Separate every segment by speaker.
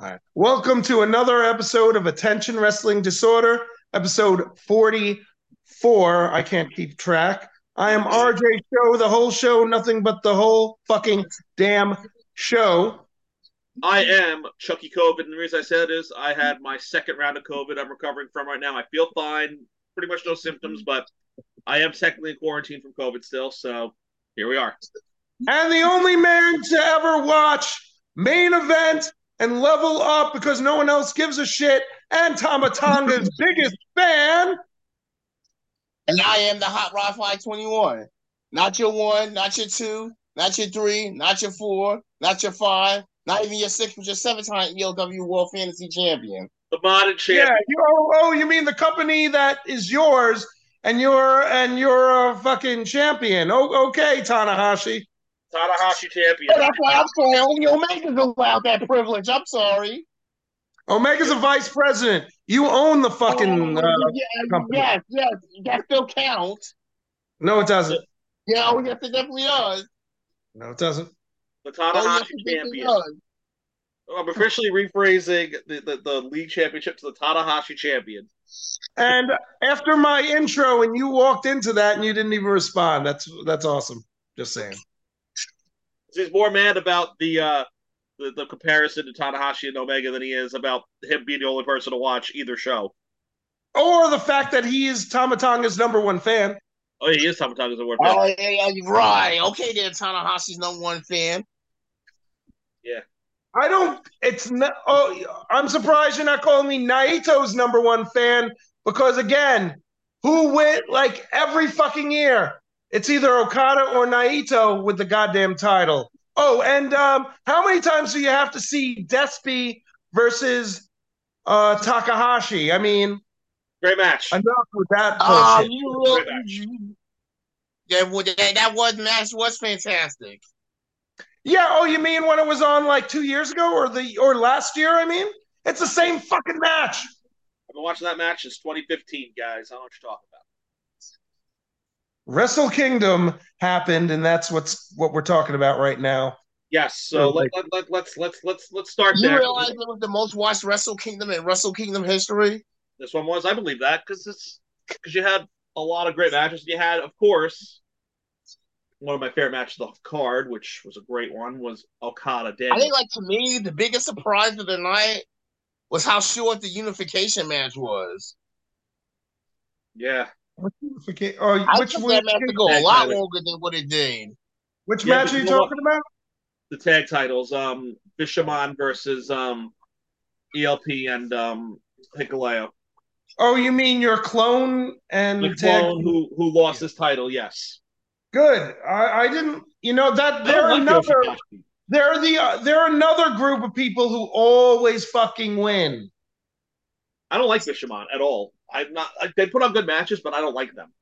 Speaker 1: All right. Welcome to another episode of Attention Wrestling Disorder, episode 44. I can't keep track. I am RJ Show, the whole show, nothing but the whole fucking damn show.
Speaker 2: I am Chucky COVID, and the reason I said is I had my second round of COVID. I'm recovering from right now. I feel fine, pretty much no symptoms, but I am technically in quarantine from COVID still. So here we are.
Speaker 1: And the only man to ever watch main event and level up because no one else gives a shit. And Tamatanga's biggest fan.
Speaker 3: And I am the Hot Rod 521. Not your one, not your two, not your three, not your four, not your five, not even your six, but your seven time ELW World Fantasy Champion.
Speaker 2: The modern
Speaker 1: Yeah,
Speaker 2: champion.
Speaker 1: you, oh, oh, you mean the company that is yours, and you're and you're a fucking champion. Oh, okay, Tanahashi.
Speaker 2: Tanahashi
Speaker 3: Oh,
Speaker 2: champion.
Speaker 3: that's why I'm sorry. Only Omega's allowed that privilege. I'm sorry.
Speaker 1: Omega's a vice president. You own the fucking.
Speaker 3: Oh,
Speaker 1: Uh,
Speaker 3: yeah,
Speaker 1: company.
Speaker 3: yes, yes. That still counts.
Speaker 1: no, it doesn't.
Speaker 3: Yeah, oh, yes, it definitely does.
Speaker 1: No, it doesn't.
Speaker 2: The
Speaker 3: Oh,
Speaker 2: Tanahashi
Speaker 3: yes, it definitely
Speaker 2: champion. Oh,
Speaker 3: does.
Speaker 2: I'm officially rephrasing the, the, the league championship to the Tanahashi champion.
Speaker 1: And after my intro, and you walked into that, and you didn't even respond. That's that's awesome. Just saying.
Speaker 2: He's more mad about the uh the, the comparison to Tanahashi and Omega than he is about him being the only person to watch either show.
Speaker 1: Or the fact that he is Tamatanga's number one fan.
Speaker 2: Oh, he is Tamatanga's award. winner.
Speaker 3: Oh, yeah, yeah, you're right. Okay, then Tanahashi's number one fan.
Speaker 1: I don't. It's not. Oh, I'm surprised you're not calling me Naito's number one fan because again, who went like every fucking year? It's either Okada or Naito with the goddamn title. Oh, and um, how many times do you have to see Despy versus uh, Takahashi? I mean,
Speaker 2: Great match.
Speaker 1: enough with that
Speaker 3: Oh,
Speaker 1: bullshit.
Speaker 3: you look. you- That, wa- that, that was match was fantastic.
Speaker 1: yeah. Oh, you mean when it was on like two years ago or the or last year? I mean, it's the same fucking match.
Speaker 2: I've been watching that match since 2015, guys. I don't know what you're talking about.
Speaker 1: Wrestle Kingdom happened, and that's what's what we're talking about right now.
Speaker 2: Yes, so
Speaker 1: Oh,
Speaker 2: let, let, let, let's let's let's let's start
Speaker 3: You
Speaker 2: there.
Speaker 3: realize it was the most watched Wrestle Kingdom in Wrestle Kingdom history?
Speaker 2: This one was, I believe that, because it's because you had a lot of great matches. You had, of course, one of my favorite matches off the card, which was a great one, was Okada
Speaker 3: I
Speaker 2: Daniel.
Speaker 3: think, like to me, the biggest surprise of the night was how short the unification match was.
Speaker 2: Yeah,
Speaker 1: Okay, oh,
Speaker 3: I
Speaker 1: which
Speaker 3: took
Speaker 1: one-
Speaker 3: that match to go a lot
Speaker 2: Exactly.
Speaker 3: longer than what it did.
Speaker 1: which
Speaker 2: Yeah,
Speaker 1: match
Speaker 2: but
Speaker 1: are you
Speaker 2: you know what?
Speaker 1: talking about?
Speaker 2: the tag titles, um, Bishamon versus um, ELP and um, Hikaleo,
Speaker 1: Oh, you mean your clone
Speaker 3: Mm,
Speaker 1: and
Speaker 2: the
Speaker 1: tag-
Speaker 2: clone who who lost his title. Yes,
Speaker 1: Good. I, I didn't. You know that they're
Speaker 2: I don't like
Speaker 1: another.
Speaker 2: Yoshihashi.
Speaker 1: They're the uh, they're another group of people who always fucking win.
Speaker 2: I don't like Bishamon at all. I'm not. I, they put on good matches, but I don't like them.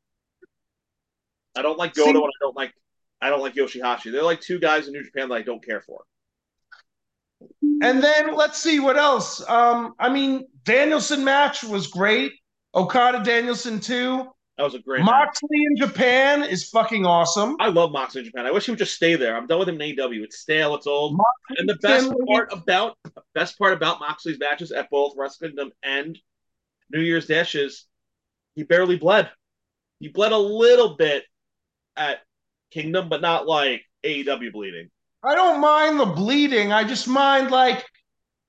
Speaker 2: I don't like Goto,
Speaker 1: See-
Speaker 2: and I don't like I don't like Yoshihashi. They're like two guys in New Japan that I don't care for.
Speaker 1: And then let's see what else. Um, I mean, Danielson match was great. Okada Danielson too.
Speaker 2: That was a great. match.
Speaker 1: Moxley in Japan is fucking awesome.
Speaker 2: I love Moxley in Japan. I wish he would just stay there. I'm done with him in AEW. It's stale. It's old.
Speaker 1: Moxley
Speaker 2: And the best
Speaker 1: Finley-
Speaker 2: part about best part about Moxley's matches at both Wrestle Kingdom and New Year's Dash is he barely bled. He bled a little bit at Kingdom, but not like AEW bleeding.
Speaker 1: I don't mind the bleeding. I just mind like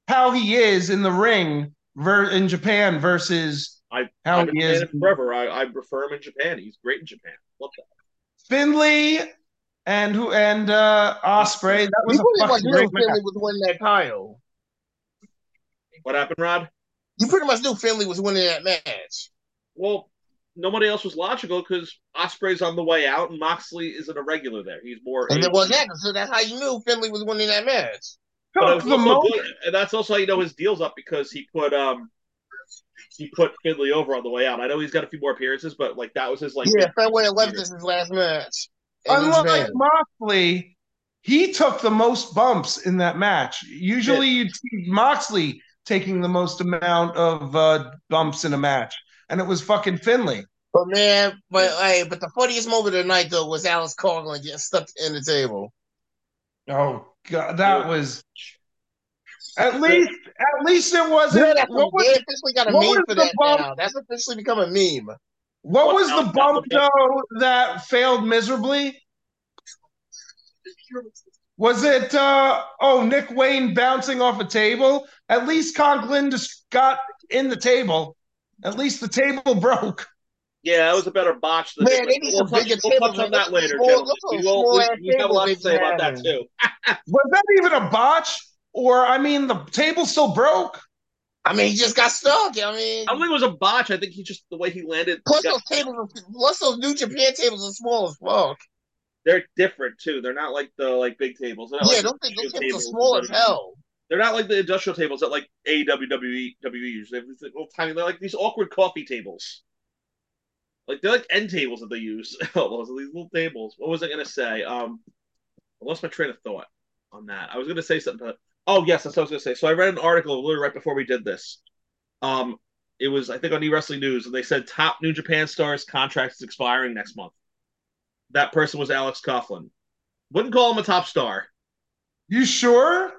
Speaker 1: how he is in the ring ver- in Japan versus
Speaker 2: I-
Speaker 1: how
Speaker 2: I've been
Speaker 1: he
Speaker 2: a
Speaker 1: is.
Speaker 2: fan of him forever. I, I prefer him in Japan. He's great in Japan. Love that.
Speaker 1: Finley and who and uh Osprey. That was
Speaker 3: You
Speaker 1: a
Speaker 3: pretty much
Speaker 1: fucking
Speaker 3: knew
Speaker 1: great match.
Speaker 3: Finley was winning that title.
Speaker 2: What happened, Rod?
Speaker 3: You pretty much knew Finley was winning that match.
Speaker 2: Well, nobody else was logical because Osprey's on the way out, and Moxley is an irregular there. He's more.
Speaker 3: And it was that, so that's how you knew Finley was winning that match.
Speaker 2: But it
Speaker 1: Took
Speaker 2: was
Speaker 1: the
Speaker 2: also
Speaker 1: moment.
Speaker 2: good, and that's also how you know his deal's up because he put um he put Finley over on the way out. I know he's got a few more appearances, but like that was his like
Speaker 3: yeah, Fenway and left this his last match. And he's
Speaker 1: Unlike
Speaker 3: mad.
Speaker 1: Moxley, he took the most bumps in that match. Usually, you'd see Moxley taking the most amount of uh, bumps in a match, and it was fucking Finley.
Speaker 3: But man, but hey, but the funniest moment of the night though was Alice Coughlin getting stuck in the table.
Speaker 1: Oh god, that was at least at least it wasn't.
Speaker 3: Yeah, that's
Speaker 1: what
Speaker 3: what
Speaker 1: was,
Speaker 3: officially got a
Speaker 1: what
Speaker 3: meme
Speaker 1: was
Speaker 3: for
Speaker 1: the
Speaker 3: that
Speaker 1: bump?
Speaker 3: now. That's officially become a meme.
Speaker 1: what was the
Speaker 2: Out-
Speaker 1: bump
Speaker 2: out the
Speaker 1: though that failed miserably? Was it uh oh Nick Wayne bouncing off a table? At least Conklin just got in the table. At least the table broke.
Speaker 2: Yeah, that was a better botch than
Speaker 3: Man, they need
Speaker 2: we'll
Speaker 3: some
Speaker 2: touch,
Speaker 3: bigger
Speaker 2: we'll touch
Speaker 3: tables.
Speaker 2: on that later,
Speaker 3: Small-
Speaker 2: gentlemen.
Speaker 3: look
Speaker 2: We,
Speaker 3: at
Speaker 2: will, we,
Speaker 3: small-ass
Speaker 2: we have a lot to
Speaker 3: tables
Speaker 2: say
Speaker 3: they
Speaker 2: about that
Speaker 3: having.
Speaker 2: too.
Speaker 1: Was that even a botch? Or I mean the table still broke.
Speaker 3: I mean, he just got stuck. I mean,
Speaker 2: I don't think it was a botch. I think he just the way he landed.
Speaker 3: plus
Speaker 2: got-
Speaker 3: those tables, are- plus those New Japan tables are small as fuck.
Speaker 2: they're different too. They're not like the like big tables. They're not
Speaker 3: Yeah,
Speaker 2: like
Speaker 3: those, those
Speaker 2: industrial
Speaker 3: tables are small as hell.
Speaker 2: They're not like the industrial tables that like AEW WWE E, use. They're these little tiny. They're like these awkward coffee tables. Like they're like end tables that they use. Almost these little tables. What was I gonna say? Um, I lost my train of thought on that. I was gonna say something. But, oh yes, that's what I was gonna say. So I read an article literally right before we did this. Um, it was I think on E Wrestling News, and they said top New Japan stars contract is expiring next month. That person was Alex Coughlin. Wouldn't call him a top star.
Speaker 1: You sure?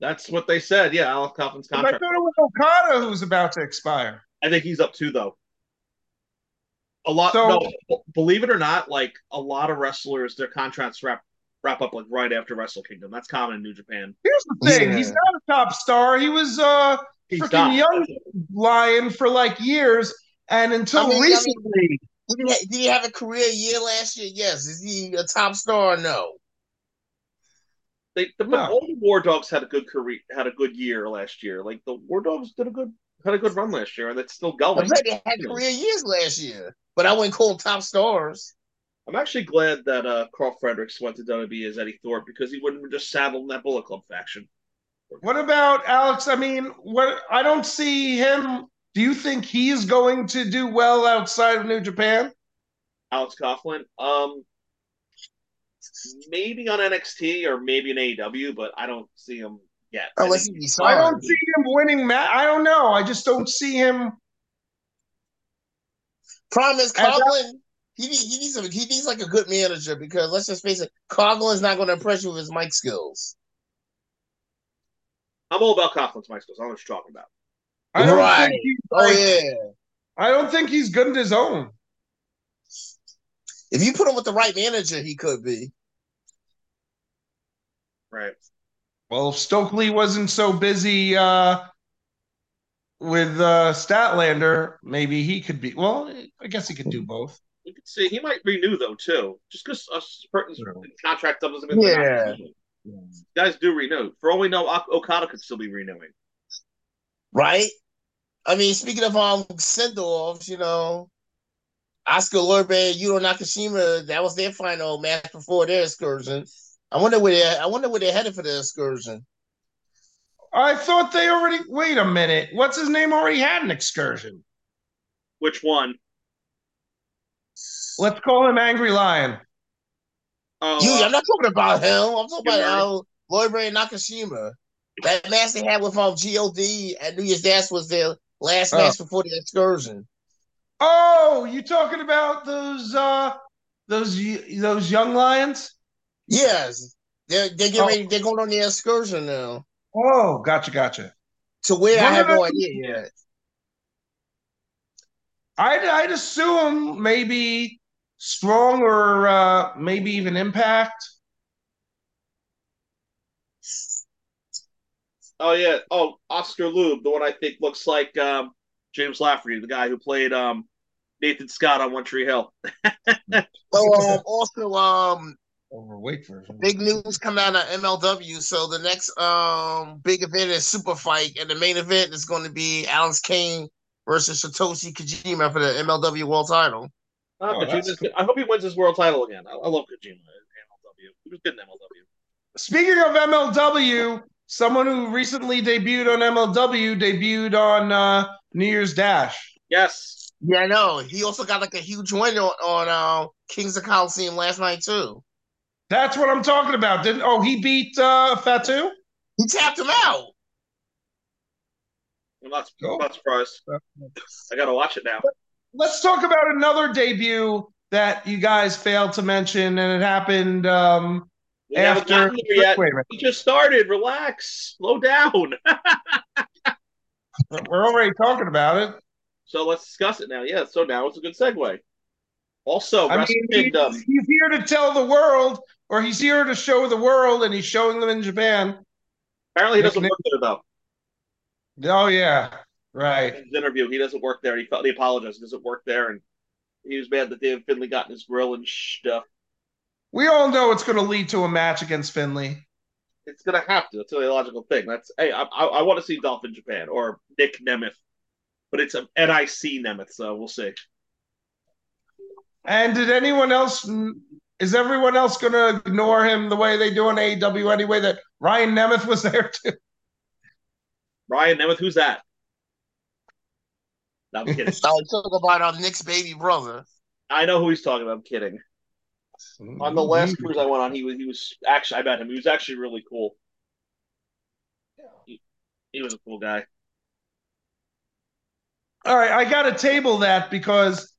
Speaker 2: That's what they said. Yeah, Alex Coughlin's
Speaker 1: 'Cause I
Speaker 2: contract.
Speaker 1: thought it was Okada who's about to expire.
Speaker 2: I think he's up too, though. A lot.
Speaker 1: So-
Speaker 2: no, b- believe it or not, like a lot of wrestlers, their contracts wrap wrap up like right after Wrestle Kingdom. That's common in New Japan.
Speaker 1: Here's the thing:
Speaker 3: Yeah.
Speaker 1: he's not a top star. He was uh
Speaker 2: He's
Speaker 1: Freaking
Speaker 2: not.
Speaker 1: young. lion for like years, and until
Speaker 3: I mean, I mean-
Speaker 1: recently,
Speaker 3: Did he, ha- did he have a career year last year? Yes. Is he a top star? No.
Speaker 2: They, the, but
Speaker 1: No.
Speaker 2: all the War Dogs had a good career, had a good year last year. Like the War Dogs did a good had a good run last year, and it's still
Speaker 3: I'm
Speaker 1: Oh,
Speaker 2: going.
Speaker 3: glad they had career years last year, but I wouldn't call them top stars.
Speaker 2: I'm actually glad that uh, Carl Fredericks went to WWE as Eddie Thorpe because he wouldn't have just saddled in that Bullet Club faction.
Speaker 1: what about Alex? I mean, what I don't see him. Do you think he's going to do well outside of New Japan?
Speaker 2: Alex Coughlin. Um, maybe on NXT or maybe in AEW, but I don't see him yet. I
Speaker 3: Unless
Speaker 2: think-
Speaker 3: he be
Speaker 1: Oh, I
Speaker 3: sorry.
Speaker 1: don't see him winning. Ma- I don't know. I just don't see him.
Speaker 3: Problem is,
Speaker 1: As I-
Speaker 3: Coughlin, he, need- he needs a, he needs like a good manager because let's just face it, Coughlin's not going to impress you with his mic skills.
Speaker 2: I'm all about Coughlin's mic skills. I don't know what you're talking about.
Speaker 1: I don't
Speaker 3: Right.
Speaker 1: think he's.
Speaker 3: Oh
Speaker 1: like-
Speaker 3: yeah,
Speaker 1: I don't think he's good at his own.
Speaker 3: if you put him with the right manager, he could be.
Speaker 2: Right.
Speaker 1: Well, if Stokely wasn't so busy uh, with uh, Statlander, maybe he could be. Well, I guess he could
Speaker 3: Mm.
Speaker 1: do both.
Speaker 2: You can see he might renew though too. Just because a certain
Speaker 1: Yeah.
Speaker 2: contract up doesn't mean they're not renewing. Guys do renew. For all we know, Ok- Okada could still be renewing.
Speaker 3: Right? I mean, speaking of um send offs, you know, Oscar Lurbe, Yudo Nakashima, that was their final match before their excursion. I wonder where they I wonder where they're headed for the excursion.
Speaker 1: I thought they already. Wait a minute. What's his name already had an excursion?
Speaker 2: Which one?
Speaker 1: Let's call him Angry Lion.
Speaker 2: Oh,
Speaker 3: you,
Speaker 2: uh,
Speaker 3: I'm not talking about him. I'm talking
Speaker 2: Kimura.
Speaker 3: about um, Lurbe and Nakashima. That match they had with um God at New Year's Dash was their last
Speaker 1: Oh.
Speaker 3: match before the excursion.
Speaker 1: Oh, you talking about those uh those y- those young lions?
Speaker 3: Yes. They're they're getting
Speaker 1: Oh.
Speaker 3: ready, they're going on their excursion now.
Speaker 1: Oh, gotcha, gotcha.
Speaker 3: To where I
Speaker 1: One
Speaker 3: have
Speaker 1: of
Speaker 3: no
Speaker 1: them-
Speaker 3: idea yet.
Speaker 1: I'd I'd assume maybe strong or uh maybe even impact.
Speaker 2: oh yeah. Oh, Oscar Lube, the one I think looks like um, James Lafferty, the guy who played um, Nathan Scott on One Tree Hill.
Speaker 3: So um, also um
Speaker 1: Overweight version.
Speaker 3: big news coming out of MLW. So the next um big event is Super Fight, and the main event is going to be Alex Kane versus Satoshi Kojima for the MLW World Title.
Speaker 2: Uh,
Speaker 1: Oh,
Speaker 2: Kojima's
Speaker 1: that's
Speaker 2: good. I hope he wins his world title again. I, I love Kojima in MLW. He was good in MLW.
Speaker 1: Speaking of MLW, someone who recently debuted on MLW debuted on uh New Year's Dash.
Speaker 2: Yes.
Speaker 3: Yeah, I know. He also got like a huge win on, on uh, Kings of Coliseum last night too.
Speaker 1: That's what I'm talking about. Didn't oh he beat uh Fatu?
Speaker 3: He tapped him out.
Speaker 2: I'm not,
Speaker 1: Cool.
Speaker 2: not surprised. I got to watch it now.
Speaker 1: Let's talk about another debut that you guys failed to mention, and it happened um,
Speaker 2: We haven't
Speaker 1: after.
Speaker 2: gotten there yet.
Speaker 1: Wait a minute.
Speaker 2: We just started. Relax. Slow down.
Speaker 1: We're already talking about it.
Speaker 2: so let's discuss it now. Yeah. So now it's a good segue. Also,
Speaker 1: I
Speaker 2: Wrestle
Speaker 1: mean,
Speaker 2: Kingdom.
Speaker 1: he's, he's here to tell the world, or he's here to show the world, and he's showing them in Japan.
Speaker 2: Apparently, he doesn't
Speaker 1: Nick-
Speaker 2: work there though.
Speaker 1: Oh yeah, right.
Speaker 2: In his interview, he doesn't work there. He felt he apologized. He doesn't work there, and he was mad that David Finley got in his grill and uh, stuff.
Speaker 1: We all know it's going to lead to a match against Finley.
Speaker 2: It's gonna have to. It's an illogical thing. That's hey, I, I, I want to see Dolphin Japan or Nick Nemeth, but it's a NIC Nemeth, so we'll see.
Speaker 1: And did anyone else? Is everyone else going to ignore him the way they do in AEW anyway? That Ryan Nemeth was there too.
Speaker 2: Ryan Nemeth, who's that? No, I'm kidding.
Speaker 3: I Oh, talk about our Nick's baby brother.
Speaker 2: I know who he's talking about. I'm kidding. On the last
Speaker 1: Mm-hmm.
Speaker 2: cruise I went on, he was he was actually I met him. He was actually really cool. He, he was a cool guy.
Speaker 1: All right, I got to table that because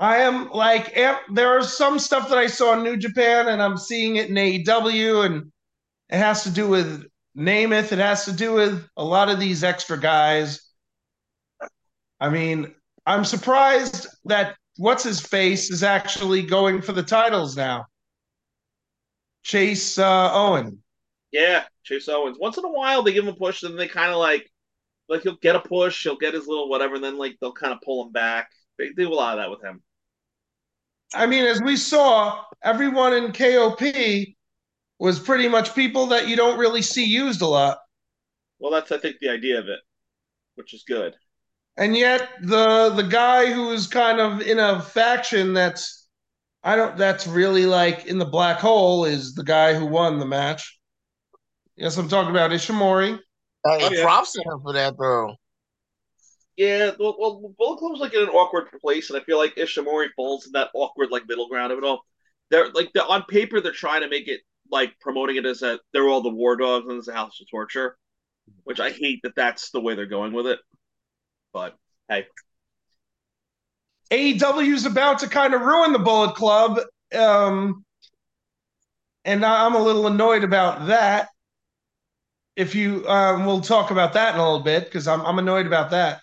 Speaker 1: I am like am- there are some stuff that I saw in New Japan and I'm seeing it in AEW and it has to do with Namath, it has to do with a lot of these extra guys. I mean, I'm surprised that what's his face is actually going for the titles now. Chase uh, Owen.
Speaker 2: Yeah, Chase Owens. Once in a while, they give him a push, then they kind of like, like he'll get a push, he'll get his little whatever, and then like they'll kind of pull him back. They do a lot of that with him.
Speaker 1: I mean, as we saw, everyone in KOP was pretty much people that you don't really see used a lot.
Speaker 2: Well, that's I think the idea of it, which is good.
Speaker 1: And yet the the guy who is kind of in a faction that's I don't that's really like in the black hole is the guy who won the match. Yes, I'm talking about Ishimori.
Speaker 3: Hey,
Speaker 2: Oh, yeah.
Speaker 3: props to him for that, though.
Speaker 2: Yeah, well, well Bullet Club's like in an awkward place, and I feel like Ishimori falls in that awkward like middle ground of it all. They're like they're, on paper, they're trying to make it like promoting it as that they're all the war dogs and it's a house of torture, which I hate that that's the way they're going with it. But
Speaker 1: AEW E is about to kind of ruin the Bullet Club. Um, and I- I'm a little annoyed about that. If you, um, we'll talk about that in a little bit because I'm, I'm annoyed about that.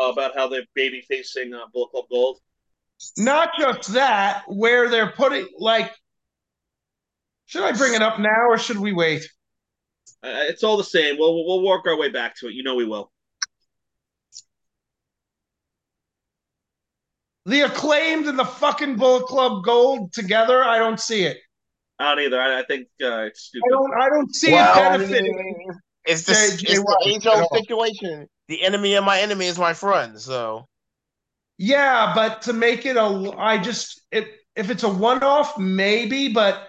Speaker 2: uh, about how they're baby facing uh, Bullet Club Gold.
Speaker 1: Not just that, where they're putting, like, should I bring it up now or should we wait?
Speaker 2: Uh, it's all the same. We'll we'll we'll work our way back to it. You know we will.
Speaker 1: The acclaimed and the fucking Bullet Club Gold together, I don't see it.
Speaker 2: I don't either. I, I think uh, it's
Speaker 1: I
Speaker 2: stupid.
Speaker 1: don't, I don't see
Speaker 3: Well,
Speaker 1: it benefiting.
Speaker 3: I mean, It's the,
Speaker 1: Jay-
Speaker 3: it's
Speaker 1: Jay
Speaker 3: the
Speaker 1: White
Speaker 3: age
Speaker 1: at
Speaker 3: old
Speaker 1: all.
Speaker 3: situation. The enemy of my enemy is my friend. So
Speaker 1: Yeah, but to make it a, I just it if it's a one-off, maybe, but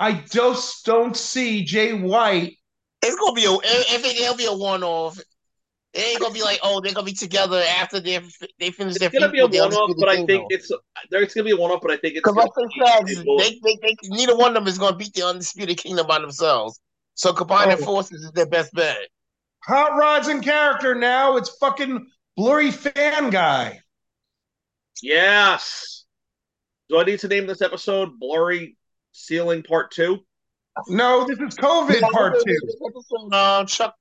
Speaker 1: I just don't see Jay White.
Speaker 3: it's gonna be a if it, it'll be a one off. It ain't gonna be like oh they're gonna be together after they they finish their.
Speaker 2: It's gonna be a
Speaker 3: feud, they'll
Speaker 2: one
Speaker 3: just
Speaker 2: off,
Speaker 3: do the
Speaker 2: but I
Speaker 3: thing,
Speaker 2: think
Speaker 3: though.
Speaker 2: it's there. It's gonna be a one off, but I think it's
Speaker 3: Because
Speaker 2: gonna
Speaker 3: like I
Speaker 2: be
Speaker 3: said,
Speaker 2: both.
Speaker 3: they, they, they, neither one of them is going to beat the Undisputed Kingdom by themselves. So combining
Speaker 2: Oh.
Speaker 3: forces is their best bet.
Speaker 1: Hot Rod's in character now. It's fucking blurry fan guy.
Speaker 2: yes. Do I need to name this episode "Blurry Ceiling Part 2?
Speaker 1: No, this is COVID part two.
Speaker 3: Um, Chuck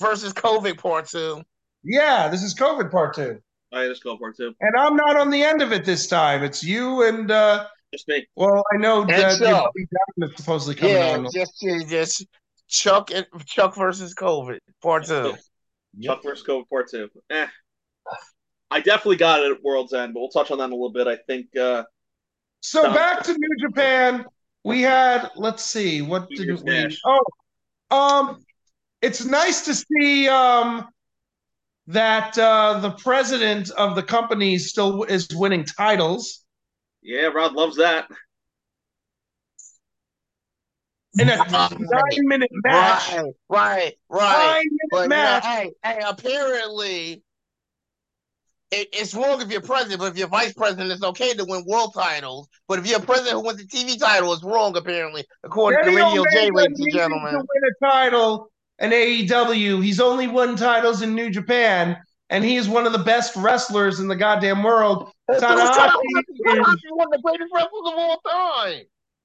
Speaker 3: versus COVID part two.
Speaker 1: Yeah, this is COVID part two.
Speaker 2: I just go Part Two.
Speaker 1: And I'm not on the end of it this time. It's you and uh
Speaker 2: Just me.
Speaker 1: well, I know
Speaker 3: And
Speaker 1: that
Speaker 3: Chuck.
Speaker 1: Daphne is supposedly coming
Speaker 3: Yeah,
Speaker 1: on.
Speaker 3: just just Chuck and Chuck versus COVID part two.
Speaker 2: Chuck versus Cove Part Two. Eh. I definitely got it at World's End, but we'll touch on that in a little bit. I think uh,
Speaker 1: So
Speaker 2: Stop.
Speaker 1: back to New Japan, we had let's see, what
Speaker 2: New
Speaker 1: did
Speaker 2: Year's
Speaker 1: we
Speaker 2: Dash.
Speaker 1: Oh um it's nice to see um that uh the president of the company still is winning titles
Speaker 2: yeah, Rod loves that.
Speaker 1: in a
Speaker 3: Right.
Speaker 1: nine minute match.
Speaker 3: Right, right, right.
Speaker 1: Nine minute
Speaker 3: But yeah,
Speaker 1: match.
Speaker 3: hey, hey, apparently it, it's wrong if you're president, but if you're vice president, it's okay to win world titles. But if you're a president who wins the TV title, it's wrong, apparently, according
Speaker 1: Kenny
Speaker 3: to Radio J,
Speaker 1: Omega
Speaker 3: ladies and
Speaker 1: needed To
Speaker 3: gentlemen.
Speaker 1: win a title in AEW, he's only won titles in New Japan, and he is one of the best wrestlers in the goddamn world.
Speaker 3: Tanahashi
Speaker 1: Tanahashi
Speaker 3: Tanahashi is one of the greatest wrestlers of all time.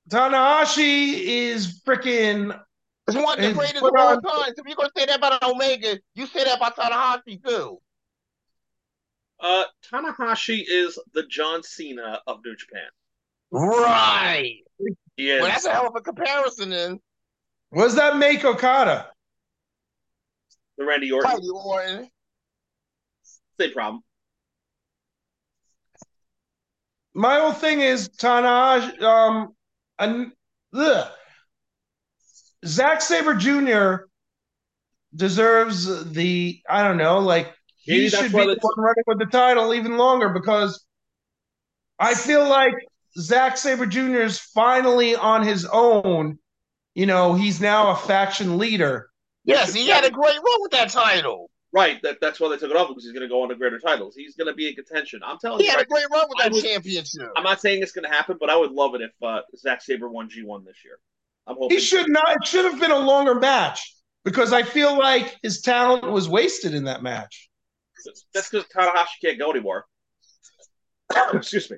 Speaker 1: Tanahashi is freaking
Speaker 3: It's one of the
Speaker 1: Hey,
Speaker 3: greatest of
Speaker 1: put
Speaker 3: all
Speaker 1: on-
Speaker 3: time. If you're gonna say that about Omega, you say that about Tanahashi too.
Speaker 2: Uh, Tanahashi is the John Cena of New Japan.
Speaker 3: Right.
Speaker 2: He is.
Speaker 3: Well, that's a hell of a comparison. Then
Speaker 1: was that Make Okada?
Speaker 2: the Randy Orton.
Speaker 3: Randy Orton.
Speaker 2: Same problem.
Speaker 1: My whole thing is Tanahashi. Um, an, ugh. Zack Saber Jr. deserves the I don't know, like he
Speaker 2: Maybe that's
Speaker 1: should
Speaker 2: why
Speaker 1: be the
Speaker 2: that's-
Speaker 1: one running with the title even longer because I feel like Zack Saber Jr. is finally on his own. You know, he's now a faction leader.
Speaker 3: Yes, he had a great run with that title.
Speaker 2: Right. That, that's why they took it off because he's going to go on to greater titles. He's going to be in contention. I'm telling
Speaker 3: He
Speaker 2: you.
Speaker 3: had a
Speaker 2: Right,
Speaker 3: great run with
Speaker 2: I
Speaker 3: that
Speaker 2: was-
Speaker 3: championship.
Speaker 2: I'm not saying it's going to happen, but I would love it if uh, Zack Saber won G1 this year. I'm hoping.
Speaker 1: He should not. It should have been a longer match because I feel like his talent was wasted in that match.
Speaker 2: That's because Tanahashi can't go anymore. Excuse me.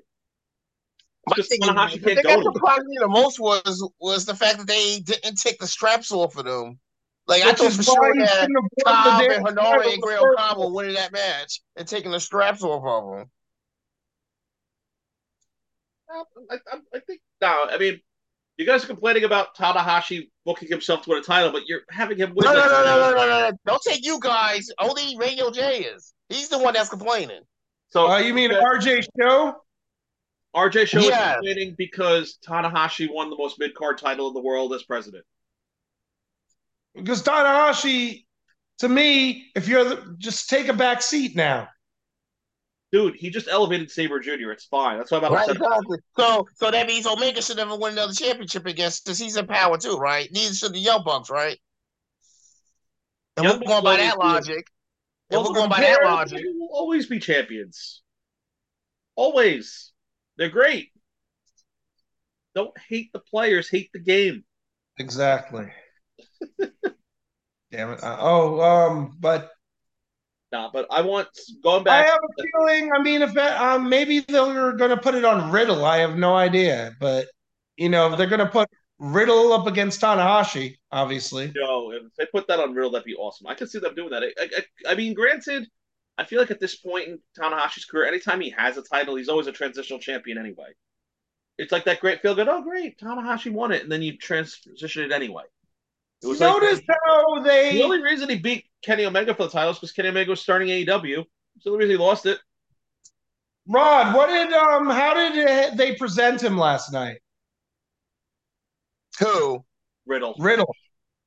Speaker 3: My
Speaker 2: Just
Speaker 3: thing is,
Speaker 2: Tanahashi
Speaker 3: the
Speaker 2: can't
Speaker 3: thing that
Speaker 2: go to it.
Speaker 3: surprised me the most was was the fact that they didn't take the straps off of them. Like I
Speaker 1: Which
Speaker 3: thought
Speaker 1: is
Speaker 3: for
Speaker 1: why
Speaker 3: sure
Speaker 1: he
Speaker 3: that
Speaker 1: shouldn't have won
Speaker 3: Cobb
Speaker 1: the
Speaker 3: and
Speaker 1: damn
Speaker 3: Hanare
Speaker 1: title
Speaker 3: and
Speaker 1: the
Speaker 3: Great
Speaker 1: first
Speaker 3: O'Connor winning that match and taking the straps off of them.
Speaker 2: I, I, I think no. I mean, you guys are complaining about Tanahashi booking himself to win a title, but you're having him win.
Speaker 3: No, no,
Speaker 2: the
Speaker 3: no, no,
Speaker 2: title.
Speaker 3: no, no, no, no. Don't take you guys. Only Radio J is. He's the one that's complaining.
Speaker 2: So
Speaker 1: Uh, you mean RJ Show?
Speaker 2: RJ Show
Speaker 3: Yeah.
Speaker 2: is complaining because Tanahashi won the most mid card title in the world as president.
Speaker 1: Because Tanahashi, to me, if you're the, just take a back seat now.
Speaker 2: Dude, he just elevated Saber Jr. It's fine. That's why I'm not
Speaker 3: Right,
Speaker 2: upset. about
Speaker 3: exactly. So, so that means Omega should never win another championship against because he's in power too, right? Neither should the Young Bucks, right? And
Speaker 2: Young
Speaker 3: we're going by
Speaker 2: Bucks
Speaker 3: that
Speaker 2: always
Speaker 3: logic.
Speaker 2: it.
Speaker 3: If we're going by that
Speaker 2: They're-
Speaker 3: logic,
Speaker 2: They will always be champions. Always. They're great. Don't hate the players, hate the game.
Speaker 1: Exactly. Damn it. Uh, oh, um, but
Speaker 2: Nah, but I want going
Speaker 1: I
Speaker 2: back.
Speaker 1: have a feeling. I mean, if that, um, maybe they're going to put it on Riddle. I have no idea, but you know, if they're going to put Riddle up against Tanahashi, obviously.
Speaker 2: No, if they put that on Riddle, that'd be awesome. I could see them doing that. I, I, I mean, granted, I feel like at this point in Tanahashi's career, anytime he has a title, he's always a transitional champion anyway. It's like that great feel good. Oh, great, Tanahashi won it, and then you transition it anyway. It was like-
Speaker 1: Notice how they
Speaker 2: the only reason he beat Kenny Omega for the titles because Kenny Omega was starting AEW. It's the only reason he lost it.
Speaker 1: Rod. What did um? How did uh, they present him last night?
Speaker 3: who?
Speaker 2: Riddle.
Speaker 1: Riddle.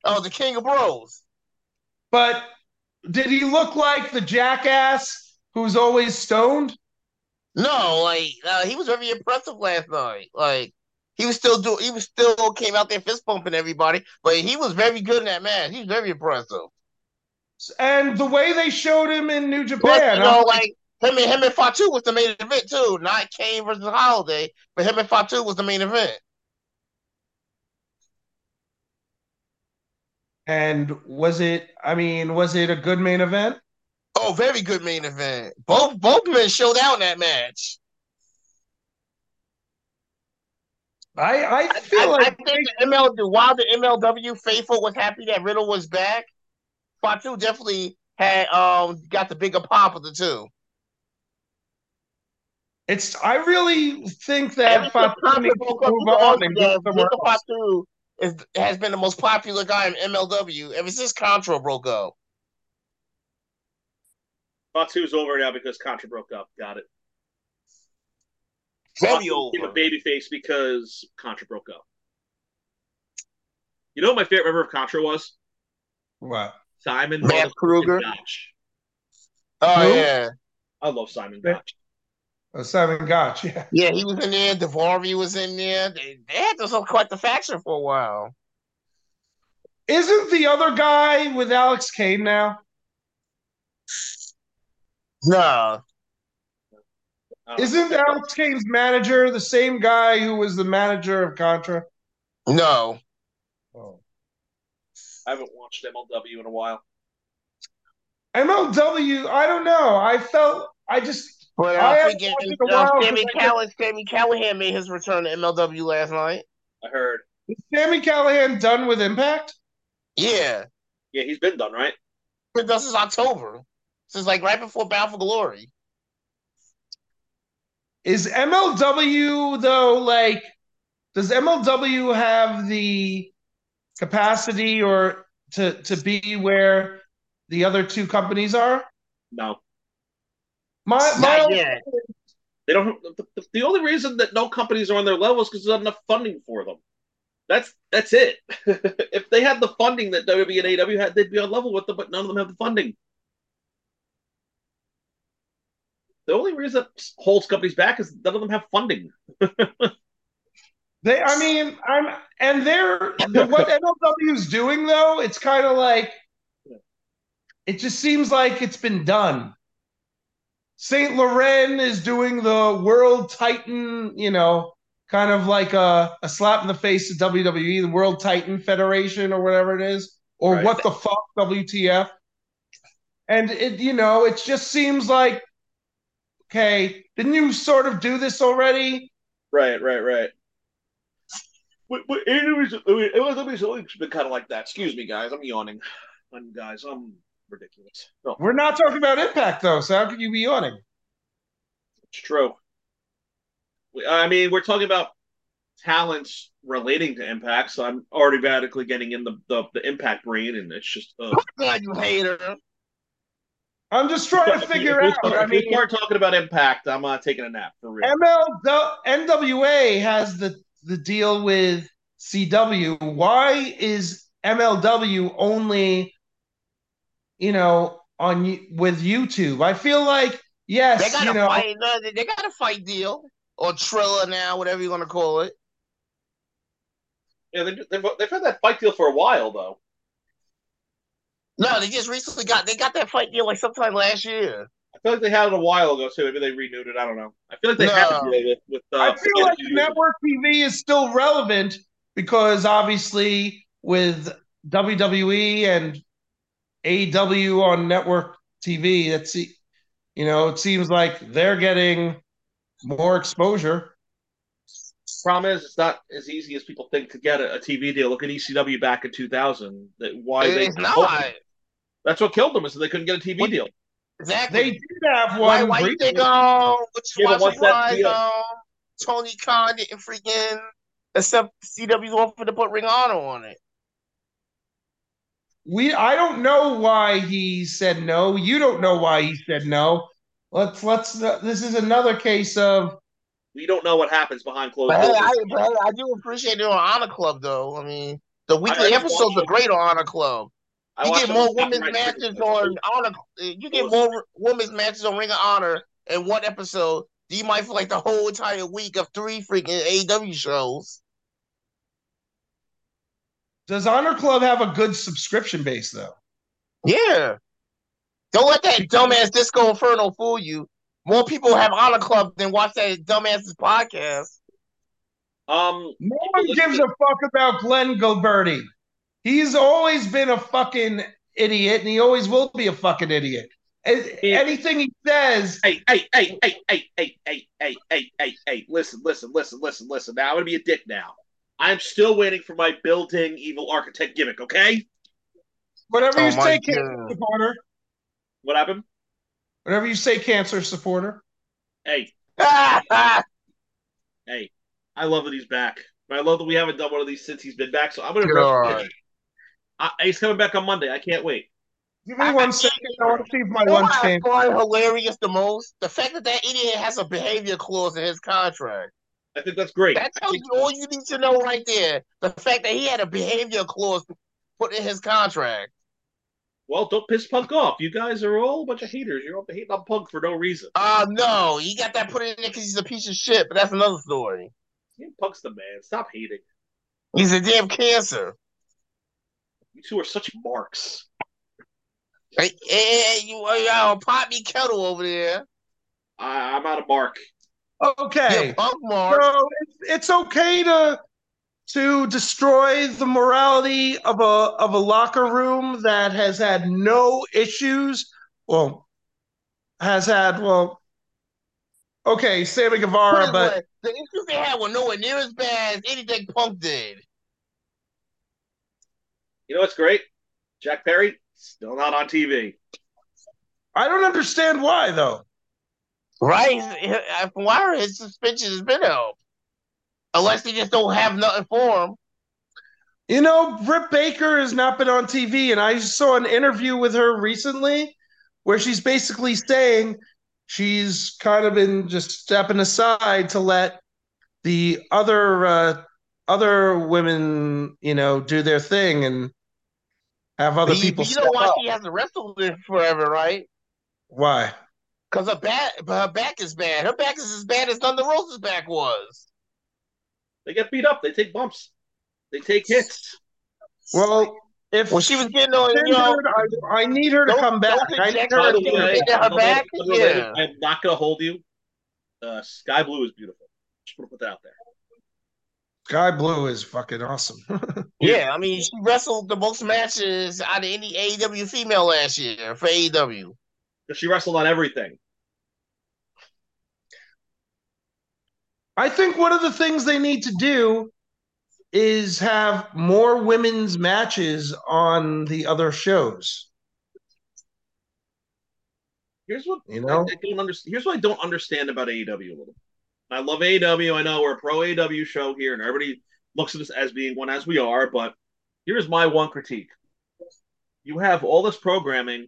Speaker 3: Oh, the King of Bros.
Speaker 1: But did he look like the jackass who's always stoned?
Speaker 3: No, like uh, he was very impressive last night. Like he was still doing. He was still came out there fist pumping everybody, but he was very good in that match. He was very impressive.
Speaker 1: And the way they showed him in New
Speaker 3: Plus,
Speaker 1: Japan,
Speaker 3: you know,
Speaker 1: I'm like,
Speaker 3: like him and him and Fatu was the main event too, not Kane versus Holiday, but him and Fatu was the main event.
Speaker 1: and was it? I mean, was it a good main event?
Speaker 3: Oh, very good main event. Both both men showed out in that match.
Speaker 1: I I
Speaker 3: I,
Speaker 1: feel
Speaker 3: I- I
Speaker 1: like
Speaker 3: think the ML while the MLW faithful was happy that Riddle was back, Fatu definitely had um got the bigger pop of the two.
Speaker 1: it's. I really think
Speaker 3: And
Speaker 1: that
Speaker 3: Mr.
Speaker 1: Fatu needs
Speaker 3: Fatu-
Speaker 1: to move on and go
Speaker 3: Mr.
Speaker 1: somewhere else.
Speaker 3: Fatu is, has been the most popular guy in MLW ever since Contra broke up.
Speaker 2: Fatu's over now because Contra broke up. Got it.
Speaker 3: Very
Speaker 2: He's a
Speaker 3: over.
Speaker 2: babyface because Contra broke up. You know what my favorite member of Contra was?
Speaker 1: What?
Speaker 2: Simon
Speaker 3: Matt
Speaker 2: motherfucking
Speaker 3: Kruger.
Speaker 2: Gotch.
Speaker 3: Oh
Speaker 1: Who?
Speaker 3: yeah.
Speaker 2: I love Simon
Speaker 1: Yeah.
Speaker 2: Gotch.
Speaker 1: Oh, Simon Gotch, yeah.
Speaker 3: Yeah, he was in there. Devarvi was in there. They, they had this whole quite the faction for a while.
Speaker 1: Isn't the other guy with Alex Kane now?
Speaker 3: No,
Speaker 2: I don't
Speaker 1: Isn't
Speaker 2: know.
Speaker 1: Alex Kane's manager the same guy who was the manager of Contra?
Speaker 3: no.
Speaker 1: Oh.
Speaker 2: I haven't watched MLW in a while.
Speaker 1: MLW, I don't know. I felt I just
Speaker 3: But uh,
Speaker 1: I
Speaker 3: I
Speaker 1: haven't
Speaker 3: think
Speaker 1: watched in a
Speaker 3: uh,
Speaker 1: while
Speaker 3: Sammy,
Speaker 1: because I
Speaker 3: Callahan, Sammy Callahan made his return to MLW last night.
Speaker 2: I I heard.
Speaker 1: Is Sammy Callahan done with Impact?
Speaker 3: Yeah,
Speaker 2: Yeah, he's been done, right?
Speaker 3: but this is October. This is like right before Bound for Glory.
Speaker 1: Is MLW though like does MLW have the capacity or to to be where the other two companies are?
Speaker 2: No,
Speaker 1: My my
Speaker 3: Not yet.
Speaker 2: they don't. The, the, the only reason that no companies are on their level is because there's not enough funding for them. That's that's it. if they had the funding that WWE and AEW had, they'd be on level with them. But none of them have the funding. The only reason that holds companies back is none of them have funding.
Speaker 1: They, I mean, I'm, and they're the- what MLW's doing though. It's kind of like, it just seems like it's been done. Saint Laurent is doing the World Titan, you know, kind of like a, a slap in the face to WWE, the World Titan Federation or whatever it is, or
Speaker 2: Right.
Speaker 1: what the fuck WTF. And it, you know, it just seems like, okay, didn't you sort of do this already?
Speaker 2: Right, right, right. But, but AEW's, I mean, MLW's always been kind of like that. Excuse me, guys. I'm yawning. I'm, guys, I'm ridiculous. No,
Speaker 1: We're not talking about impact though, so how could you be yawning?
Speaker 2: it's true. We- I mean, we're talking about talents relating to impact, so I'm automatically getting in the, the, the impact brain, and it's just. Uh,
Speaker 3: God, you hater.
Speaker 1: I'm just trying to figure
Speaker 2: if
Speaker 1: out.
Speaker 2: we start-
Speaker 1: I
Speaker 2: if we
Speaker 1: mean,
Speaker 2: start talking about impact, I'm uh, taking a nap for real.
Speaker 1: ML NWA has the the deal with CW. Why is MLW only, you know, on y- with YouTube? I feel like
Speaker 3: They
Speaker 1: yes,
Speaker 3: got
Speaker 1: you
Speaker 3: a
Speaker 1: know,
Speaker 3: fight. no, they- They got a fight deal or Triller now, whatever you want to call it.
Speaker 2: yeah, they, they've, they've had that fight deal for a while, though.
Speaker 3: No, they just recently got they got that fight deal like sometime last year.
Speaker 2: I feel like they had it a while ago, too. Maybe they renewed it. I don't know. I feel like they
Speaker 3: No.
Speaker 2: had it with. with uh,
Speaker 1: I feel like
Speaker 2: Forget You.
Speaker 1: network TV is still relevant because obviously with WWE and AW on network TV, that's you know it seems like they're getting more exposure.
Speaker 2: problem is it's not as easy as people think to get a, a TV deal. Look at ECW back in 2000. That why they
Speaker 3: it's not
Speaker 2: that's what killed them is that they couldn't get a TV
Speaker 3: What-
Speaker 2: deal.
Speaker 3: exactly.
Speaker 1: They did have
Speaker 3: why?
Speaker 1: one.
Speaker 3: Why you
Speaker 1: briefly.
Speaker 3: think um, which
Speaker 2: Yeah, but
Speaker 3: why
Speaker 2: what's that
Speaker 3: why
Speaker 2: deal?
Speaker 3: um, Tony Khan didn't freaking accept CW's offer to put Ring of Honor on it?
Speaker 1: we I don't know why he said no. You don't know why he said no. Let's let's. uh, This is another case of
Speaker 2: We don't know what happens behind closed
Speaker 3: But hey,
Speaker 2: doors.
Speaker 3: I, but hey, I do appreciate it on Honor Club though. I mean, the weekly
Speaker 2: I
Speaker 3: episodes
Speaker 2: watch
Speaker 3: are great on Honor Club.
Speaker 2: I
Speaker 3: You
Speaker 2: watched
Speaker 3: get
Speaker 2: them
Speaker 3: more
Speaker 2: on
Speaker 3: women's
Speaker 2: copyright
Speaker 3: matches
Speaker 2: strikes.
Speaker 3: on Honor. You get more women's matches on Ring of Honor in one episode. than You might for like the whole entire week of three freaking AEW shows.
Speaker 1: does Honor Club have a good subscription base though?
Speaker 3: Yeah. Don't let that dumbass Disco Inferno fool you. More people have Honor Club than watch that dumbass's podcast.
Speaker 2: Um,
Speaker 1: No one gives a fuck about Glenn Gilberti. He's always been a fucking idiot, and he always will be a fucking idiot. A-
Speaker 2: Yeah.
Speaker 1: Anything he says,
Speaker 2: hey, hey, hey, hey, hey, hey, hey, hey, hey, hey, hey! Listen, listen, listen, listen, listen. Now I'm gonna be a dick. Now I'm still waiting for my building evil architect gimmick. Okay,
Speaker 1: whatever you
Speaker 3: Oh my
Speaker 1: say, cancer
Speaker 3: God.
Speaker 1: supporter,
Speaker 2: what happened?
Speaker 1: whatever you say, cancer supporter.
Speaker 2: Hey,
Speaker 3: You're
Speaker 2: hey, I love that he's back. I love that we haven't done one of these since he's been back. So I'm gonna.
Speaker 3: all right.
Speaker 2: I, he's coming back on Monday. I can't wait.
Speaker 1: Give me one second. I want to see if my
Speaker 3: You know
Speaker 1: lunch
Speaker 3: what I
Speaker 1: came.
Speaker 3: find hilarious the most? The fact that that idiot has a behavior clause in his contract.
Speaker 2: I think that's great.
Speaker 3: That tells you all you need to know right there. The fact that he had a behavior clause put in his contract.
Speaker 2: Well, don't piss Punk off. You guys are all a bunch of haters. You're all hating on Punk for no reason.
Speaker 3: Uh no, he got that put in there because he's a piece of shit. But that's another story.
Speaker 2: Yeah, Punk's the man. Stop hating.
Speaker 3: He's a damn cancer.
Speaker 2: You two are such marks.
Speaker 3: Hey, hey, hey, you, uh, pot me kettle over there.
Speaker 2: I, I'm out of mark.
Speaker 1: Okay,
Speaker 3: Yeah, punk mark.
Speaker 1: so it's, it's okay to to destroy the morality of a of a locker room that has had no issues. Well, has had well. Okay, Sammy
Speaker 3: Put it
Speaker 1: Guevara,
Speaker 3: this
Speaker 1: but
Speaker 3: way, The issues they had were nowhere near as bad as anything Punk did.
Speaker 2: You know what's great? Jack Perry still not on TV.
Speaker 1: I don't understand why though.
Speaker 3: Right? From what I heard, his suspension has been out. Unless they just don't have nothing for him.
Speaker 1: You know, Britt Baker has not been on TV, and I saw an interview with her recently where she's basically saying she's kind of been just stepping aside to let the other uh, other women, you know, do their thing and have other
Speaker 3: You-
Speaker 1: people.
Speaker 3: You
Speaker 1: step
Speaker 3: know why
Speaker 1: up.
Speaker 3: she hasn't wrestled in forever, right?
Speaker 1: Why?
Speaker 3: Because her back, her back is bad. Her back is as bad as Thunder Rose's back was.
Speaker 2: They get beat up. They take bumps. They take hits.
Speaker 1: Well, if
Speaker 3: When she was getting on, you know,
Speaker 1: I, I need her to
Speaker 3: Don't-
Speaker 1: come back.
Speaker 3: don't
Speaker 1: I need
Speaker 3: reject
Speaker 1: her
Speaker 2: By the
Speaker 1: to
Speaker 3: her.
Speaker 1: come
Speaker 2: way,
Speaker 1: back.
Speaker 3: They get her back?
Speaker 2: unrelated,
Speaker 3: Yeah.
Speaker 2: I'm not gonna hold you. Uh, Sky Blue is beautiful. Just want to put that out there.
Speaker 1: Sky Blue is fucking awesome.
Speaker 3: yeah, I mean, she wrestled the most matches out of any AEW female last year for E AEW.
Speaker 2: 'Cause She wrestled on everything.
Speaker 1: I think one of the things they need to do is have more women's matches on the other shows.
Speaker 2: Here's what
Speaker 1: You
Speaker 2: I,
Speaker 1: know,
Speaker 2: I don't understand. Here's what I don't understand about AEW a little. bit. I love AEW. I know we're a pro AEW show here, and everybody looks at us as being one, as we are. But here's my one critique: you have all this programming,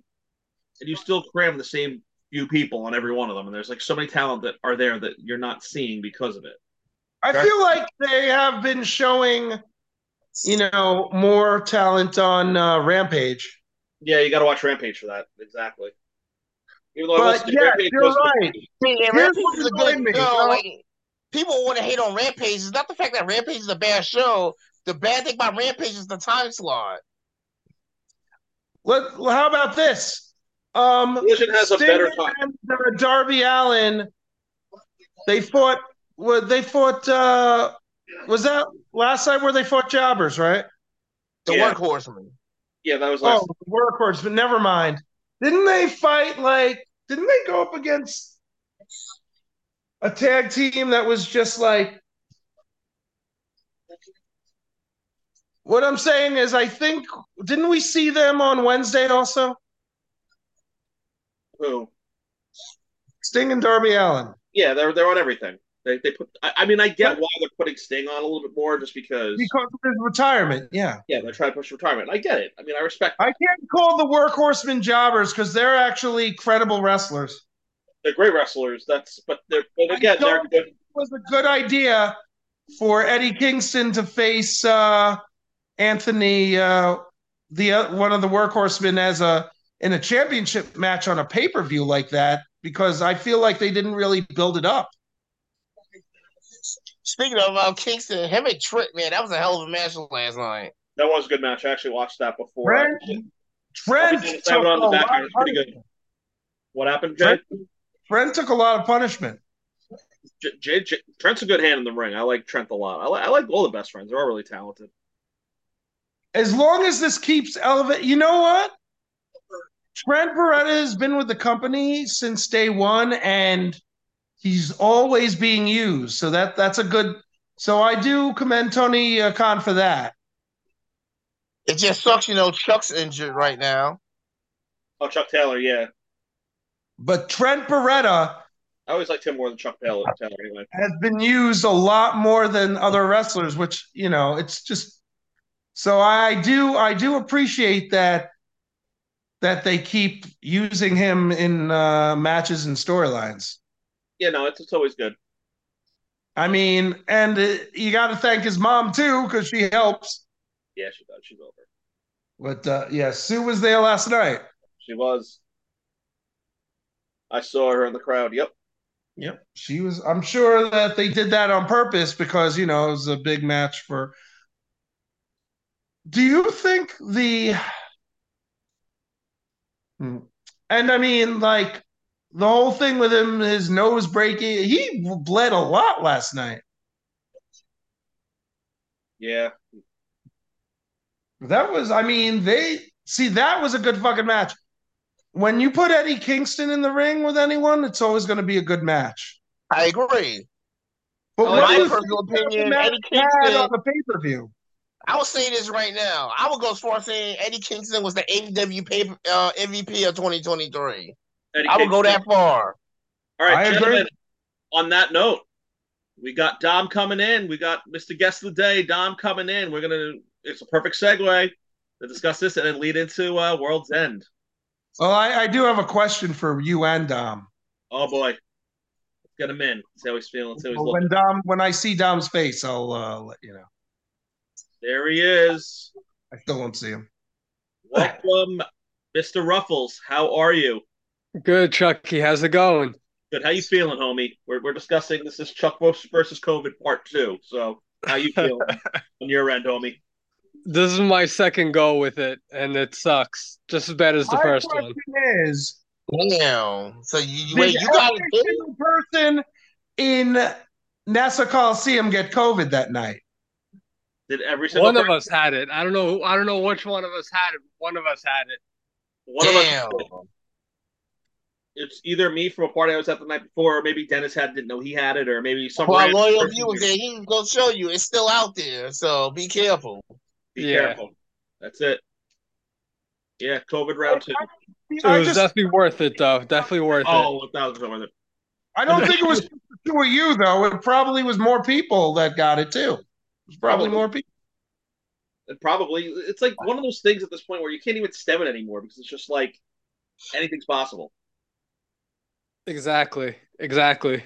Speaker 2: and you still cram the same few people on every one of them, and there's like so many talent that are there that you're not seeing because of it.
Speaker 1: I feel like they have been showing, you know, more talent on uh, Rampage.
Speaker 2: Yeah, you got to watch Rampage for that. Exactly. Even though I will
Speaker 1: But
Speaker 2: say
Speaker 1: yeah,
Speaker 2: Rampage
Speaker 1: you're
Speaker 2: was-
Speaker 1: right.
Speaker 3: See, and
Speaker 1: Here's
Speaker 3: Rampage
Speaker 1: what
Speaker 3: is a
Speaker 1: annoyed
Speaker 3: good
Speaker 1: me,
Speaker 3: show.
Speaker 1: bro.
Speaker 3: Like, people want to hate on Rampage. It's not the fact that Rampage is a bad show. The bad thing about Rampage is the time slot.
Speaker 1: Let, well, how about this? Um,
Speaker 2: Collision has a
Speaker 1: Sting
Speaker 2: better time.
Speaker 1: and uh, Darby Allen. They fought. Were they fought? Uh, was that last night where they fought jobbers? Right?
Speaker 3: The
Speaker 2: Yeah.
Speaker 3: workhorseman.
Speaker 2: Yeah, that was last.
Speaker 1: Oh, workhorse. But never mind. Didn't they fight like? Didn't they go up against a tag team that was just like? What I'm saying is, I think didn't we see them on Wednesday also?
Speaker 2: Who?
Speaker 1: Sting and Darby Allen.
Speaker 2: Yeah, they're they're on everything. They they put. I, I mean, I get why they're putting Sting on a little bit more, just because.
Speaker 1: Because of his retirement, yeah.
Speaker 2: yeah, they're trying to push retirement. I get it. I mean, I respect.
Speaker 1: I can't call the workhorsemen jobbers because they're actually credible wrestlers.
Speaker 2: They're great wrestlers. That's but they're but
Speaker 1: I
Speaker 2: again they're
Speaker 1: don't-
Speaker 2: good.
Speaker 1: It was a good idea for Eddie Kingston to face uh, Anthony, uh, the uh, one of the workhorsemen, as a in a championship match on a pay per view like that because I feel like they didn't really build it up.
Speaker 3: Speaking of uh, Kingston, him and Trick, man, that was a hell of a match last night.
Speaker 2: That was a good match. I actually watched that before.
Speaker 1: Brent, Trent,
Speaker 2: I have it
Speaker 1: took
Speaker 2: on
Speaker 1: a
Speaker 2: the
Speaker 1: lot
Speaker 2: background.
Speaker 1: of
Speaker 2: It's pretty good. What happened, Jay?
Speaker 1: Trent, Trent took a lot of punishment.
Speaker 2: J- Jay, Jay? Trent's a good hand in the ring. I like Trent a lot. I, li- I like all the best friends. They're all really talented.
Speaker 1: As long as this keeps elevate, you know what? Trent Beretta has been with the company since day one, and he's always being used. So that that's a good. So I do commend Tony uh, Khan for that.
Speaker 3: It just sucks, you know, Chuck's injured right now.
Speaker 2: Oh, Chuck Taylor. Yeah,
Speaker 1: But Trent Beretta
Speaker 2: I always liked him more than Chuck Taylor. Taylor anyway.
Speaker 1: has been used a lot more than other wrestlers, which you know it's just. So I do I do appreciate that that they keep using him in uh, matches and storylines.
Speaker 2: Yeah, no, it's, it's always good.
Speaker 1: I mean, and uh, you got to thank his mom too because she helps.
Speaker 2: Yeah, she does. She's over.
Speaker 1: But uh, yeah, Sue was there last night.
Speaker 2: She was. I saw her in the crowd. Yep.
Speaker 1: Yep, she was. I'm sure that they did that on purpose because you know it was a big match for. Do you think the? Hmm. And I mean, like the whole thing with him, his nose breaking. He bled a lot last night.
Speaker 2: Yeah.
Speaker 1: That was, I mean, they see that was a good fucking match. When you put Eddie Kingston in the ring with anyone, it's always going to be a good match.
Speaker 3: I agree.
Speaker 1: But
Speaker 2: Oh,
Speaker 1: what
Speaker 2: my
Speaker 1: was
Speaker 3: personal
Speaker 1: the
Speaker 3: opinion,
Speaker 1: match
Speaker 3: Eddie
Speaker 1: had
Speaker 3: Kingston-
Speaker 1: on the pay per view?
Speaker 3: I will say this right now. I would go as far as saying Eddie Kingston was the AEW pay, uh, MVP of 2023.
Speaker 2: Eddie
Speaker 3: I would
Speaker 2: Kingston.
Speaker 3: go that far.
Speaker 2: All right,
Speaker 1: I agree.
Speaker 2: gentlemen. On that note, we got Dom coming in. We got Mr. Guest of the Day, Dom coming in. We're gonna. It's a perfect segue to discuss this and then lead into uh, World's End.
Speaker 1: Well, I, I do have a question for you and Dom.
Speaker 2: Oh boy, let's get him in. See how he's feeling. See how he's looking.
Speaker 1: When Dom, when I see Dom's face, I'll uh, let you know.
Speaker 2: There he is.
Speaker 1: I still won't see him.
Speaker 2: Welcome, Mr. Ruffles. How are you?
Speaker 4: Good, Chucky. How's it going?
Speaker 2: Good. How you feeling, homie? We're, we're discussing this is Chuck versus COVID part two. So how you feeling on your end, homie?
Speaker 4: This is my second go with it, and it sucks just as bad as the
Speaker 1: My
Speaker 4: first one.
Speaker 1: question is,
Speaker 3: Damn. So you, you-
Speaker 1: Did
Speaker 3: wait, you got
Speaker 1: every
Speaker 3: it.
Speaker 1: single person in Nassau Coliseum get COVID that night?
Speaker 2: Did every single
Speaker 4: One of
Speaker 2: person-
Speaker 4: us had it. I don't know. I don't know which one of us had it. but One of us had it.
Speaker 2: one
Speaker 3: Damn.
Speaker 2: of us? It's either me from a party I was at the night before, or maybe Dennis had didn't know he had it, or maybe some.
Speaker 3: For our
Speaker 2: random
Speaker 3: loyal
Speaker 2: person
Speaker 3: viewers,
Speaker 2: here.
Speaker 3: there, he gonna show you it's still out there. So be careful.
Speaker 2: Be
Speaker 4: Yeah.
Speaker 2: careful. That's it. Yeah, COVID round two.
Speaker 4: It
Speaker 1: I
Speaker 4: was
Speaker 1: just,
Speaker 4: definitely worth it, though. Definitely worth it.
Speaker 2: Oh, a thousand dollars.
Speaker 1: I don't think it was just the two of you though. It probably was more people that got it too. It was probably
Speaker 2: Probably.
Speaker 1: more people.
Speaker 2: And probably it's like one of those things at this point where you can't even stem it anymore because it's just like anything's possible.
Speaker 4: Exactly. Exactly.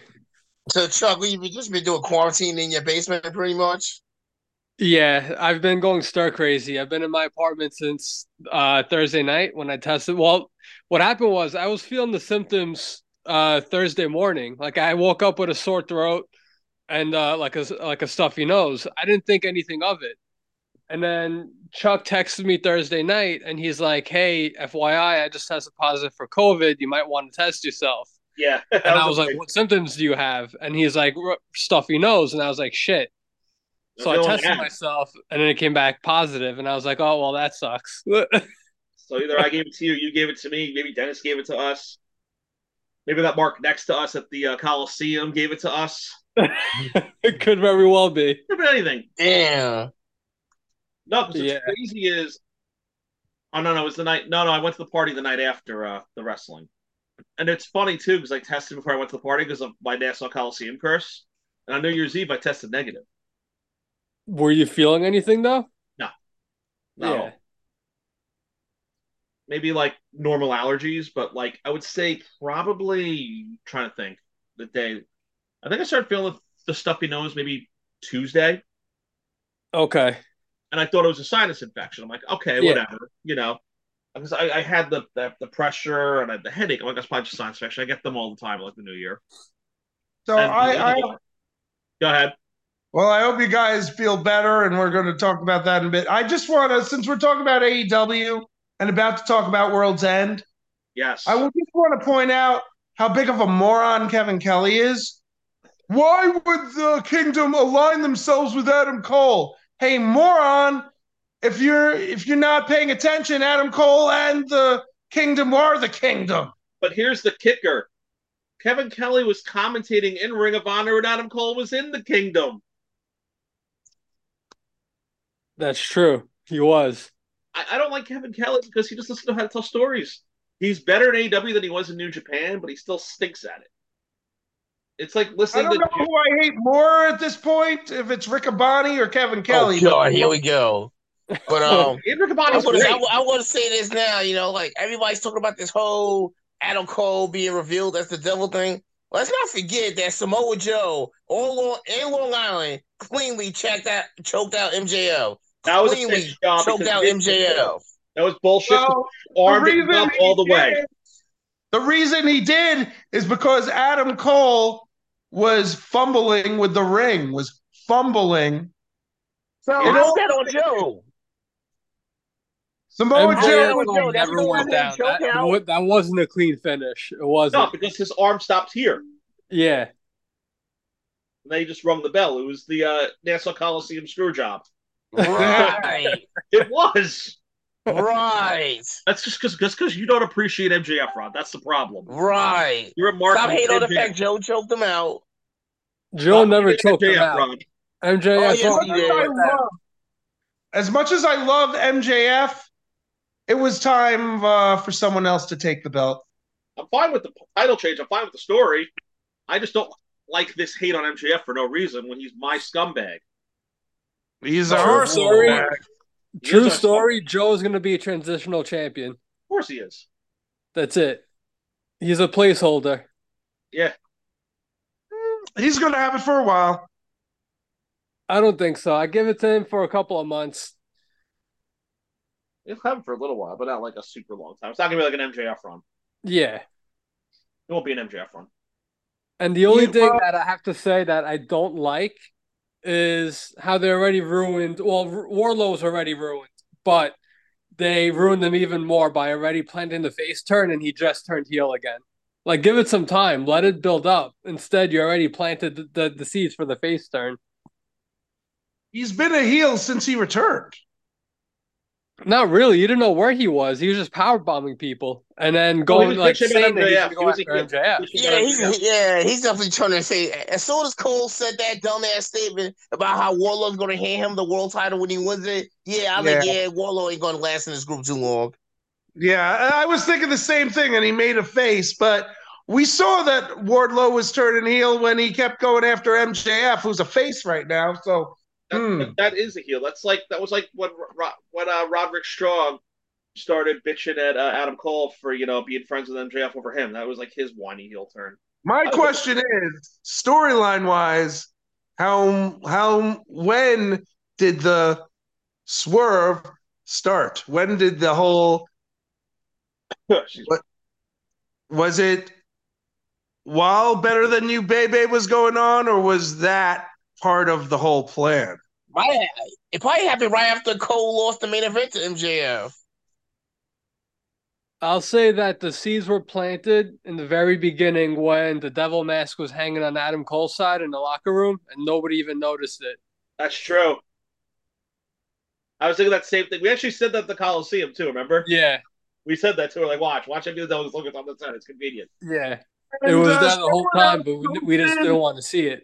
Speaker 3: So Chuck, we've just been doing quarantine in your basement pretty much.
Speaker 4: Yeah, I've been going stir crazy. I've been in my apartment since uh, Thursday night when I tested. Well, what happened was I was feeling the symptoms uh, Thursday morning. Like I woke up with a sore throat and uh, like a like a stuffy nose. I didn't think anything of it. And then Chuck texted me Thursday night and he's like, "Hey, FYI, I just tested positive for COVID. You might want to test yourself."
Speaker 2: Yeah,
Speaker 4: And I was like, "What symptoms do you have?" And he's like, "R- "Stuffy nose." And I was like, "Shit." So I
Speaker 2: That's the only
Speaker 4: tested
Speaker 2: one I had.
Speaker 4: myself, and then it came back positive, and I was like, "Oh well, that sucks."
Speaker 2: So either I gave it to you, you gave it to me, maybe Dennis gave it to us, maybe that Mark next to us at the uh, Coliseum gave it to us.
Speaker 4: it could very well be.
Speaker 2: Could have been anything.
Speaker 3: Damn.
Speaker 2: No, because
Speaker 4: Yeah.
Speaker 2: what's crazy is, oh no, no, it was the night. No, no, I went to the party the night after uh, the wrestling, and it's funny too because I tested before I went to the party because of my Nassau Coliseum curse, and on New Year's Eve I tested negative.
Speaker 4: Were you feeling anything though?
Speaker 2: No.
Speaker 4: Yeah.
Speaker 2: Maybe like normal allergies, but like I would say probably trying to think the day. I think I started feeling the stuffy nose maybe Tuesday,
Speaker 4: Okay.
Speaker 2: and I thought it was a sinus infection. I'm like, okay,
Speaker 4: Yeah.
Speaker 2: whatever, you know, because I, I had the, the the pressure and I had the headache. I'm like, that's probably just a sinus infection. I get them all the time, like the New Year.
Speaker 1: So
Speaker 2: And-
Speaker 1: I, I
Speaker 2: go ahead.
Speaker 1: well, I hope you guys feel better, and we're going to talk about that in a bit. I just want to, since we're talking about AEW and about to talk about World's End,
Speaker 2: Yes,
Speaker 1: I will just want to point out how big of a moron Kevin Kelly is. Why would the kingdom align themselves with Adam Cole? Hey, moron, if you're if you're not paying attention, Adam Cole and the kingdom are the kingdom.
Speaker 2: but here's the kicker: Kevin Kelly was commentating in Ring of Honor, and Adam Cole was in the Kingdom.
Speaker 4: That's true. He was.
Speaker 2: I, I don't like Kevin Kelly because he just doesn't know how to tell stories. He's better in AEW than he was in New Japan, but he still stinks at it. It's like
Speaker 1: I
Speaker 2: listening
Speaker 1: don't know
Speaker 2: to
Speaker 1: who I hate more at this point, if it's Riccaboni or Kevin Kelly.
Speaker 3: Oh, God, here we go. But um.
Speaker 2: Andrew
Speaker 3: I
Speaker 2: Cabana's
Speaker 3: want,
Speaker 2: great.
Speaker 3: to, I, want to say this now, you know, like everybody's talking about this whole Adam Cole being revealed as the devil thing. Let's not forget that Samoa Joe, all Long, in Long Island, cleanly checked out, choked out MJF.
Speaker 2: That was a
Speaker 3: cleanly
Speaker 2: bitch job
Speaker 3: choked
Speaker 2: because
Speaker 3: out
Speaker 2: he-
Speaker 3: MJF.
Speaker 2: That was bullshit.
Speaker 1: Well,
Speaker 2: Armed
Speaker 1: the
Speaker 2: him
Speaker 1: reason
Speaker 2: up all the
Speaker 1: he
Speaker 2: way.
Speaker 1: did- The reason he did is because Adam Cole was fumbling with the ring, was fumbling.
Speaker 3: So
Speaker 1: You know-
Speaker 3: how's that on Joe?
Speaker 1: Samoa
Speaker 4: MJF
Speaker 1: Joe
Speaker 3: was Oh, Joe. That's
Speaker 4: never
Speaker 3: the
Speaker 4: went
Speaker 3: one that
Speaker 4: down.
Speaker 3: choked
Speaker 4: That,
Speaker 3: out.
Speaker 4: wa- that wasn't a clean finish. It wasn't.
Speaker 2: No, because his arm stopped here. And
Speaker 4: Yeah.
Speaker 2: they just rung the bell. It was the uh, Nassau Coliseum screw job.
Speaker 3: Right,
Speaker 2: It was.
Speaker 3: right,
Speaker 2: That's just because because you don't appreciate MJF, Rod. That's the problem.
Speaker 3: right.
Speaker 2: You're a mark.
Speaker 3: Stop hating on the
Speaker 2: MJF.
Speaker 3: fact Joe choked him out.
Speaker 4: Joe
Speaker 2: Well,
Speaker 4: never
Speaker 2: yeah,
Speaker 4: choked him
Speaker 2: yeah,
Speaker 4: out.
Speaker 2: Rob.
Speaker 4: MJF
Speaker 3: Oh,
Speaker 1: As
Speaker 4: choked
Speaker 1: much
Speaker 4: him
Speaker 1: as
Speaker 4: out
Speaker 1: I
Speaker 4: with that.
Speaker 1: love- As much as I love MJF, it was time uh, for someone else to take the belt.
Speaker 2: I'm fine with the title change. I'm fine with the story. I just don't like this hate on MJF for no reason when he's my scumbag.
Speaker 1: He's
Speaker 4: True
Speaker 1: our
Speaker 4: story.
Speaker 1: scumbag.
Speaker 2: He
Speaker 4: True
Speaker 2: is our
Speaker 4: story. Joe's going to be a transitional champion.
Speaker 2: scumbag. Of course he is.
Speaker 4: That's it. He's a placeholder.
Speaker 1: He's gonna have it for a while.
Speaker 4: I don't think so. I give it to him for a couple of months.
Speaker 2: He'll have him for a little while, but not like a super long time. It's not gonna be like an MJF run.
Speaker 4: Yeah.
Speaker 2: It won't be an MJF run.
Speaker 4: And the only
Speaker 1: You,
Speaker 4: thing
Speaker 1: uh,
Speaker 4: that I have to say that I don't like is how they already ruined. Well, R- Warlow's already ruined, but they ruined him even more by already planting the face turn, and he just turned heel again. Like, give it some time, let it build up. Instead, you already planted the, the, the seeds for the face turn.
Speaker 1: He's been a heel since he returned.
Speaker 4: Not really. You didn't know where he was. He was just power bombing people, and then
Speaker 2: Well, he
Speaker 4: going
Speaker 2: was
Speaker 4: like
Speaker 2: bitching at
Speaker 4: saying that he's
Speaker 2: MJF.
Speaker 4: gonna
Speaker 2: He
Speaker 4: go
Speaker 2: was
Speaker 4: after
Speaker 2: a heel.
Speaker 4: MJF.
Speaker 3: Yeah, he's, yeah, he's definitely trying to say. As soon as Cole said that dumbass statement about how Warlord's going to hand him the world title when he wins it, yeah, I'm like, yeah, Warlord ain't going to last in this group too long.
Speaker 1: Yeah, I I was thinking the same thing, and he made a face, but we saw that Wardlow was turning heel when he kept going after MJF, who's a face right now. So
Speaker 2: That,
Speaker 1: Hmm.
Speaker 2: that- that is a heel. That's like that was like when Ro- when uh, Roderick Strong started bitching at uh, Adam Cole for you know being friends with MJF over him. That was like his whiny heel turn.
Speaker 1: my
Speaker 2: I-
Speaker 1: question is, storyline wise, how how when did the swerve start? When did the whole
Speaker 2: Excuse me.
Speaker 1: was it while better than you baby was going on, or was that part of the whole plan?
Speaker 3: Right, it probably happened right after Cole lost the main event to MJF.
Speaker 4: I'll say that the seeds were planted in the very beginning when the devil mask was hanging on Adam Cole's side in the locker room and nobody even noticed it.
Speaker 2: That's true. I was thinking that same thing. We actually said that at the Coliseum too. Remember?
Speaker 4: Yeah,
Speaker 2: We said that too. We're like, watch, watch him do that. Look, it's on the side. It's convenient.
Speaker 4: yeah. It
Speaker 1: And,
Speaker 4: was
Speaker 1: uh,
Speaker 4: there the whole
Speaker 1: someone
Speaker 4: time,
Speaker 1: else
Speaker 4: but we,
Speaker 1: jumped
Speaker 4: we just
Speaker 1: in.
Speaker 4: didn't want to see it.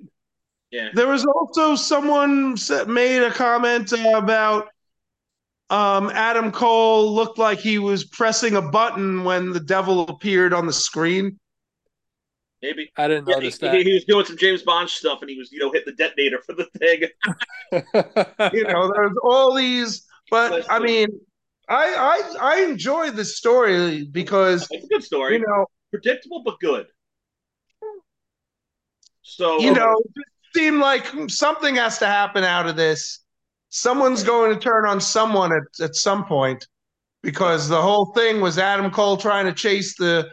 Speaker 2: Yeah.
Speaker 1: There was also someone sa- made a comment about um, Adam Cole looked like he was pressing a button when the devil appeared on the screen.
Speaker 2: Maybe.
Speaker 4: I didn't
Speaker 2: Yeah, he,
Speaker 4: notice that.
Speaker 2: he was doing some James Bond stuff, and he was, you know, hitting the detonator for the thing.
Speaker 1: You know, there's all these, but I mean, I I I enjoy this story because
Speaker 2: It's a good story,
Speaker 1: you know
Speaker 2: predictable but good. So
Speaker 1: you know it just seemed like something has to happen out of this. Someone's going to turn on someone at at some point because the whole thing was Adam Cole trying to chase the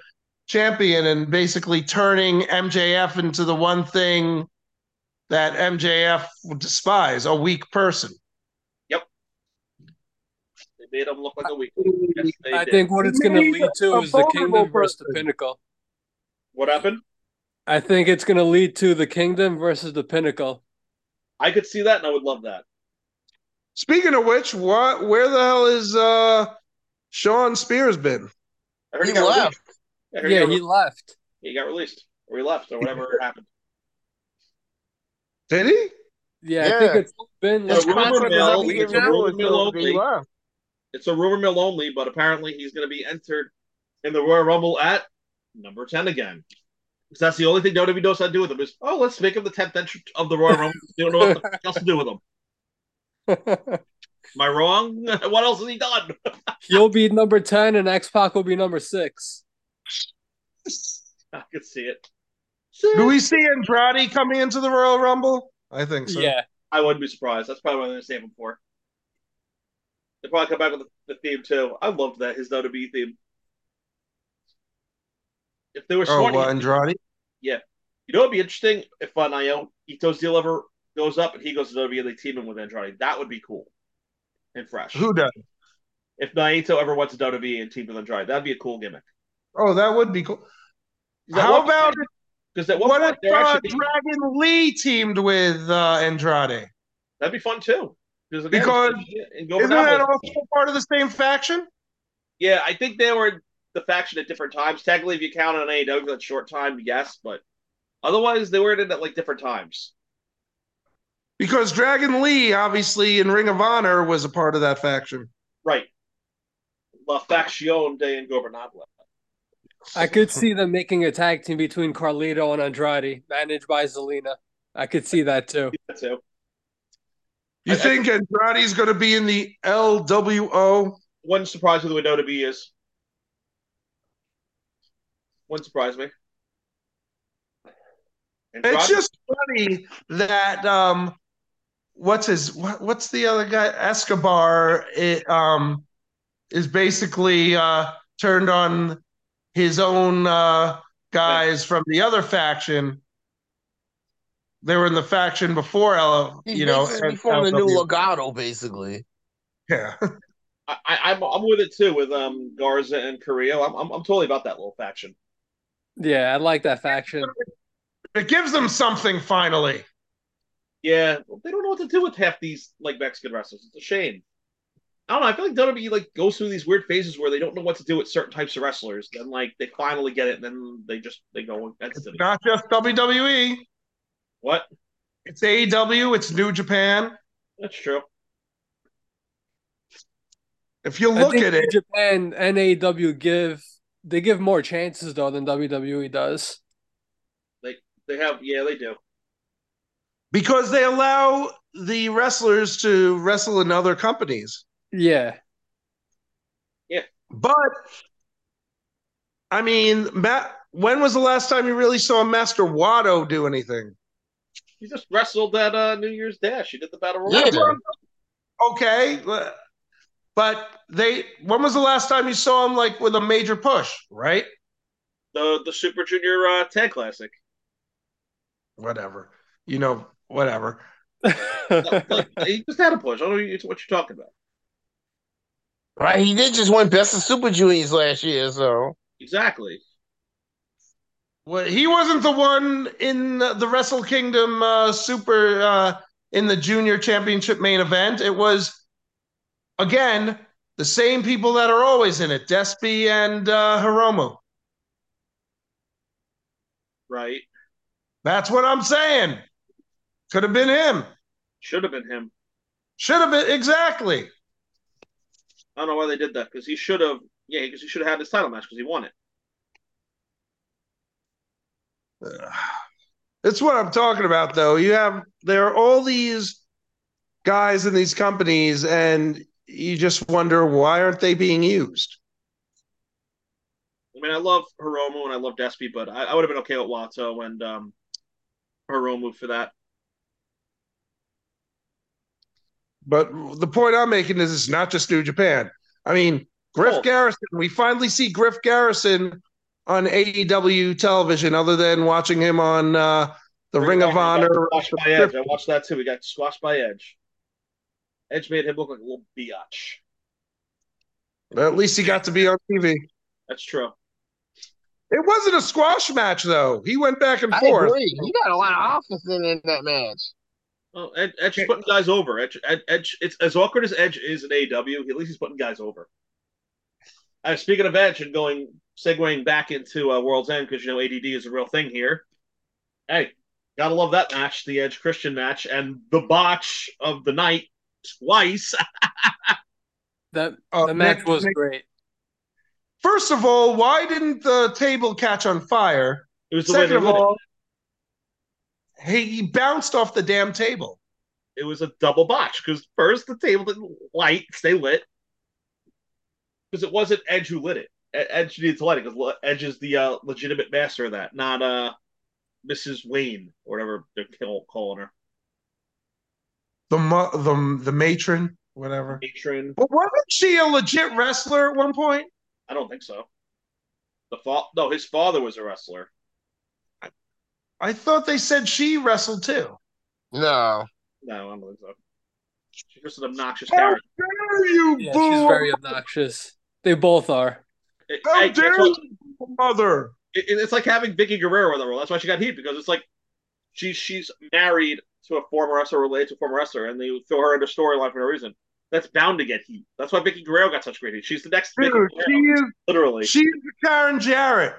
Speaker 1: champion and basically turning MJF into the one thing that MJF would despise, a weak person.
Speaker 2: they made him look like a weak. Yes, they
Speaker 4: I
Speaker 2: did.
Speaker 4: think what it's going to
Speaker 1: Made
Speaker 4: lead to
Speaker 1: a
Speaker 4: is the kingdom
Speaker 1: vulnerable
Speaker 4: versus the
Speaker 1: person.
Speaker 4: pinnacle.
Speaker 2: what happened.
Speaker 4: I think it's going to lead to the kingdom versus the pinnacle.
Speaker 2: I could see that, and I would love that.
Speaker 1: Speaking of which, what where the hell is uh Sean Spears been?
Speaker 2: I heard he,
Speaker 3: He
Speaker 2: got
Speaker 3: left.
Speaker 2: released. I heard he
Speaker 4: Yeah,
Speaker 2: got
Speaker 4: he left.
Speaker 2: He got released, or he left, or whatever happened.
Speaker 1: Did he?
Speaker 4: Yeah, I
Speaker 3: Yeah.
Speaker 4: think it's been
Speaker 2: His
Speaker 4: like
Speaker 3: His
Speaker 2: rumor
Speaker 3: contract was
Speaker 2: mill,
Speaker 3: up a
Speaker 2: we
Speaker 3: year
Speaker 2: get to rumor
Speaker 3: ago.
Speaker 2: mill only. It's a rumor mill only, but apparently he's going to be entered in the Royal Rumble at number ten again. Because that's the only thing WWE knows how to do with him is, oh, let's make him the tenth entrant of the Royal Rumble. they don't know what the fuck else to do with him. Am I wrong? what else has he done?
Speaker 4: he'll be number 10 and X Pac will be number six.
Speaker 2: I could see it.
Speaker 1: Do we see Andrade coming into the Royal Rumble? I think so.
Speaker 4: Yeah.
Speaker 2: I wouldn't be surprised. That's probably what they're saving for. They'll probably come back with the, the theme too. I loved that his WWE theme. If they were
Speaker 1: Oh,
Speaker 2: smart,
Speaker 1: well, Andrade.
Speaker 2: you know, it'd be interesting if uh, Naomi Ito's deal ever goes up and he goes to WWE and they team him with Andrade. That would be cool and fresh.
Speaker 1: Who does?
Speaker 2: If Naito ever went to WWE and teamed with Andrade, that'd be a cool gimmick.
Speaker 1: Oh, that would be cool.
Speaker 2: Is that
Speaker 1: How
Speaker 2: one-
Speaker 1: about
Speaker 2: Because at one
Speaker 1: what
Speaker 2: point,
Speaker 1: if
Speaker 2: they're
Speaker 1: uh,
Speaker 2: actually-
Speaker 1: Dragon Lee teamed with uh, Andrade?
Speaker 2: that'd be fun too. Because
Speaker 1: Because
Speaker 2: and go
Speaker 1: Isn't that also part of the same faction?
Speaker 2: Yeah, I E think they were the faction at different times. Technically, if you count on AEW, that short time, yes, but Otherwise, they were in it at like different times.
Speaker 1: Because Dragon Lee, obviously, in Ring of Honor, was a part of that faction.
Speaker 2: Right. La Faction de Ingobernable.
Speaker 4: I could see them making a tag team between Carlito and Andrade, managed by Zelina. I could see that too.
Speaker 2: That too.
Speaker 1: You
Speaker 2: I- I-
Speaker 1: think Andrade's going to be in the LWO?
Speaker 2: One surprise of the window to be is. One surprise me. And
Speaker 1: It's
Speaker 2: Rock-
Speaker 1: just funny that um, what's his what, what's the other guy Escobar it, um is basically uh turned on his own uh guys from the other faction. They were in the faction before L,
Speaker 3: He's
Speaker 1: you know,
Speaker 3: basically
Speaker 1: and-
Speaker 3: forming a new
Speaker 1: LW.
Speaker 3: Legato, basically.
Speaker 1: Yeah.
Speaker 2: I, I, I'm I'm with it too with um Garza and Carrillo. I'm, I'm I'm totally about that little faction.
Speaker 4: Yeah, I like that faction.
Speaker 1: It gives them something finally.
Speaker 2: Yeah, well, they don't know what to do with half these like Mexican wrestlers. It's a shame. I don't know. I feel like WWE like goes through these weird phases where they don't know what to do with certain types of wrestlers. Then like they finally get it, and then they just they go that's it.
Speaker 1: Not just WWE.
Speaker 2: What?
Speaker 1: It's AEW, it's New Japan.
Speaker 2: That's true.
Speaker 1: If you
Speaker 4: I
Speaker 1: look
Speaker 4: think
Speaker 1: at it,
Speaker 4: Japan and AEW give they give more chances though than WWE does.
Speaker 2: They have yeah they do.
Speaker 1: because they allow the wrestlers to wrestle in other companies.
Speaker 4: Yeah,
Speaker 1: But I mean, Matt, when was the last time you really saw Master Wado do anything?
Speaker 2: He just wrestled at uh, New Year's Dash. He did the Battle
Speaker 3: Yeah.
Speaker 2: Royal.
Speaker 1: Okay, but they when was the last time you saw him like with a major push, right?
Speaker 2: The the Super Junior uh, Tag Classic.
Speaker 1: Whatever. You know, whatever.
Speaker 2: Like, like, he just had a push. I don't know what you're talking about.
Speaker 3: Right, he did just win Best of Super Juniors last year, so
Speaker 2: Exactly.
Speaker 1: Well, he wasn't the one in the Wrestle Kingdom uh, Super uh, in the Junior Championship main event. It was again the same people that are always in it: Despy and uh, Hiromu.
Speaker 2: Right.
Speaker 1: That's what I'm saying. Could have been him.
Speaker 2: Should have been him.
Speaker 1: Should have been exactly.
Speaker 2: I don't know why they did that because he should have. Yeah, because he should have had his title match because he won it.
Speaker 1: That's what I'm talking about, though. You have there are all these guys in these companies, and you just wonder why aren't they being used.
Speaker 2: I mean, I love Hiromu and I love Despy, but I, I would have been okay with Wato and um, Hiromu for that.
Speaker 1: But the point I'm making is it's not just New Japan. I mean, Griff
Speaker 2: Cool.
Speaker 1: Garrison, we finally see Griff Garrison on AEW television, other than watching him on uh, the Ring, of Honor.
Speaker 2: Squashed by Edge. I watched that too. We got squashed by Edge. Edge made him look like a little biatch.
Speaker 1: At least he got to be on TV.
Speaker 2: That's true.
Speaker 1: It wasn't a squash match, though. He went back and forth.
Speaker 3: agree. He got a lot of offense in, in that match.
Speaker 2: Well, Ed, Edge is putting guys over. Edge, Ed, Edge, it's as awkward as Edge is in AEW. At least he's putting guys over. Uh, speaking of Edge and going segueing back into uh, World's End because you know ADD is a real thing here. Hey, gotta love that match, the Edge Christian match, and the botch of the night twice.
Speaker 4: that
Speaker 1: Uh,
Speaker 4: the match
Speaker 1: Nick-
Speaker 4: was
Speaker 1: Nick-
Speaker 4: great.
Speaker 1: First of all, why didn't the table catch on fire?
Speaker 2: It was the way
Speaker 1: Second
Speaker 2: they
Speaker 1: of
Speaker 2: did it.
Speaker 1: all, he, he bounced off the damn table.
Speaker 2: it was a double botch because first the table didn't light, stay lit, because it wasn't Edge who lit it. E- Edge needed to light it because Edge is the uh, legitimate master of that, not uh, Mrs. Wayne or whatever they're call- calling her.
Speaker 1: The mu- the the matron, whatever.
Speaker 2: Patron.
Speaker 1: But wasn't she a legit wrestler at one point?
Speaker 2: I don't think so. The fa- no, his father was a wrestler.
Speaker 1: I thought they said she wrestled too.
Speaker 3: No,
Speaker 2: No, I don't think so. She's just an obnoxious
Speaker 1: How
Speaker 2: character.
Speaker 1: dare you,
Speaker 4: Yeah,
Speaker 1: boo!
Speaker 4: she's very obnoxious. They both are.
Speaker 2: It-
Speaker 1: How
Speaker 2: hey, guess
Speaker 1: dare
Speaker 2: E-, what?
Speaker 1: you, mother!
Speaker 2: It- it- it's like having Vicky Guerrero in the role. That's why she got heat because it's like she's she's married to a former wrestler, related to a former wrestler, and they throw her into storyline for no reason. That's bound to get heat. That's why Vicky Guerrero got such great heat. She's the next Vicky
Speaker 1: Dude, she
Speaker 2: Guerrero,
Speaker 1: is
Speaker 2: literally.
Speaker 1: she is Karen Jarrett.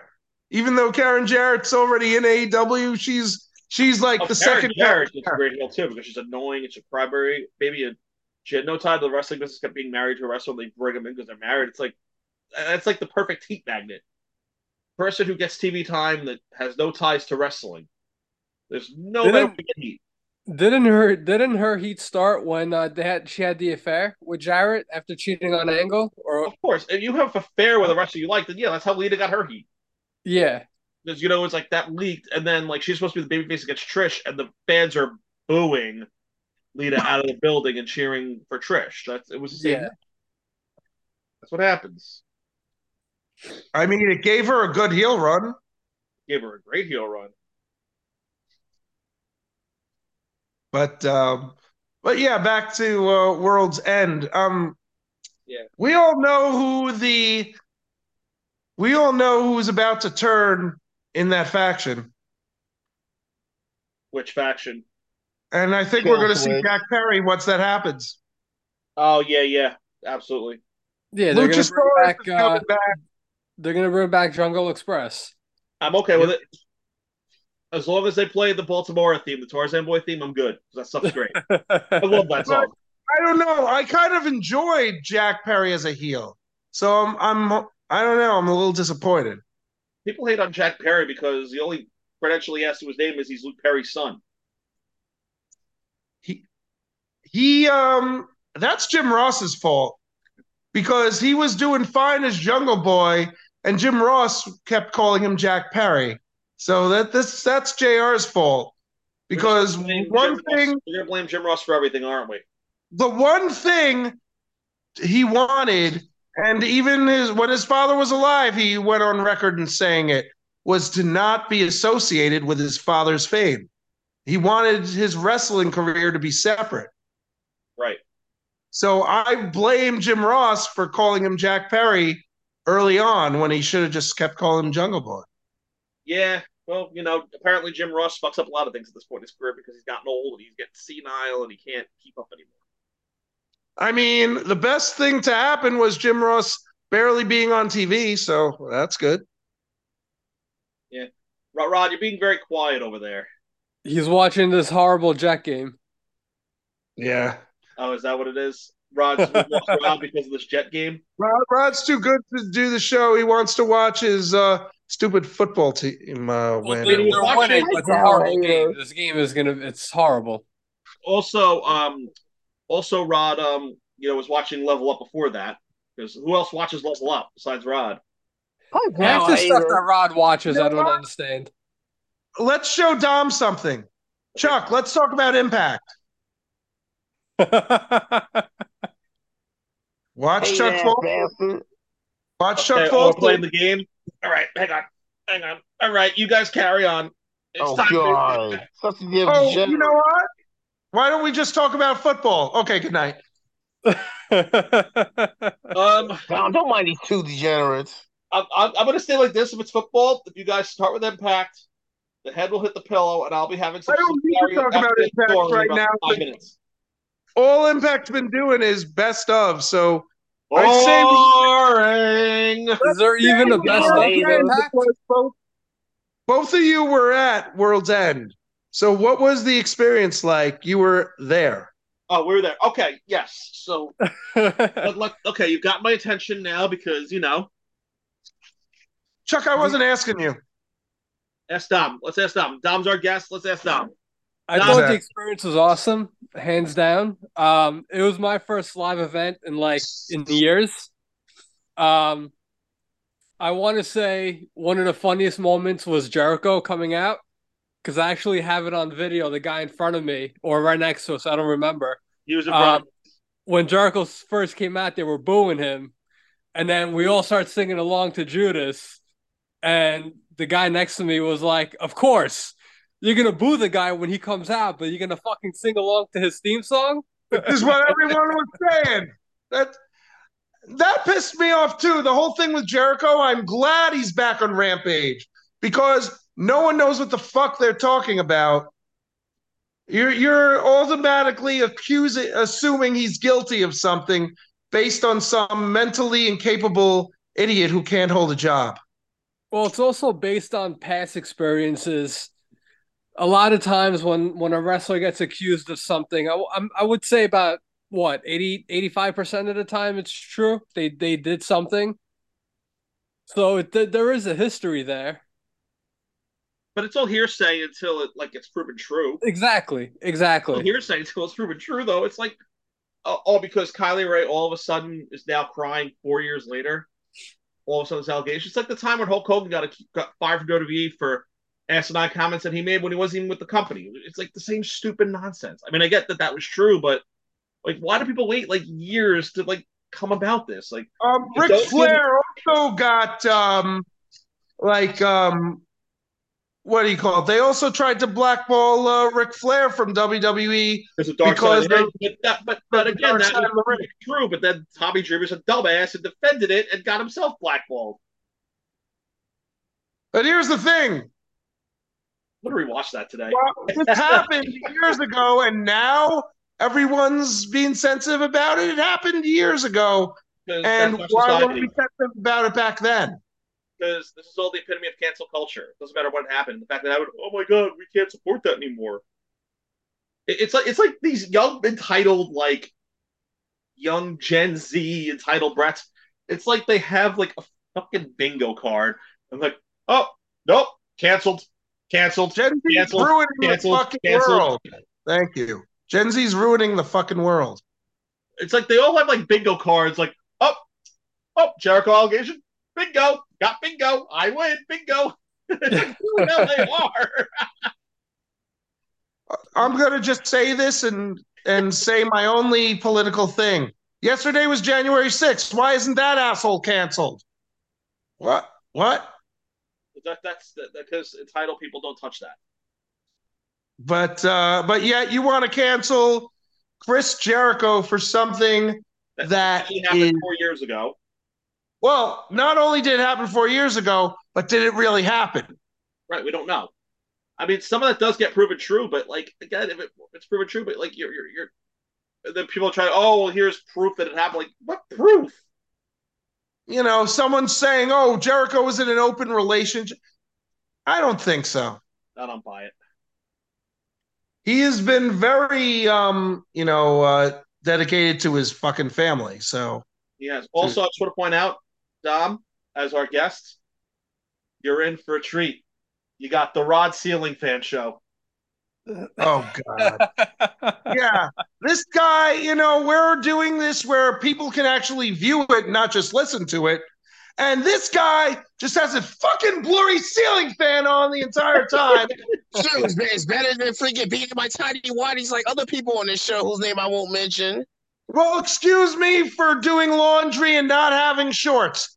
Speaker 1: Even though Karen Jarrett's already in AEW, she's she's like
Speaker 2: Oh,
Speaker 1: the
Speaker 2: Karen
Speaker 1: second.
Speaker 2: Jarrett gets a great heel too because she's annoying and she's a crybaby. Maybe a, she had no tie to the wrestling business, kept being married to a wrestler. and They bring them in because they're married. It's like that's like the perfect heat magnet. Person who gets TV time that has no ties to wrestling. There's no
Speaker 4: Didn't-
Speaker 2: better way to get heat.
Speaker 4: Didn't her didn't her heat start when uh, they had she had the affair with Jarrett after cheating on Angle? Or
Speaker 2: Of course, if you have a fair with a wrestler you like, then yeah, that's how Lita got her heat.
Speaker 4: yeah,
Speaker 2: because you know it's like that leaked, and then like she's supposed to be the babyface against Trish, and the fans are booing Lita out of the building and cheering for Trish. That's it was the same.
Speaker 4: Yeah.
Speaker 2: That's what happens.
Speaker 1: I mean, it gave her a good heel run.
Speaker 2: Gave her a great heel run.
Speaker 1: But um, but yeah, back to uh, World's End. Um,
Speaker 2: Yeah.
Speaker 1: we all know who the we all know who's about to turn in that faction,
Speaker 2: Which faction?
Speaker 1: and I think we're going to see
Speaker 3: Killswitch.
Speaker 1: Jack Perry once that happens.
Speaker 2: Oh yeah, yeah, absolutely.
Speaker 4: yeah, they're gonna bring
Speaker 1: Luchasaurus
Speaker 4: back
Speaker 1: is
Speaker 4: uh,
Speaker 1: coming back.
Speaker 4: they're gonna bring back Jungle Express.
Speaker 2: I'm okay with it. As long as they play the Baltimore theme, the Tarzan Boy theme, I'm good. 'cause That stuff's great. I love that song.
Speaker 1: I don't know. I kind of enjoyed Jack Perry as a heel, so I'm I'm I don't know. I'm a little disappointed.
Speaker 2: People hate on Jack Perry because the only credential he has to his name is he's Luke Perry's son.
Speaker 1: He um that's Jim Ross's fault because he was doing fine as Jungle Boy, and Jim Ross kept calling him Jack Perry. So that this that's Jr's fault because
Speaker 2: Blame Jim
Speaker 1: one
Speaker 2: Ross-
Speaker 1: thing
Speaker 2: we're gonna blame Jim Ross for everything, aren't we?
Speaker 1: the one thing he wanted, and even his when his father was alive, he went on record and saying it was to not be associated with his father's fame. He wanted his wrestling career to be separate.
Speaker 2: Right.
Speaker 1: So I blame Jim Ross for calling him Jack Perry early on when he should have just kept calling him Jungle Boy.
Speaker 2: Yeah, well, you know, apparently Jim Ross fucks up a lot of things at this point in his career because he's gotten old and he's getting senile and he can't keep up anymore.
Speaker 1: I mean, the best thing to happen was Jim Ross barely being on TV, so that's good.
Speaker 2: Rod, Rod you're being very quiet over there.
Speaker 4: He's watching this horrible Jack game.
Speaker 1: Yeah.
Speaker 2: Oh, is that what it is? Rod's we lost Rod because of this jet game.
Speaker 1: Rod, Rod's too good to do the show. He wants to watch his uh, stupid football team uh, win.
Speaker 4: They're
Speaker 2: they're
Speaker 4: winning,
Speaker 2: watching-
Speaker 4: but it's a horrible game. This game is gonna it's horrible.
Speaker 2: Also, um, also Rod, um, you know, was watching Level Up before that because who else watches Level Up besides Rod?
Speaker 1: Oh,
Speaker 4: Half the stuff that Rod watches, I don't understand.
Speaker 1: Let's show Dom something. Chuck, let's talk about Impact. Watch Chuck Fol- Watch
Speaker 2: Okay,
Speaker 1: Chuck
Speaker 2: oh, we're
Speaker 1: Foley.
Speaker 2: playing the game. All right, hang on, hang on. All right, you guys carry on. It's
Speaker 3: Oh
Speaker 2: time for-
Speaker 3: God! Such a damn
Speaker 1: Oh, you
Speaker 3: degenerate.
Speaker 1: know what? Why don't we just talk about football? Okay, good night.
Speaker 2: Um,
Speaker 3: Don, don't mind these two degenerates.
Speaker 2: I'm, I'm, I'm going to stay like this if it's football. If you guys start with impact, the head will hit the pillow, and I'll be having some.
Speaker 1: I don't need to
Speaker 2: serious
Speaker 1: talk about
Speaker 2: accident
Speaker 1: Impact
Speaker 2: for
Speaker 1: right
Speaker 2: about
Speaker 1: now,
Speaker 2: Five
Speaker 1: but-
Speaker 2: minutes.
Speaker 1: All Impact's been doing is best of, so I'd say
Speaker 2: Boring.
Speaker 4: is there even a best of
Speaker 3: Later.
Speaker 4: impact?
Speaker 1: both, both of you were at World's End. So what was the experience like? You were there.
Speaker 2: Oh, we were there. Okay, yes. So, but let, okay, you got my attention now because you know.
Speaker 1: Chuck, I wasn't asking you.
Speaker 2: Ask Dom. Let's ask Dom. Dom's our guest. Let's ask Dom.
Speaker 4: I
Speaker 2: Not
Speaker 4: thought
Speaker 1: bad.
Speaker 4: the experience was awesome, hands down. Um, it was my first live event in like in years. Um, I want to say one of the funniest moments was Jericho coming out because I actually have it on video. The guy in front of me or right next to us, I don't remember.
Speaker 2: He was a
Speaker 4: Um,
Speaker 2: problem.
Speaker 4: when Jericho first came out, they were booing him, and then we all start singing along to Judas, and the guy next to me was like, "Of course, you're gonna boo the guy when he comes out, but you're gonna fucking sing along to his theme song."
Speaker 1: is what everyone was saying. That that pissed me off too. The whole thing with Jericho. I'm glad he's back on Rampage because no one knows what the fuck they're talking about. You're you're automatically accusing, assuming he's guilty of something based on some mentally incapable idiot who can't hold a job.
Speaker 4: Well, it's also based on past experiences. A lot of times when when a wrestler gets accused of something, I, I'm- I would say about what 80 85% of the time it's true. They they did something. So it, th- there is a history there.
Speaker 2: But it's all hearsay until it like it's proven true.
Speaker 4: Exactly.
Speaker 2: Well,
Speaker 4: Exactly.
Speaker 2: hearsay until it's proven true, though. It's like uh, all because Kylie Ray all of a sudden is now crying four years later. All of a sudden, it's allegations. It's like the time when Hulk Hogan got, a, got fired from WWE for asinine comments that he made when he wasn't even with the company. It's like the same stupid nonsense. I mean, I get that that was true, but like, why do people wait like years to like come about this? Like,
Speaker 1: Um,
Speaker 2: It
Speaker 1: Ric
Speaker 2: does seem-
Speaker 1: Flair also got um, like um, what do you call it? They also tried to blackball uh, Ric Flair from WWE.
Speaker 2: there's a dark
Speaker 1: Because
Speaker 2: side. of the ring, but that, but, but
Speaker 1: There's a
Speaker 2: again,
Speaker 1: dark
Speaker 2: that
Speaker 1: side of the
Speaker 2: was true. But then Tommy Dreamer's a dumbass and defended it and got himself blackballed.
Speaker 1: But here's the thing:
Speaker 2: I'm gonna rewatch that today.
Speaker 1: Well, this happened years ago, and now everyone's being sensitive about it. It happened years ago,
Speaker 2: 'Cause
Speaker 1: and
Speaker 2: that's our
Speaker 1: why weren't
Speaker 2: society.
Speaker 1: we sensitive about it back then?
Speaker 2: because this is all the epitome of cancel culture. It doesn't matter what happened. The fact that I would, oh my god, we can't support that anymore. It- It's like it's like these young entitled like young Gen Z entitled brats. It's like they have like a fucking bingo card and like, oh nope, canceled, canceled.
Speaker 1: Gen Z's
Speaker 2: Cancel,
Speaker 1: ruining
Speaker 2: cancel,
Speaker 1: the fucking
Speaker 2: cancel.
Speaker 1: world. Thank you. Gen Z's ruining the fucking world.
Speaker 2: It's like they all have like bingo cards. Like, oh, oh, Jericho allegation, bingo, got bingo, I win, bingo. it's like who the hell they are.
Speaker 1: I'm gonna just say this and and say my only political thing. Yesterday was January 6th. Why isn't that asshole canceled? What? What?
Speaker 2: That, that's that because entitled people don't touch that.
Speaker 1: But uh, but yet you want to cancel Chris Jericho for something
Speaker 2: That,
Speaker 1: That
Speaker 2: actually happened
Speaker 1: is-
Speaker 2: four years ago.
Speaker 1: Well, not only did it happen four years ago, but did it really happen?
Speaker 2: Right, we don't know. I mean, some of that does get proven true, but like again, if it, if it's proven true, but like you're you're, you're then people try. Oh, well, here's proof that it happened. Like what proof?
Speaker 1: You know, someone's saying, oh, Jericho was in an open relationship. I don't think so.
Speaker 2: I don't buy it.
Speaker 1: He has been very, um, you know, uh, dedicated to his fucking family. So
Speaker 2: Yes.
Speaker 1: Hmm.
Speaker 2: Also, I just want to point out, Dom, as our guest, you're in for a treat. You got the Rod Ceiling fan show.
Speaker 1: Oh God. yeah. This guy, you know, we're doing this where people can actually view it, not just listen to it. And this guy just has a fucking blurry ceiling fan on the entire time.
Speaker 3: Shoot, it's, it's better than freaking beating my tiny whitey's like other people on this show whose name I won't mention.
Speaker 1: well, excuse me for doing laundry and not having shorts.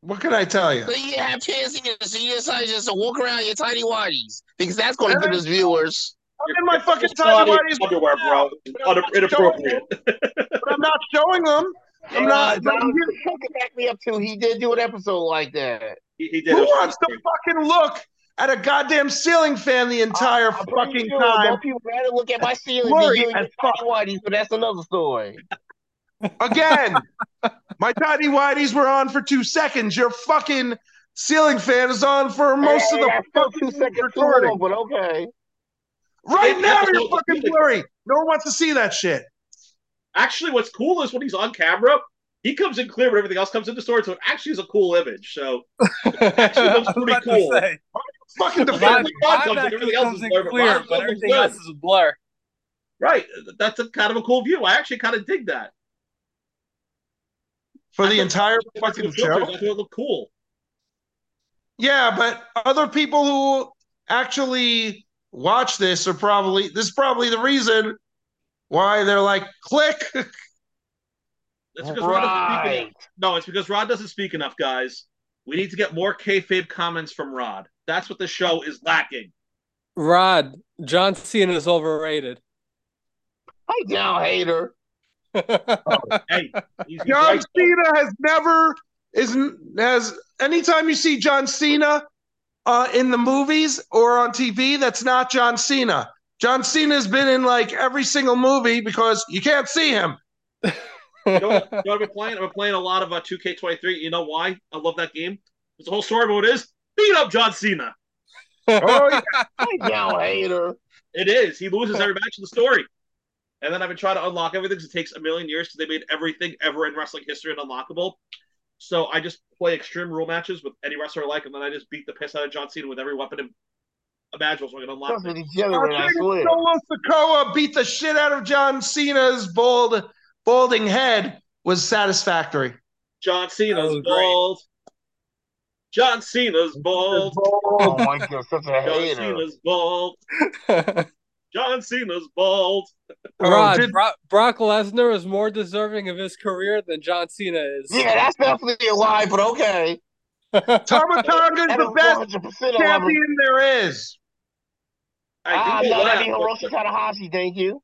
Speaker 1: What can I tell you?
Speaker 3: So you have pants in your- so you decide just to walk around in your tiny whities because that's going to give us viewers.
Speaker 1: I'm in my fucking
Speaker 2: It's
Speaker 1: tiny
Speaker 2: not
Speaker 1: whities,
Speaker 2: underwear, bro. Una- inappropriate.
Speaker 1: but I'm not showing them. I'm not.
Speaker 3: Uh, Donald Trump can back me up too. He did do an episode like that.
Speaker 2: He, he did.
Speaker 1: Who
Speaker 2: it.
Speaker 1: wants to fucking look at a goddamn ceiling fan the entire
Speaker 3: I'm pretty
Speaker 1: fucking
Speaker 3: sure
Speaker 1: time?
Speaker 3: Most people rather look at my ceiling than
Speaker 1: Blurry
Speaker 3: you and your
Speaker 1: as fuck.
Speaker 3: tiny whities, but that's another story.
Speaker 1: Again, my tiny whiteys were on for two seconds. Your fucking ceiling fan is on for most of the
Speaker 3: That's still two
Speaker 1: fucking
Speaker 3: seconds too long,
Speaker 1: recording.
Speaker 3: but okay.
Speaker 1: Right now,
Speaker 2: Episode
Speaker 1: you're
Speaker 2: of
Speaker 1: fucking
Speaker 2: Felix.
Speaker 1: blurry. No one wants to see that shit.
Speaker 2: actually what's cool is when he's on camera he comes in clear but everything else comes into storage so it actually is a cool image so
Speaker 4: I was
Speaker 2: looks pretty
Speaker 4: about to
Speaker 2: cool.
Speaker 4: say,
Speaker 1: Fucking
Speaker 2: Live-
Speaker 1: defend me.
Speaker 2: Rod
Speaker 4: live
Speaker 2: comes in,
Speaker 4: actually
Speaker 2: everything else
Speaker 4: comes
Speaker 2: is
Speaker 4: in
Speaker 2: blurred, but Rod comes
Speaker 4: clear, but
Speaker 2: in
Speaker 4: everything
Speaker 2: good.
Speaker 4: else is a blur.
Speaker 2: right that's a kind of a cool view i actually kind of dig that
Speaker 1: for the entire
Speaker 2: Fucking
Speaker 1: fucking
Speaker 2: filters, i
Speaker 1: show.
Speaker 2: think it look cool
Speaker 1: Yeah, but other people who actually watch this are probably this is probably the reason why they're like click.
Speaker 2: that's because rod doesn't speak
Speaker 3: Right.
Speaker 2: enough. no it's because rod doesn't speak enough guys we need to get more kayfabe comments from rod that's what the show is lacking
Speaker 4: Rod, John Cena is overrated.
Speaker 3: Right now, hater.
Speaker 2: hey he's he's
Speaker 1: John
Speaker 2: right, though.
Speaker 1: Cena has never isn't has anytime you see John Cena uh, in the movies or on TV, that's not John Cena. John Cena's been in like every single movie because you can't see him.
Speaker 2: you know, what, you know what I've been playing? I've been playing a lot of uh, 2K23. You know why? I love that game. His whole story about it is beat up John Cena.
Speaker 1: Oh, yeah.
Speaker 3: Now hater.
Speaker 2: It is. He loses every match in the story. And then I've been trying to unlock everything. 'cause It takes a million years because they made everything ever in wrestling history unlockable. So I just play extreme rule matches with any wrestler I like, and then I just beat the piss out of John Cena with every weapon im- imaginable so I can unlock it.
Speaker 3: Something together
Speaker 1: Our
Speaker 3: when I
Speaker 1: favorite
Speaker 3: swear.
Speaker 1: Solo Sokoa beat the shit out of John Cena's bald, balding head was satisfactory.
Speaker 2: John Cena's
Speaker 4: was great.
Speaker 2: bald. John Cena's bald.
Speaker 3: Oh my god, such a
Speaker 2: John
Speaker 3: hater.
Speaker 2: Cena's bald. John Cena's bald.
Speaker 3: Oh,
Speaker 4: Rod,
Speaker 1: did-
Speaker 4: Bro- Brock Lesnar is more deserving of his career than John Cena is.
Speaker 3: Yeah, that's definitely a lie, but okay.
Speaker 1: Tabatanga's
Speaker 3: That's
Speaker 1: the best
Speaker 3: 100% a lie.
Speaker 1: champion there is.
Speaker 2: I
Speaker 3: Ah,
Speaker 2: do
Speaker 3: no,
Speaker 2: laugh,
Speaker 3: that'd be
Speaker 2: but-
Speaker 3: Hiroshi Tanahashi, thank you.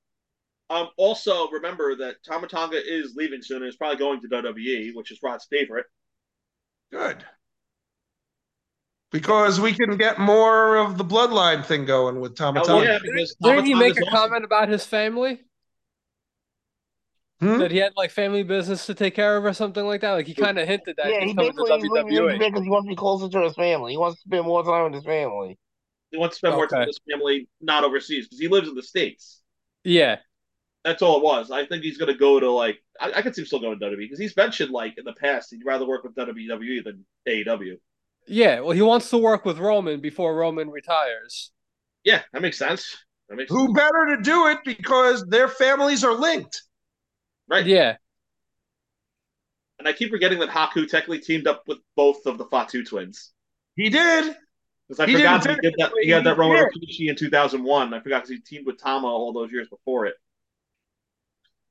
Speaker 2: Um, also, remember that Tamatanga is leaving soon and is probably going to WWE, which is Rod's favorite.
Speaker 1: Good. Because we can get more of the bloodline thing going with
Speaker 2: Oh, yeah,
Speaker 1: Tamatanga.
Speaker 2: because
Speaker 4: Didn't he
Speaker 2: Tamatanga's
Speaker 4: make a
Speaker 2: awesome.
Speaker 4: comment about his family?
Speaker 1: Hmm?
Speaker 4: That he had like family business to take care of or something like that? Like he kind of hinted that
Speaker 3: yeah,
Speaker 4: he's
Speaker 3: he
Speaker 4: coming to E.
Speaker 3: basically he's leaving
Speaker 4: WWE.
Speaker 3: because he wants to be closer to his family. He wants to spend more time with his family.
Speaker 2: He wants to spend more time
Speaker 4: Okay.
Speaker 2: with his family, not overseas, because he lives in the states.
Speaker 4: Yeah.
Speaker 2: That's all it was. I think he's going to go to like I, I could see him still going to WWE because he's mentioned like in the past he'd rather work with WWE E than AEW.
Speaker 4: Yeah. Well, he wants to work with Roman before Roman retires.
Speaker 2: Yeah, that makes sense. That makes
Speaker 1: Who better to do it because their families are linked?
Speaker 2: right.
Speaker 4: Yeah.
Speaker 2: And I keep forgetting that Haku technically teamed up with both of the Fatu twins
Speaker 1: He did.
Speaker 2: because I
Speaker 1: He
Speaker 2: forgot he
Speaker 1: didn't
Speaker 2: did that. He had that run with
Speaker 1: technically,
Speaker 2: Rikishi in two thousand one. I forgot because he teamed with Tama all those years before it.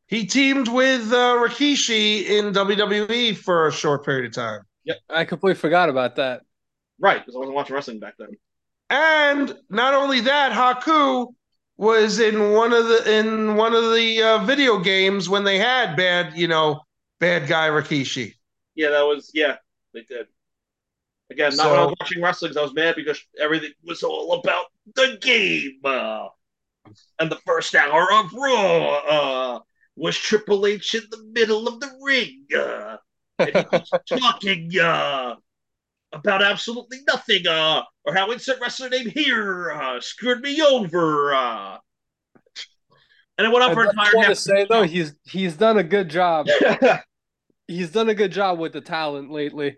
Speaker 1: He teamed with uh, Rikishi in WWE for a short period of time.
Speaker 4: I completely forgot about that.
Speaker 2: Right, because I wasn't watching wrestling back then.
Speaker 1: And not only that, Haku was in one of the in one of the uh, video games when they had bad, you know, bad guy Rikishi.
Speaker 2: Yeah, that was yeah, they did. Again, not when I was watching wrestling. 'cause I was mad because everything was all about the game, uh, and the first hour of Raw uh, was Triple H in the middle of the ring, uh, and he keeps talking uh, about absolutely nothing, uh, or how insert wrestler name here uh, screwed me over, uh, and it went on
Speaker 4: I
Speaker 2: for an entire
Speaker 4: want to
Speaker 2: half.
Speaker 4: say though, he's he's done a good job.
Speaker 2: hour.
Speaker 4: He's done a good job with the talent lately.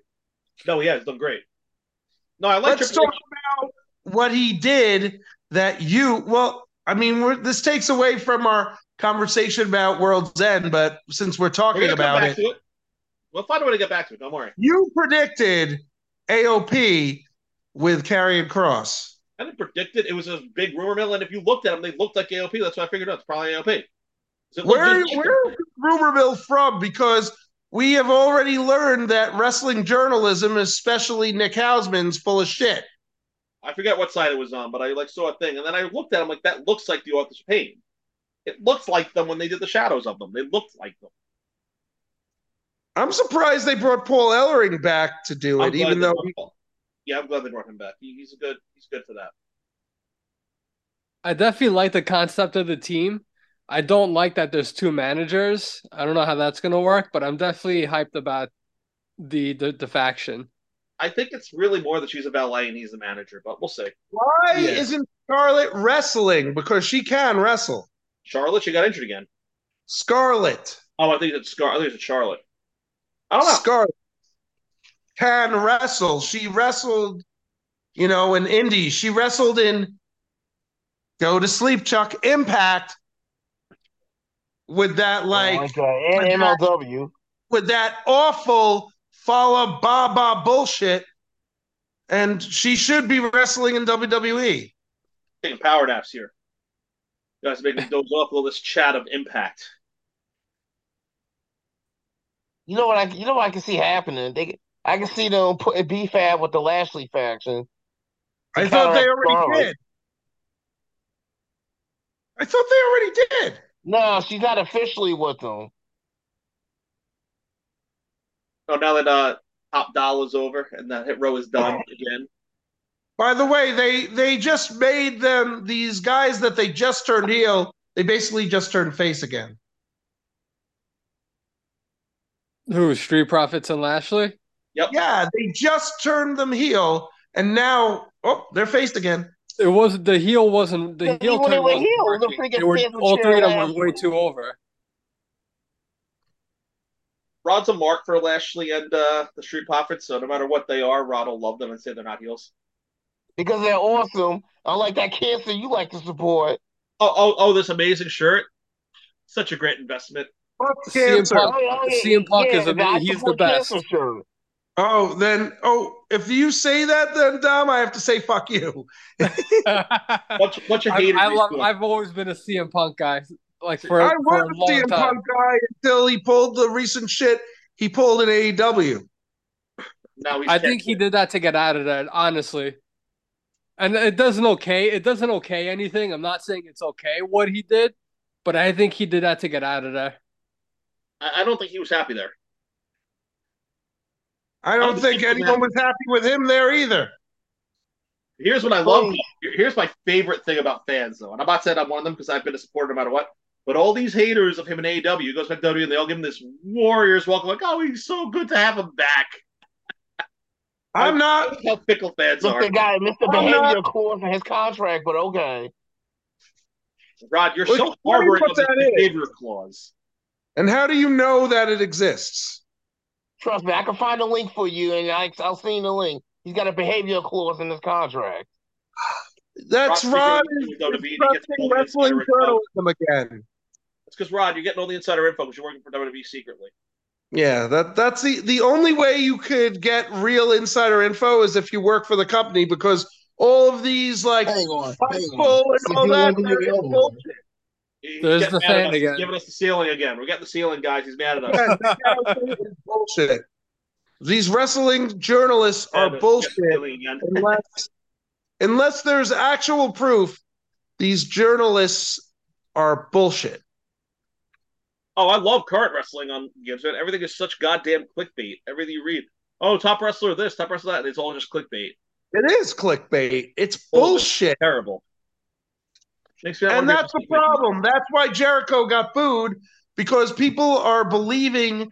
Speaker 2: no, he has done great. No, I like
Speaker 1: Let's
Speaker 2: Triple
Speaker 1: talk about what he did that you. Well, I mean, we're, this takes away from our conversation about World's End, but since we're
Speaker 2: We're
Speaker 1: talking
Speaker 2: gonna come
Speaker 1: about
Speaker 2: back
Speaker 1: it,
Speaker 2: to We'll find a way to get back to it. Don't worry.
Speaker 1: you predicted AOP with Karrion Cross.
Speaker 2: I didn't predict it. It was a big rumor mill, and if you looked at them, they looked like AOP. That's why I figured out it's probably AOP. So it looked
Speaker 1: Where
Speaker 2: just-
Speaker 1: where is rumor mill from? Because we have already learned that wrestling journalism, especially Nick Hausman's, full of shit.
Speaker 2: I forget what side it was on, but I like saw a thing, and then I looked at them like that looks like the author's pain. It looks like them when they did the shadows of them. They looked like them.
Speaker 1: I'm surprised they brought Paul Ellering back to do it,
Speaker 2: I'm glad
Speaker 1: even
Speaker 2: they
Speaker 1: though
Speaker 2: brought Paul- yeah, I'm glad they brought him back. He, he's a good. He's good for that.
Speaker 4: I definitely like the concept of the team. I don't like that there's two managers. I don't know how that's gonna work, but I'm definitely hyped about the the, the faction.
Speaker 2: I think it's really more that she's a valet and he's the manager, but we'll see.
Speaker 1: why
Speaker 4: Yeah.
Speaker 1: isn't Scarlett wrestling? Because she can wrestle.
Speaker 2: Charlotte, she got injured again.
Speaker 1: Scarlett,
Speaker 2: Oh, I think it's Scar. I think it's Charlotte. I don't know.
Speaker 1: Scarlett can wrestle. She wrestled, you know, in Indy. She wrestled in Go to Sleep, Chuck Impact. With that, like
Speaker 3: oh my god, and MLW.
Speaker 1: with that awful Fala Baba bullshit, and she should be wrestling in E. WWE.
Speaker 2: taking power naps here. You guys make me doze off with all this chat of impact.
Speaker 3: You know what I you know what I can see happening? They I can see them putting B Fab with the Lashley faction.
Speaker 1: I thought they
Speaker 3: Scarlett.
Speaker 1: already did. I thought they already did.
Speaker 3: No, she's not officially with them.
Speaker 2: Oh, now that uh, Top Doll is over and that hit row is done
Speaker 4: Oh.
Speaker 2: again.
Speaker 1: By the way, they they just made them these guys that they just turned heel. They basically just turned face again.
Speaker 4: Who, Street Profits and Lashley?
Speaker 2: Yep.
Speaker 1: Yeah, they just turned them heel, and now oh, they're faced again.
Speaker 4: It was the heel wasn't the
Speaker 3: Yeah,
Speaker 4: heel
Speaker 3: when they
Speaker 4: turn
Speaker 3: were
Speaker 4: wasn't
Speaker 3: heel, the
Speaker 4: working.
Speaker 3: freaking
Speaker 4: They were-
Speaker 3: fans were
Speaker 4: all three
Speaker 3: cheering
Speaker 4: of them
Speaker 3: around.
Speaker 4: were way too over.
Speaker 2: Rod's a mark for Lashley and uh, the Street Profits, so no matter what they are, Rod will love them and say they're not heels.
Speaker 3: because they're awesome. I like that cancer you like to support.
Speaker 2: Oh, oh, oh! This amazing shirt, such a great investment.
Speaker 1: Fuck
Speaker 4: CM
Speaker 1: cancer.
Speaker 4: Punk.
Speaker 3: Oh,
Speaker 4: CM Punk is
Speaker 3: the
Speaker 4: ama-
Speaker 3: I
Speaker 4: he's the
Speaker 3: support
Speaker 4: best.
Speaker 3: cancer shirt.
Speaker 1: Oh, then oh, if you say that, then Dom, I have to say fuck you.
Speaker 4: I,
Speaker 2: Bunch, bunch of haters.
Speaker 4: I love. I've always been a CM Punk guy, like for,
Speaker 1: I
Speaker 4: for a
Speaker 1: was a
Speaker 4: long
Speaker 1: CM
Speaker 4: time.
Speaker 1: Punk guy until he pulled the recent shit he pulled E in AEW.
Speaker 2: now he's
Speaker 4: I think he
Speaker 2: kicked.
Speaker 4: did that to get out of that, honestly. And it doesn't okay. It doesn't okay anything. I'm not saying it's okay what he did, but I think he did that to get out of there.
Speaker 2: I, I don't think he was happy there.
Speaker 1: I don't
Speaker 2: Oh,
Speaker 1: think
Speaker 2: yeah.
Speaker 1: anyone was happy with him there either.
Speaker 2: Here's what I love.
Speaker 3: Oh.
Speaker 2: Here- Here's my favorite thing about fans, though, and I'm not saying I'm one of them because I've been a supporter no matter what. But all these haters of him E in AEW, he goes back to WWE, and they all give him this Warriors welcome, like, "Oh, he's so good to have him back."
Speaker 1: I'm not.
Speaker 2: That's how fickle fans
Speaker 3: Look,
Speaker 2: are.
Speaker 3: the guy missed the
Speaker 1: I'm
Speaker 3: behavior clause in his contract, but okay.
Speaker 2: Rod, you're
Speaker 1: Well,
Speaker 2: so
Speaker 1: it's funny
Speaker 2: harboring
Speaker 1: what
Speaker 2: of this
Speaker 1: that is.
Speaker 2: behavior clause.
Speaker 1: And how do you know that it exists?
Speaker 3: Trust me, I can find a link for you, and I, I'll send you the link. He's got a behavior clause in his contract.
Speaker 1: That's Rod
Speaker 2: Rod's thinking he's WWE, he gets
Speaker 1: disrupting
Speaker 2: all this
Speaker 1: wrestling
Speaker 2: Eric Rowan.
Speaker 1: journalism again.
Speaker 2: It's because Rod, you're getting all the insider info because you're working for WWE secretly.
Speaker 1: Yeah, that that's the the only way you could get real insider info is if you work for the company because all of these like
Speaker 3: Hang on, hang on.
Speaker 1: full and all that. they're bullshit.
Speaker 2: He's
Speaker 4: There's
Speaker 2: getting
Speaker 4: the
Speaker 2: mad at
Speaker 4: fan
Speaker 2: us.
Speaker 4: again.
Speaker 2: He's giving us the ceiling again. We're getting the ceiling, guys. He's mad at us.
Speaker 1: Yeah, that character is bullshit. These wrestling journalists are
Speaker 2: He's
Speaker 1: bullshit
Speaker 2: getting the ceiling again.
Speaker 1: unless unless there's actual proof. These journalists are bullshit.
Speaker 2: Oh, I love current wrestling on Gibson. Everything is such goddamn clickbait. Everything you read. Oh, top wrestler this, top wrestler that. It's all just clickbait.
Speaker 1: It is clickbait. It's bullshit.
Speaker 2: Terrible. Makes me not
Speaker 1: And
Speaker 2: wanna be
Speaker 1: that's the
Speaker 2: clickbait.
Speaker 1: problem. That's why Jericho got booed because people are believing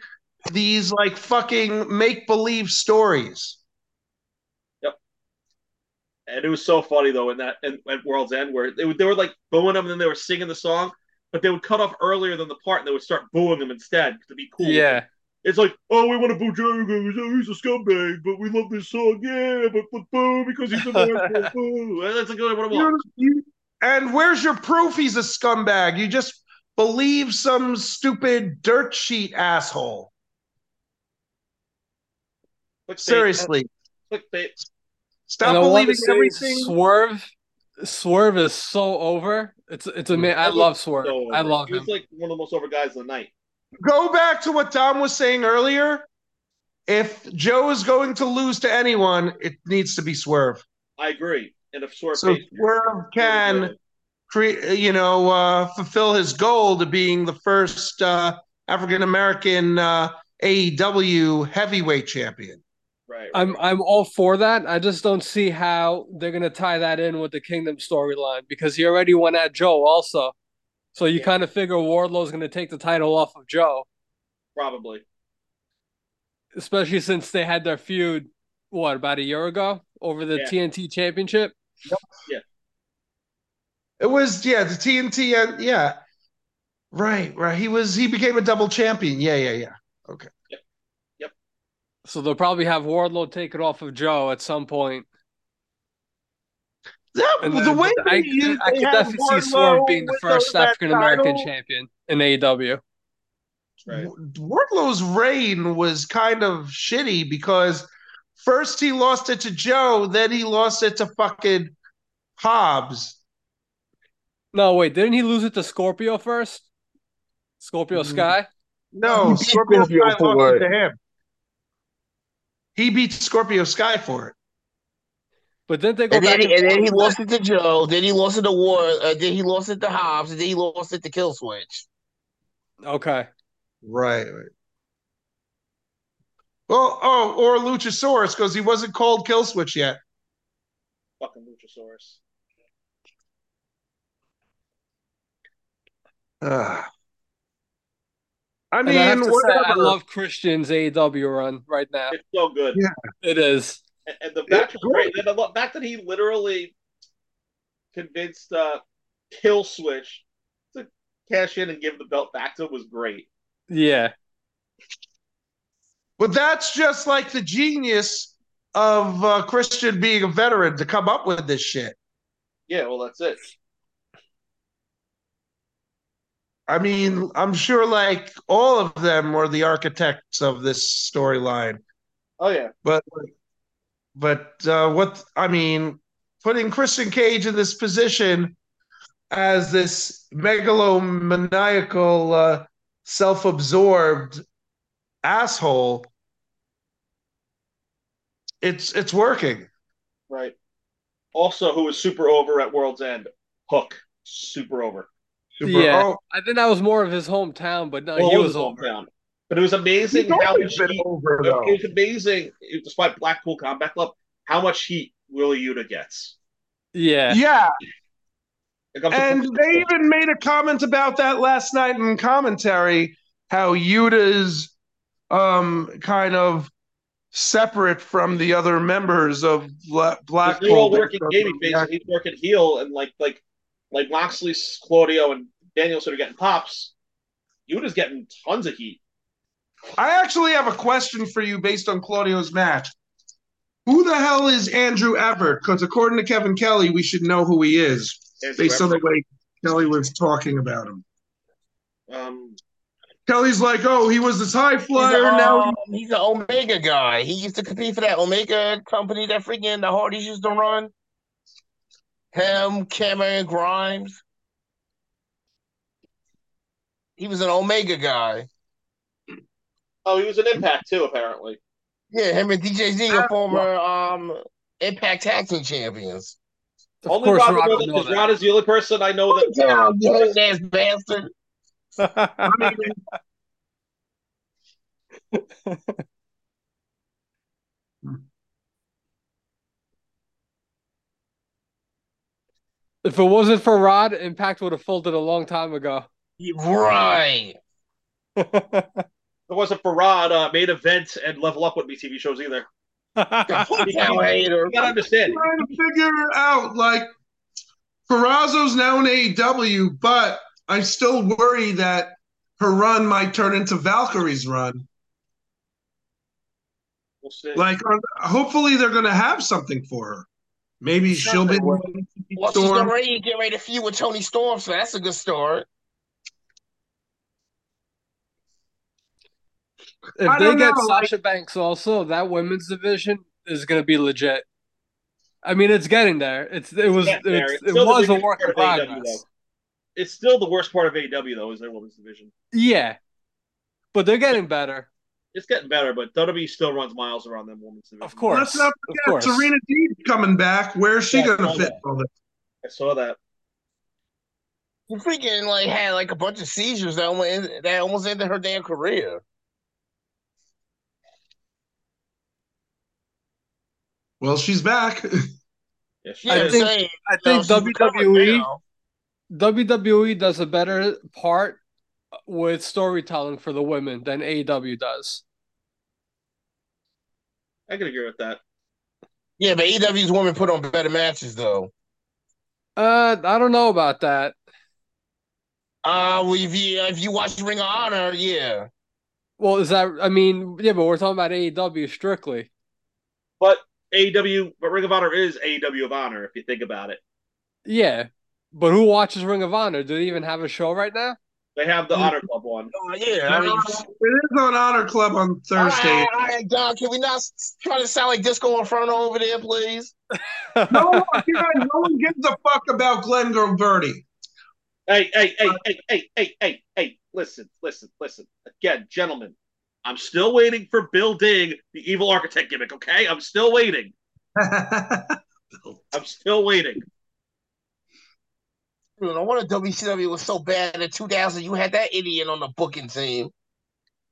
Speaker 1: these like fucking make believe stories.
Speaker 2: And it was so funny though in that in, at World's End where they, would- they were like booing him and then they were singing the song, but they would cut off earlier than the part and they would start booing him instead to be cool.
Speaker 4: Yeah,
Speaker 2: It's like, oh, we want to boo Jericho. He's a- "Oh, He's a scumbag, but we love this song. Yeah, but, but boo because he's a man. boo. And That's like what I want.
Speaker 1: You- you- and where's your proof he's a scumbag? You just believe some stupid dirt sheet asshole.
Speaker 2: Clickbait.
Speaker 1: Seriously.
Speaker 2: Clickbait.
Speaker 1: Stop
Speaker 4: and I want to
Speaker 1: believing
Speaker 4: say
Speaker 1: everything.
Speaker 4: Swerve, Swerve is so over. It's it's amazing. I love Swerve.
Speaker 2: So,
Speaker 4: I love
Speaker 2: He
Speaker 4: him.
Speaker 2: was like one of the most over guys of the night.
Speaker 1: Go back to what Dom was saying earlier. If Joe is going to lose to anyone, it needs to be Swerve.
Speaker 2: I agree. And if Swerve
Speaker 1: So
Speaker 2: Payton-
Speaker 1: Swerve can create, you know, uh, fulfill his goal to being the first uh, African American uh, AEW heavyweight champion.
Speaker 2: right, right.
Speaker 4: I'm I'm all for that. I just don't see how they're gonna tie that in with the Kingdom storyline because he already went at Joe also. So you
Speaker 2: Yeah.
Speaker 4: kind of figure Wardlow's gonna take the title off of Joe,
Speaker 2: probably
Speaker 4: especially since they had their feud what about a year ago over the
Speaker 2: Yeah.
Speaker 4: TNT Championship.
Speaker 1: It was yeah, the TNT and uh, yeah, right, right. He was he became a double champion. Yeah, yeah, yeah.
Speaker 4: So they'll probably have Wardlow take it off of Joe at some point.
Speaker 1: That,
Speaker 4: And
Speaker 1: the
Speaker 4: then-
Speaker 1: way
Speaker 4: I,
Speaker 1: they used-
Speaker 4: I
Speaker 1: they
Speaker 4: could
Speaker 1: had
Speaker 4: definitely
Speaker 1: Wardlow
Speaker 4: see Swerve being the
Speaker 1: with
Speaker 4: first
Speaker 1: that
Speaker 4: African American
Speaker 1: title.
Speaker 4: champion in E AEW.
Speaker 2: right.
Speaker 1: Wardlow's reign was kind of shitty because first he lost it to Joe, then he lost it to fucking Hobbs.
Speaker 4: No, wait, didn't he lose it to Scorpio first? Scorpio
Speaker 1: Mm.
Speaker 2: Mm-hmm.
Speaker 4: Sky?
Speaker 1: No,
Speaker 3: He beat
Speaker 1: Scorpio Sky
Speaker 3: Scorpio
Speaker 1: lost
Speaker 3: for
Speaker 1: it to him. He beat Scorpio Sky for it.
Speaker 4: But didn't they go
Speaker 3: And
Speaker 4: back
Speaker 3: then, he, and then he
Speaker 4: forth?
Speaker 3: lost it to Joe. Then he lost it to War. Uh, then he lost it to Hobbs. And then he lost it to Kill Switch.
Speaker 4: Okay.
Speaker 1: Right. right. Well, oh, or Luchasaurus because he wasn't called Kill Switch yet.
Speaker 2: Fucking Luchasaurus.
Speaker 1: Ugh. I
Speaker 4: And I, have
Speaker 1: mean,
Speaker 4: to say,
Speaker 1: whatever.
Speaker 4: I love Christian's AEW run right now.
Speaker 2: It's so good.
Speaker 1: Yeah.
Speaker 4: It is.
Speaker 2: And, and the
Speaker 1: Yeah,
Speaker 2: match was great. And the fact that he literally convinced uh, Kill Switch to cash in and give the belt back to him was great.
Speaker 4: Yeah.
Speaker 1: But that's just like the genius of uh, Christian being a veteran to come up with this shit.
Speaker 2: Yeah, well, that's it.
Speaker 1: I mean, I'm sure like all of them were the architects of this storyline,
Speaker 2: Oh, yeah.
Speaker 1: but but uh, what I mean, putting Christian Cage in this position as this megalomaniacal, uh, self-absorbed asshole, it's it's working.
Speaker 2: Right. Also, who was super over at World's End? Hook. Super over.
Speaker 1: Super-
Speaker 4: Yeah.
Speaker 1: oh,
Speaker 4: I think that was more of his hometown, but no,
Speaker 2: Well,
Speaker 4: Uh, he
Speaker 2: it
Speaker 4: was
Speaker 2: all
Speaker 4: over.
Speaker 2: down. But it was amazing
Speaker 1: he's
Speaker 2: how
Speaker 1: always
Speaker 2: much
Speaker 1: been
Speaker 2: heat.
Speaker 1: over though.
Speaker 2: It was amazing, despite Blackpool Combat Club, how much heat Willie Yuta gets.
Speaker 4: Yeah.
Speaker 1: yeah.
Speaker 2: It comes to-
Speaker 1: And they even made a comment about that last night in commentary how Yuta's um, kind of separate from the other members of Bla-
Speaker 2: Because they're all
Speaker 1: Blackpool.
Speaker 2: working babyface, and he's working heel, and like like like Moxley, Claudio, and Danielson are getting pops. Yuta's getting tons of heat.
Speaker 1: I actually have a question for you based on Claudio's match. Who the hell is Andrew Everett? Because according to Kevin Kelly, we should know who he is
Speaker 2: Andrew
Speaker 1: based on the
Speaker 2: Everett.
Speaker 1: way Kelly was talking about him.
Speaker 2: um,
Speaker 1: Kelly's like, oh, he was this high
Speaker 3: He's,
Speaker 1: flyer.
Speaker 3: a,
Speaker 1: now
Speaker 3: um, he's an Omega guy. He used to compete for that Omega company that freaking the Hardys used to run. Him, Cameron Grimes. He was an Omega guy.
Speaker 2: oh, he was an impact too, apparently.
Speaker 3: Yeah, him and DJ Z are
Speaker 1: Ah,
Speaker 3: former um, Impact Tag Team Champions.
Speaker 4: Of
Speaker 2: only
Speaker 4: course,
Speaker 2: Rod
Speaker 4: Rob
Speaker 2: knows that,
Speaker 4: would know
Speaker 2: 'cause Rod is the only person I know
Speaker 1: Oh,
Speaker 2: that. uh,
Speaker 3: Yeah, you hate ass bastard.
Speaker 4: that.
Speaker 1: I mean,
Speaker 4: if it wasn't for Rod, Impact would have folded a long time ago.
Speaker 3: Right.
Speaker 2: If it wasn't for Rod, uh, main event and level up wouldn't be TV shows either.
Speaker 3: Hometown hater.
Speaker 2: You gotta understand.
Speaker 1: trying to figure out like Ferrazzo's now in AEW, but I still worry that her run might turn into Valkyrie's run.
Speaker 2: We'll see.
Speaker 1: Like, are, hopefully they're going to have something for her. Maybe she'll be
Speaker 3: Well, she's
Speaker 1: Storm.
Speaker 3: already getting ready to feud with Tony Storm, so that's a good start.
Speaker 4: If
Speaker 1: I
Speaker 4: they
Speaker 1: don't
Speaker 4: get
Speaker 1: know, like-
Speaker 4: Sasha Banks also, that women's division is going to be legit. I mean, it's getting there. It's it was
Speaker 2: getting there.
Speaker 4: it's,
Speaker 2: It's
Speaker 4: it
Speaker 2: still the
Speaker 4: was a
Speaker 2: biggest
Speaker 4: work in
Speaker 2: part of AEW,
Speaker 4: progress.
Speaker 2: It's still the worst part of AEW though, is their women's division.
Speaker 4: Yeah, but they're getting better.
Speaker 2: It's getting better, but WWE still runs miles around them women's division.
Speaker 4: Of course,
Speaker 1: Let's not
Speaker 4: of
Speaker 1: forget
Speaker 4: course.
Speaker 1: Serena Deeb coming back. Where's she
Speaker 2: Yeah, I
Speaker 1: going
Speaker 2: saw
Speaker 1: to fit?
Speaker 2: that.
Speaker 1: all this?
Speaker 2: I saw that.
Speaker 3: She freaking like had like a bunch of seizures that almost that almost ended her damn career.
Speaker 1: Well, she's back.
Speaker 2: Yeah, she
Speaker 3: You know
Speaker 4: I
Speaker 3: what I'm
Speaker 2: is.
Speaker 4: think-
Speaker 3: saying?
Speaker 4: I
Speaker 3: So
Speaker 4: think E
Speaker 3: she's recovered
Speaker 4: WWE
Speaker 3: now.
Speaker 4: WWE E does a better part with storytelling for the women than AEW does.
Speaker 2: I can agree with that.
Speaker 3: Yeah, but AEW's women put on better matches though.
Speaker 4: Uh, I don't know about that.
Speaker 3: Uh, well, if you if you watch Ring of Honor, yeah,
Speaker 4: Well, is that? I mean, yeah, but we're talking about AEW strictly.
Speaker 2: But AEW, but Ring of Honor is AEW of Honor if you think about it.
Speaker 4: Yeah, but who watches Ring of Honor? Do they even have a show right now?
Speaker 2: They have the
Speaker 1: Mm.
Speaker 2: Honor Club one.
Speaker 3: uh, yeah. I mean,
Speaker 1: It is on Honor Club on
Speaker 3: all right,
Speaker 1: Thursday.
Speaker 3: all right, Don, can we not s- try to sound like Disco Inferno over there, please?
Speaker 1: No one, yeah, no one gives a fuck about Glenn Gilberti.
Speaker 2: Hey, hey, hey, hey, hey, hey, hey, hey! Listen, listen, listen. Again, gentlemen, I'm still waiting for Bill Dig, the evil architect gimmick. Okay, I'm still waiting. I'm still waiting.
Speaker 3: Dude, I wonder if WCW was so bad in 2000. You had that idiot on the booking team.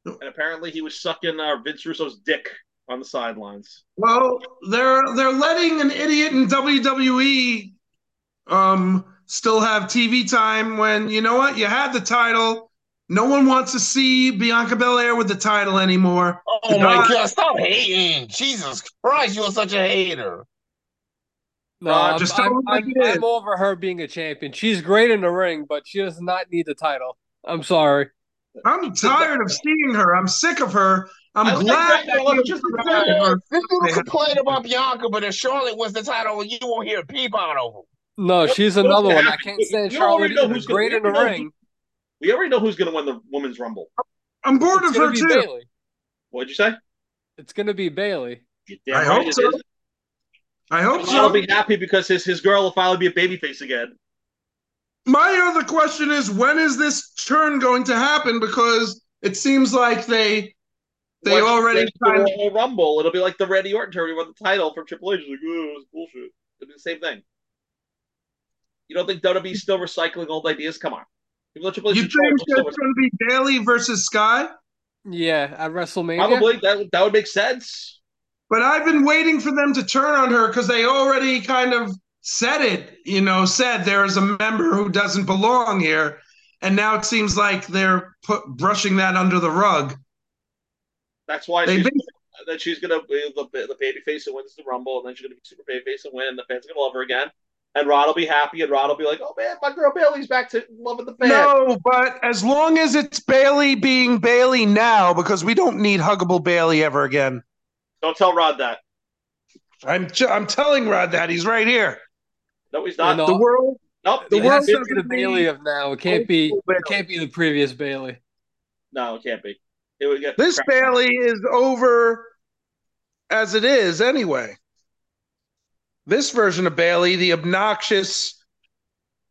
Speaker 2: And apparently, he was sucking uh, Vince Russo's dick on the sidelines.
Speaker 1: Well, they're they're letting an idiot in E, WWE um still have TV time when you know what you had the title, No one wants to see Bianca Belair with the title anymore.
Speaker 3: Oh my God! Stop hating! Jesus Christ, you are such a hater.
Speaker 4: No,
Speaker 1: Uh,
Speaker 4: I'm,
Speaker 1: just tell
Speaker 4: I'm,
Speaker 1: him like
Speaker 4: I'm-
Speaker 1: it is.
Speaker 4: I'm over her being a champion. She's great in the ring, but she does not need the title. I'm sorry.
Speaker 1: I'm tired of seeing her. I'm sick of her. I'm
Speaker 2: I like
Speaker 1: glad.
Speaker 2: that. I love just the
Speaker 1: that
Speaker 2: fact-
Speaker 1: her.
Speaker 3: This dude complained about Bianca, but if Charlotte wins the title, you won't hear a peep out of him.
Speaker 4: No, she's
Speaker 2: what's
Speaker 4: another
Speaker 2: gonna
Speaker 4: one. I
Speaker 2: happen?
Speaker 4: can't
Speaker 2: We-
Speaker 4: stand
Speaker 2: we already
Speaker 4: Charlotte.
Speaker 2: know
Speaker 4: either.
Speaker 2: who's gonna-
Speaker 4: great
Speaker 2: we
Speaker 4: in the
Speaker 2: already know
Speaker 4: ring.
Speaker 2: We already know who's going to win the women's rumble.
Speaker 1: I'm bored
Speaker 4: It's
Speaker 1: of her
Speaker 4: gonna be
Speaker 1: too.
Speaker 4: Bailey.
Speaker 2: What'd you say?
Speaker 4: It's gonna be Bailey.
Speaker 2: You're
Speaker 1: I
Speaker 2: damn
Speaker 1: hope
Speaker 2: right it
Speaker 1: so.
Speaker 2: is.
Speaker 1: I hope
Speaker 2: I'll
Speaker 1: so.
Speaker 2: be happy because his his girl will finally be a babyface again.
Speaker 1: My other question is when is this turn going to happen? Because it seems like they they
Speaker 2: Once
Speaker 1: already
Speaker 2: they win
Speaker 1: signed-
Speaker 2: the Royal Rumble. It'll be like the Randy Orton turn. He won the title from Triple H. It's like, oh, it's bullshit. It'll be the same thing. You don't think WWE's still recycling old ideas? Come on. Even though Triple H
Speaker 1: you
Speaker 2: is in
Speaker 1: think
Speaker 2: charge,
Speaker 1: it's
Speaker 2: we're
Speaker 1: going
Speaker 2: still-
Speaker 1: to be Bailey versus Sky?
Speaker 4: Yeah, at WrestleMania.
Speaker 2: probably that that would make sense.
Speaker 1: But I've been waiting for them to turn on her because they already kind of said it, you know, said there is a member who doesn't belong here. And now it seems like they're put, brushing that under the rug.
Speaker 2: That's why
Speaker 1: They
Speaker 2: she's,
Speaker 1: been-
Speaker 2: that she's gonna be the the babyface and wins the Rumble, and then she's gonna be super babyface and win, and the fans are gonna love her again. And Rod will be happy, and Rod will be like, "Oh man, my girl Bailey's back to loving the fans."
Speaker 1: No, but as long as it's Bailey being Bailey now, because we don't need huggable Bailey ever again.
Speaker 2: Don't tell Rod that.
Speaker 1: I'm ju- I'm telling Rod that he's right here.
Speaker 2: No, he's
Speaker 4: You
Speaker 2: not.
Speaker 4: know,
Speaker 1: The world,
Speaker 2: Nope.
Speaker 1: the
Speaker 4: it
Speaker 2: he's
Speaker 1: world
Speaker 4: has to
Speaker 2: not.
Speaker 4: be
Speaker 1: doesn't
Speaker 4: the Bailey of now. It can't be. It can't be the previous Bailey.
Speaker 2: No, it can't be. It would get
Speaker 1: this
Speaker 2: crap.
Speaker 1: Bailey is over as it is anyway. This version of Bailey, the obnoxious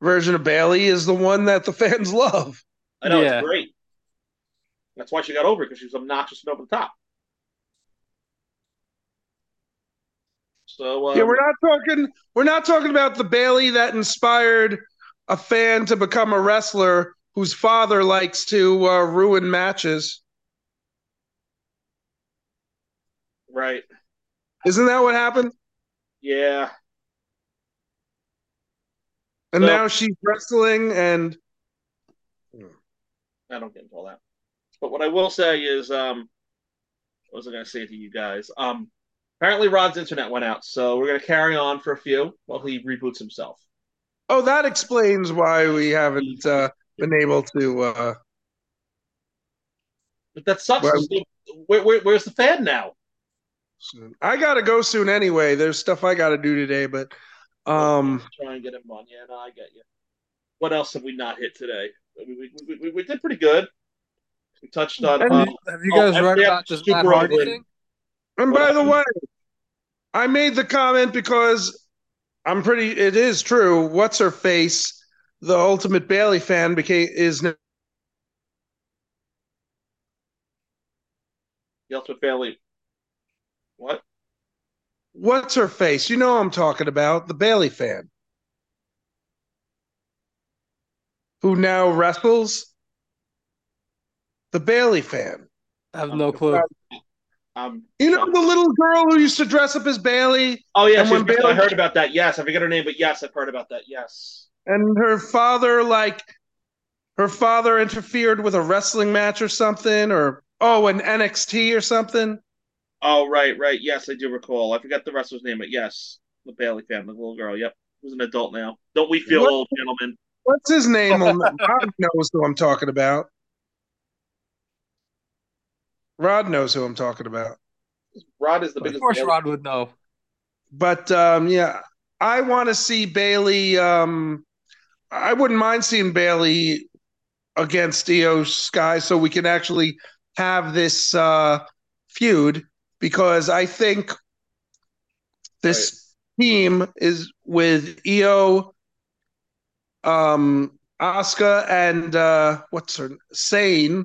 Speaker 1: version of Bailey, is the one that the fans love.
Speaker 2: I know
Speaker 4: Yeah.
Speaker 2: it's great. That's why she got over because she was obnoxious and over the top. So uh, um,
Speaker 1: yeah, we're not talking. We're not talking about the Bailey that inspired a fan to become a wrestler, whose father likes to uh, ruin matches.
Speaker 2: right.
Speaker 1: Isn't that what happened?
Speaker 2: Yeah,
Speaker 1: And
Speaker 2: No.
Speaker 1: now she's wrestling, and
Speaker 2: I don't get into all that. But what I will say is, um, what was I going to say to you guys? Um, apparently Rod's internet went out, so we're going to carry on for a few while he reboots himself.
Speaker 1: oh, that explains why we haven't uh, been able to. Uh,
Speaker 2: But that sucks.
Speaker 1: Well-
Speaker 2: Where, where, where's the fan now?
Speaker 1: soon. I gotta go soon anyway. There's stuff I gotta do today, but um,
Speaker 2: try and get him on. Yeah, no, I get you. What else have we not hit today? I mean, we, we, we, we did pretty good. We touched on.
Speaker 4: Have
Speaker 2: Uh,
Speaker 4: you, have you
Speaker 2: oh,
Speaker 4: guys
Speaker 2: and
Speaker 4: read
Speaker 2: they have
Speaker 4: about this
Speaker 2: super
Speaker 4: Matt Hardy
Speaker 2: ugly.
Speaker 4: thing?
Speaker 1: and by the way, I made the comment because I'm pretty. It is true. What's her face? The ultimate Bailey fan became is now
Speaker 2: the Ultimate Family. What?
Speaker 1: what's her face? You know who I'm talking about the Bailey fan who now wrestles. The Bailey fan.
Speaker 4: I have no clue.
Speaker 2: Um.
Speaker 1: You know the little girl who used to dress up as Bailey
Speaker 2: Oh yeah,
Speaker 1: And when
Speaker 2: she's-
Speaker 1: Bailey-
Speaker 2: I heard about that. Yes, I forget her name, but yes, I've heard about that. Yes.
Speaker 1: and her father like her father interfered with a wrestling match or something or oh an NXT or something.
Speaker 2: Oh right, right. Yes, I do recall. I forgot the wrestler's name, but yes, the Bailey family, the little girl. Yep, who's an adult now. Don't we feel
Speaker 1: What?
Speaker 2: old, gentlemen?
Speaker 1: What's his name? on the- Rod knows who I'm talking about. Rod knows who I'm talking about.
Speaker 2: Rod is the
Speaker 4: Of
Speaker 2: biggest.
Speaker 4: course,
Speaker 2: Bailey-
Speaker 4: Rod would know.
Speaker 1: But um, yeah, I want to see Bailey. Um, I wouldn't mind seeing Bailey against Io Sky, so we can actually have this uh, feud because I think this team is with Io, um, Asuka, and uh, what's her Sane.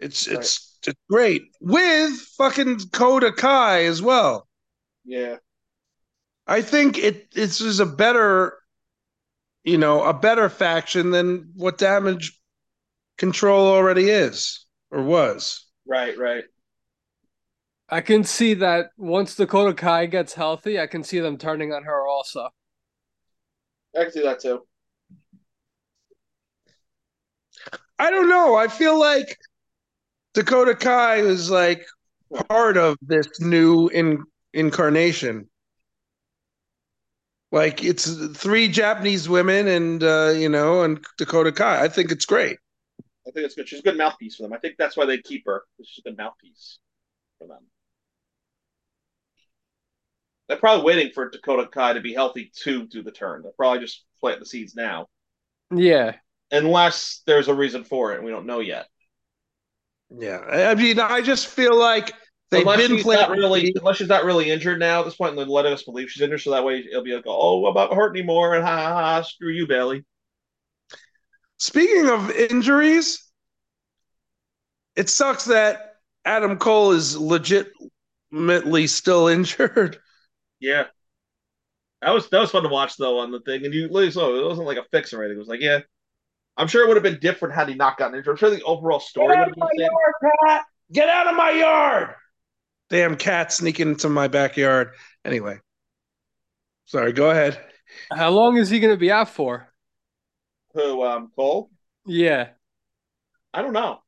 Speaker 1: It's
Speaker 2: Right.
Speaker 1: it's it's great with fucking Koda Kai as well.
Speaker 2: Yeah.
Speaker 1: I think it this is a better, you know, a better faction than what Damage Control already is or was.
Speaker 2: Right. Right.
Speaker 4: I can see that once Dakota Kai gets healthy, I can see them turning on her also.
Speaker 2: I can see that too.
Speaker 1: I don't know. I feel like Dakota Kai is like part of this new in, incarnation. Like it's three Japanese women and uh, you know and Dakota Kai. I think it's great.
Speaker 2: I think that's good. She's a good mouthpiece for them. I think that's why they keep her. She's a good mouthpiece for them. They're probably waiting for Dakota Kai to be healthy to do the turn. They're probably just planting the seeds now,
Speaker 4: Yeah.
Speaker 2: unless there's a reason for it. and We don't know yet.
Speaker 1: Yeah, I I mean, I just feel like they've
Speaker 2: unless
Speaker 1: been
Speaker 2: she's
Speaker 1: playing
Speaker 2: not really, unless she's not really injured now at this point, and they're letting us believe she's injured, so that way it'll be like, oh, I'm not hurt anymore, and ha ha ha, screw you, Bailey.
Speaker 1: Speaking of injuries, it sucks that Adam Cole is legitimately still injured.
Speaker 2: Yeah, that was that was fun to watch though on the thing, and you literally saw it wasn't like a fix or anything. It was like, yeah, I'm sure it would have been different had he not gotten injured. I'm sure the overall story would have been the same.
Speaker 1: cat! Get out of my yard! Damn cat sneaking into my backyard. Anyway, sorry. Go ahead.
Speaker 4: How long is he going to be out for?
Speaker 2: Who um Cole?
Speaker 4: Yeah.
Speaker 2: I don't know.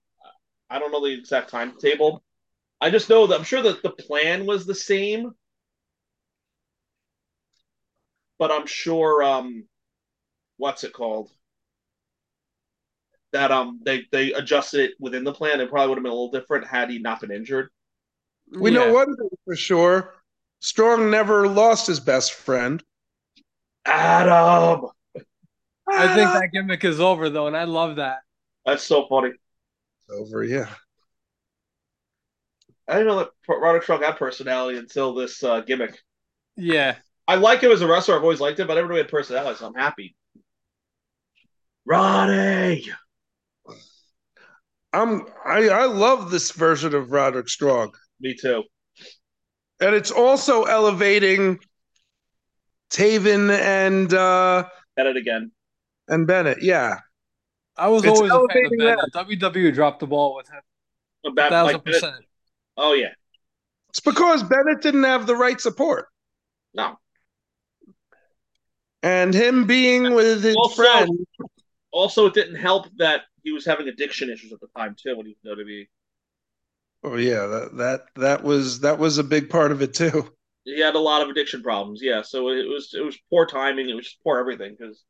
Speaker 2: I don't know the exact timetable. I just know that I'm sure that the plan was the same, but I'm sure um, what's it called? That um they they adjusted it within the plan. It probably would have been a little different had he not been injured.
Speaker 1: We know
Speaker 4: Yeah.
Speaker 1: one thing for sure: Strong never lost his best friend.
Speaker 2: Adam,
Speaker 4: I think that gimmick is over though, and I love that.
Speaker 2: that's so funny.
Speaker 1: over. Yeah.
Speaker 2: I didn't know that Roderick Strong had personality until this uh, gimmick.
Speaker 4: Yeah.
Speaker 2: I like him as a wrestler. I've always liked him, but I never really had personality, so I'm happy. Roddy.
Speaker 1: I'm. I, I love this version of Roderick Strong.
Speaker 2: Me too.
Speaker 1: and it's also elevating Taven and uh
Speaker 2: At it again.
Speaker 1: and Bennett. Yeah,
Speaker 4: I was
Speaker 1: It's
Speaker 4: always a fan of
Speaker 1: elevating
Speaker 4: Bennett. WWE E dropped the ball with him.
Speaker 2: About,
Speaker 4: thousand
Speaker 2: like,
Speaker 4: percent.
Speaker 2: oh yeah.
Speaker 1: it's because Bennett didn't have the right support,
Speaker 2: No.
Speaker 1: and him being with his
Speaker 2: Also-
Speaker 1: friend.
Speaker 2: Also, it didn't help that he was having addiction issues at the time too when he was in E. WWE.
Speaker 1: Oh yeah, that that that was that was a big part of it too.
Speaker 2: He had a lot of addiction problems. Yeah, so it was it was poor timing. It was just poor everything because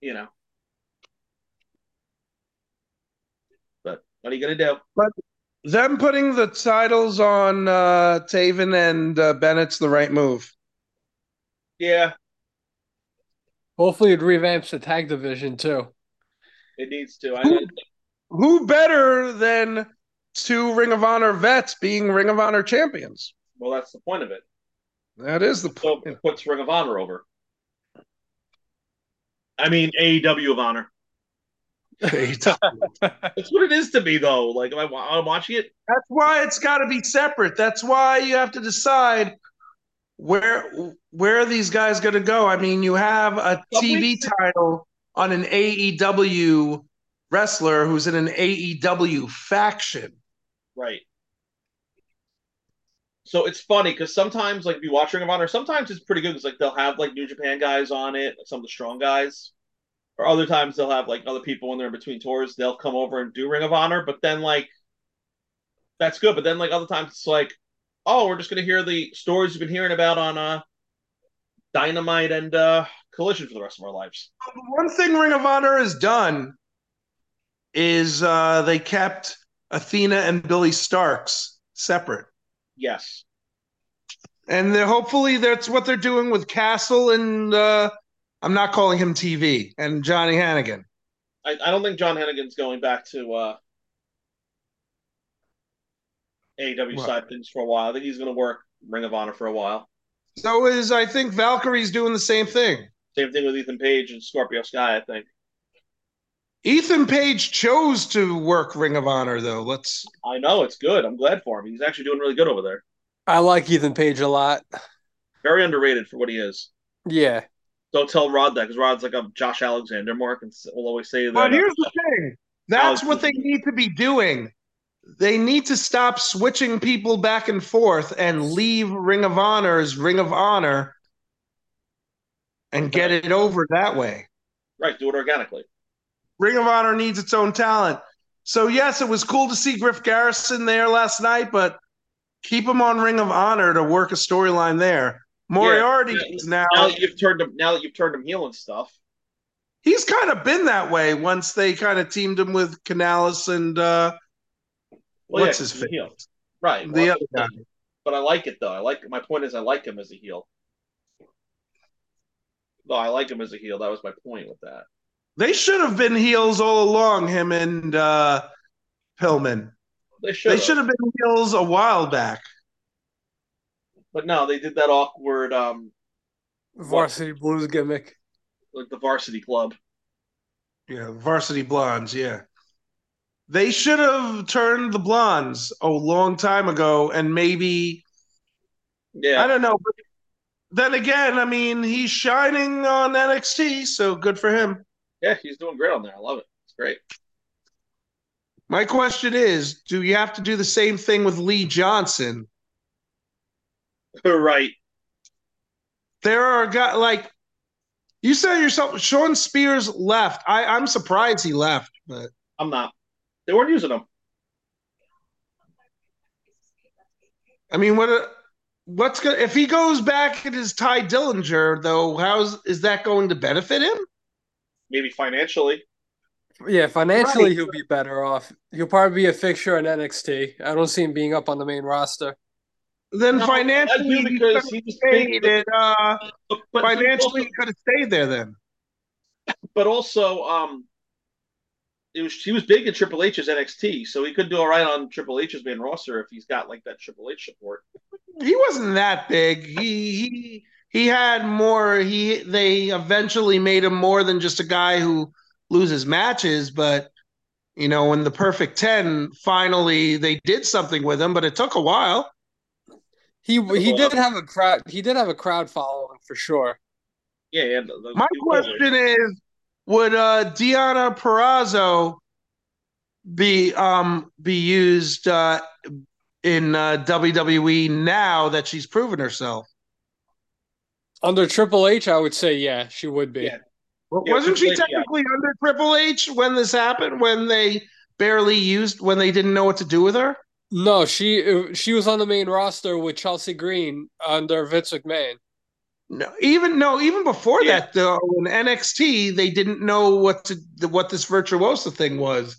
Speaker 2: you know. But what are you gonna do?
Speaker 1: Them putting the titles on uh Taven and uh, Bennett's the right move.
Speaker 2: Yeah,
Speaker 4: Hopefully, it revamps the tag division too.
Speaker 2: it needs to. I,
Speaker 1: Who better than two Ring of Honor vets being Ring of Honor champions?
Speaker 2: well, that's the point of it.
Speaker 1: That is the
Speaker 2: So
Speaker 1: point.
Speaker 2: it puts Ring of Honor over. I mean AEW of Honor. That's what it is to me, though. Like, am I, I'm watching it.
Speaker 1: That's why it's got to be separate. That's why you have to decide where where are these guys going to go. I mean, you have a TV title on an AEW wrestler who's in an AEW faction.
Speaker 2: Right. So it's funny because sometimes, like, if you watch Ring of Honor, sometimes it's pretty good because, like, they'll have like New Japan guys on it, some of the strong guys, or other times they'll have like other people when they're in between tours. They'll come over and do Ring of Honor, but then like that's good. But then like other times it's like, oh, we're just gonna hear the stories we've been hearing about on uh Dynamite and uh Collision for the rest of our lives.
Speaker 1: One thing Ring of Honor has done is uh, they kept Athena and Billy Starks separate,
Speaker 2: Yes.
Speaker 1: and they're, hopefully that's what they're doing with Castle and uh, I'm not calling him TV and Johnny Hannigan.
Speaker 2: I, I don't think John Hennigan's going back to uh, AEW
Speaker 1: What?
Speaker 2: E side things for a while. I think he's going to work Ring of Honor for a while.
Speaker 1: So is I think Valkyrie's doing the same thing.
Speaker 2: Same thing with Ethan Page and Scorpio Sky. I think
Speaker 1: Ethan Page chose to work Ring of Honor though. Let's
Speaker 2: I know it's good. I'm glad for him. He's actually doing really good over there.
Speaker 4: I like Ethan Page a lot.
Speaker 2: Very underrated for what he is.
Speaker 4: Yeah.
Speaker 2: Don't tell Rod that because Rod's like a Josh Alexander mark and s- will always say that.
Speaker 1: But
Speaker 2: uh,
Speaker 1: here's the thing. That's
Speaker 2: Alex-
Speaker 1: what they need to be doing. They need to stop switching people back and forth and leave Ring of Honor as Ring of Honor and get it over that way.
Speaker 2: right, do it organically.
Speaker 1: Ring of Honor needs its own talent. So yes, it was cool to see Griff Garrison there last night, but keep him on Ring of Honor to work a storyline there. Moriarty
Speaker 2: yeah.
Speaker 1: is now
Speaker 2: Now that you've turned him, now that you've turned him heel and stuff.
Speaker 1: he's kind of been that way once they kind of teamed him with Canales and uh,
Speaker 2: Well,
Speaker 1: What's
Speaker 2: yeah,
Speaker 1: his
Speaker 2: he's a
Speaker 1: face?
Speaker 2: heel. Right.
Speaker 1: the
Speaker 2: Well,
Speaker 1: other guy.
Speaker 2: But I like it though. I like my point is I like him as a heel. No, I like him as a heel. That was my point with that.
Speaker 1: They should have been heels all along, him and uh, Pillman.
Speaker 2: They should.
Speaker 1: They should have been heels a while back.
Speaker 2: But no, they did that awkward, um,
Speaker 4: Varsity Blues gimmick.
Speaker 2: like the Varsity Club.
Speaker 1: Yeah, Varsity Blondes. Yeah, they should have turned the blondes a long time ago, and maybe I
Speaker 2: Yeah.
Speaker 1: don't know. But then again, I mean, he's shining on NXT, so good for him.
Speaker 2: Yeah, he's doing great on there. I love it. It's great.
Speaker 1: My question is, do you have to do the same thing with Lee Johnson?
Speaker 2: right.
Speaker 1: There are guys like you said yourself, Sean Spears left. I, I'm surprised he left, but
Speaker 2: I'm not. They weren't using him.
Speaker 1: I mean, what? What's going if he goes back and is Ty Dillinger though? How's is that going to benefit him?
Speaker 2: Maybe financially.
Speaker 4: Yeah, financially
Speaker 1: Right.
Speaker 4: he'll be better off. He'll probably be a fixture in NXT. I don't see him being up on the main roster.
Speaker 1: Then
Speaker 2: No,
Speaker 1: financially,
Speaker 2: I do
Speaker 1: he
Speaker 2: because
Speaker 1: could
Speaker 2: he was
Speaker 1: have
Speaker 2: big,
Speaker 1: stayed. And, uh,
Speaker 2: but, but he was
Speaker 1: financially,
Speaker 2: also-
Speaker 1: he could have stayed there. Then
Speaker 2: but also, um, it was he was big in Triple H's NXT, so he could do all right on Triple H's main roster if he's got like that Triple H support.
Speaker 1: he wasn't that big. He he he had more. He they eventually made him more than just a guy who loses matches, but. You know, in the perfect 10, finally they did something with him, but it took a while.
Speaker 4: He he
Speaker 2: Well-
Speaker 4: did have a crowd. He did have a crowd following for sure.
Speaker 2: Yeah, yeah. the- the-
Speaker 1: My
Speaker 2: he was
Speaker 1: question is, would uh, Diana Perrazzo be um be used uh, in uh, WWE now that she's proven herself?
Speaker 4: Under Triple H, I would say yeah, she would be.
Speaker 2: Yeah.
Speaker 1: Well,
Speaker 2: Yeah,
Speaker 1: Wasn't
Speaker 2: Triple
Speaker 1: she
Speaker 2: H, yeah.
Speaker 1: technically under Triple H when this happened? When they barely used, when they didn't know what to do with her?
Speaker 4: No, she she was on the main roster with Chelsea Green under Vince McMahon.
Speaker 1: No, even no, even before
Speaker 2: Yeah.
Speaker 1: that though, in NXT they didn't know what to what this virtuoso thing was.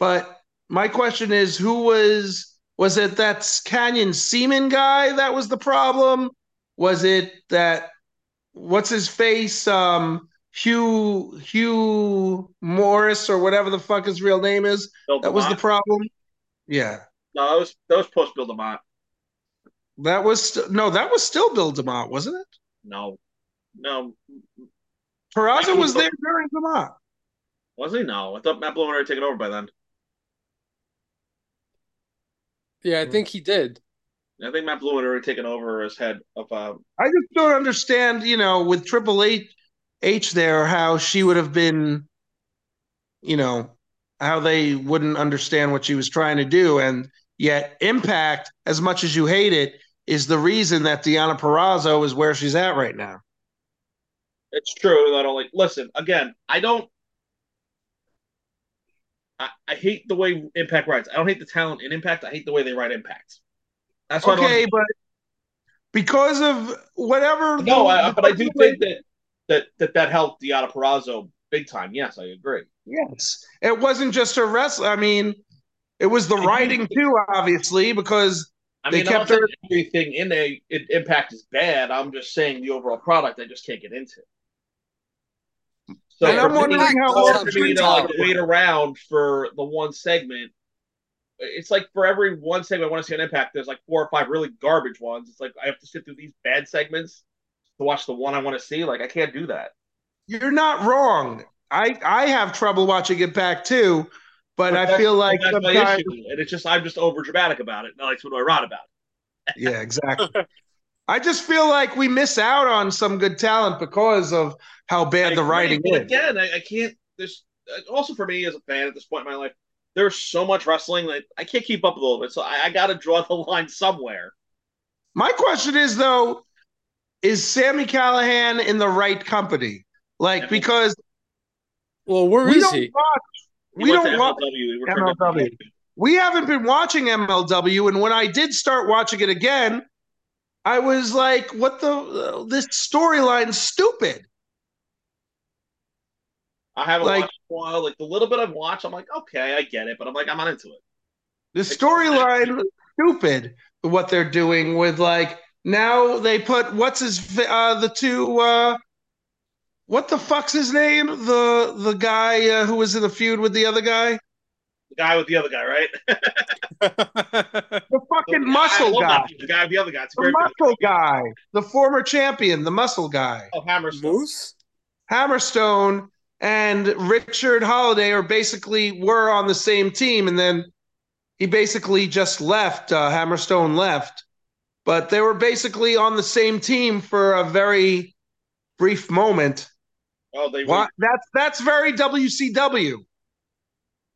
Speaker 1: But my question is, who was was it that Canyon Seaman guy that was the problem? Was it that what's his face, um, Hugh Hugh Morris or whatever the fuck his real name is?
Speaker 2: Bill
Speaker 1: That was the
Speaker 2: DeMott.
Speaker 1: problem. Yeah,
Speaker 2: no, that was that was post Bill Demont.
Speaker 1: that was st- no, that was still Bill Demott, wasn't it?
Speaker 2: No, no,
Speaker 1: Peraza
Speaker 2: That was
Speaker 1: was there during Demott.
Speaker 2: was he? No, I thought Matt Bloom had taken over by then.
Speaker 4: Yeah, I
Speaker 1: Hmm.
Speaker 4: think he did.
Speaker 2: I think Matt Bloom had already taken over as head of um,
Speaker 1: I just don't understand, you know, with Triple H, H there, how she would have been, you know, how they wouldn't understand what she was trying to do. And yet, Impact, as much as you hate it, is the reason that Deanna Perrazzo is where she's at right now.
Speaker 2: It's true. I don't like. Listen, again, I don't. I, I hate the way Impact writes. I don't hate the talent in Impact. I hate the way they write Impact. That's why.
Speaker 1: Okay,
Speaker 2: I
Speaker 1: but because of whatever.
Speaker 2: don't, no,
Speaker 1: the-
Speaker 2: I,
Speaker 1: the-
Speaker 2: but I do think that that that, that helped Deanna Perrazzo big time. Yes, I agree.
Speaker 1: Yes. It wasn't just her wrestling. I mean, it was the writing, too, obviously, because
Speaker 2: I
Speaker 1: They
Speaker 2: mean, I'm
Speaker 1: kept
Speaker 2: not saying everything in a in Impact is bad. I'm just saying the overall product I just can't get into. So
Speaker 1: And I'm
Speaker 2: for me-
Speaker 1: wondering how
Speaker 2: Or
Speaker 1: long
Speaker 4: That's
Speaker 2: for
Speaker 4: how
Speaker 2: me
Speaker 4: it's
Speaker 2: to like
Speaker 4: out.
Speaker 2: wait around for the one segment. It's like for every one segment I want to see on Impact, there's like four or five really garbage ones. It's like I have to sit through these bad segments to watch the one I want to see. Like I can't do that.
Speaker 1: You're not wrong. I I have trouble watching it back too, but, I
Speaker 2: that's-
Speaker 1: feel like
Speaker 2: that's my
Speaker 1: sometimes,
Speaker 2: issue, and it's just I'm just over dramatic about it. And like, so do I rot about it?
Speaker 1: yeah, exactly. I just feel like we miss out on some good talent because of how bad
Speaker 2: I
Speaker 1: the
Speaker 2: agree,
Speaker 1: writing
Speaker 2: but
Speaker 1: is.
Speaker 2: again. I, I can't. There's uh, also for me as a fan at this point in my life, there's so much wrestling that I can't keep up with all of it. So I, I got to draw the line somewhere.
Speaker 1: My question is though, is Sammy Callahan in the right company? Like because
Speaker 4: Well, where is
Speaker 1: we don't
Speaker 4: he?
Speaker 1: watch.
Speaker 2: He
Speaker 1: We
Speaker 2: went to
Speaker 1: don't watch.
Speaker 2: MLW. He returned to
Speaker 1: MLW.
Speaker 2: MLW.
Speaker 1: We haven't been watching MLW, and when I did start watching it again, I was like, "What the? This storyline's stupid."
Speaker 2: I haven't
Speaker 1: Like-
Speaker 2: watched in a while. Like the little bit I've watched, I'm like, okay, I get it, but I'm like, I'm not into it.
Speaker 1: The storyline was stupid. What they're doing with like now they put what's his fa- uh, the two uh, what the fuck's his name the the guy uh, who was in the feud with the other guy
Speaker 2: The guy with the other guy, right?
Speaker 1: the fucking muscle
Speaker 2: Oh, I love
Speaker 1: guy
Speaker 2: that dude, The guy with the other guy. It's a
Speaker 1: the
Speaker 2: great.
Speaker 1: muscle guy the former champion the muscle guy
Speaker 2: Oh, Hammer.
Speaker 4: Moose?
Speaker 1: Hammerstone and Richard Holiday are basically were on the same team, and then he basically just left. Uh, Hammerstone left, but they were basically on the same team for a very brief moment.
Speaker 2: Oh, they
Speaker 1: Why, that's that's very WCW.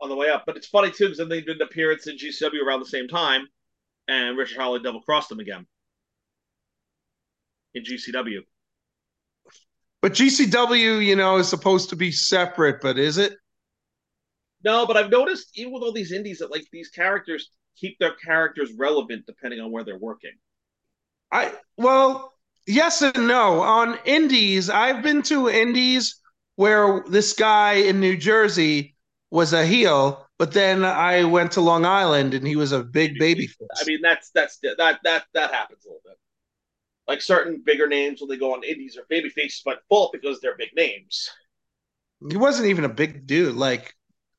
Speaker 2: on the way up. But it's funny too because then they did an appearance in GCW around the same time, and Richard Holly double crossed them again in GCW.
Speaker 1: But GCW, you know, is supposed to be separate, but is it?
Speaker 2: No, but I've noticed even with all these indies that like these characters keep their characters relevant depending on where they're working.
Speaker 1: I well, yes and no. On indies, I've been to indies where this guy in New Jersey was a heel, but then I went to Long Island and he was a big baby face.
Speaker 2: I mean, that's that's that that that happens a little bit. Like certain bigger names when they go on indies are baby faces by default because they're big names.
Speaker 1: he wasn't even a big dude. Like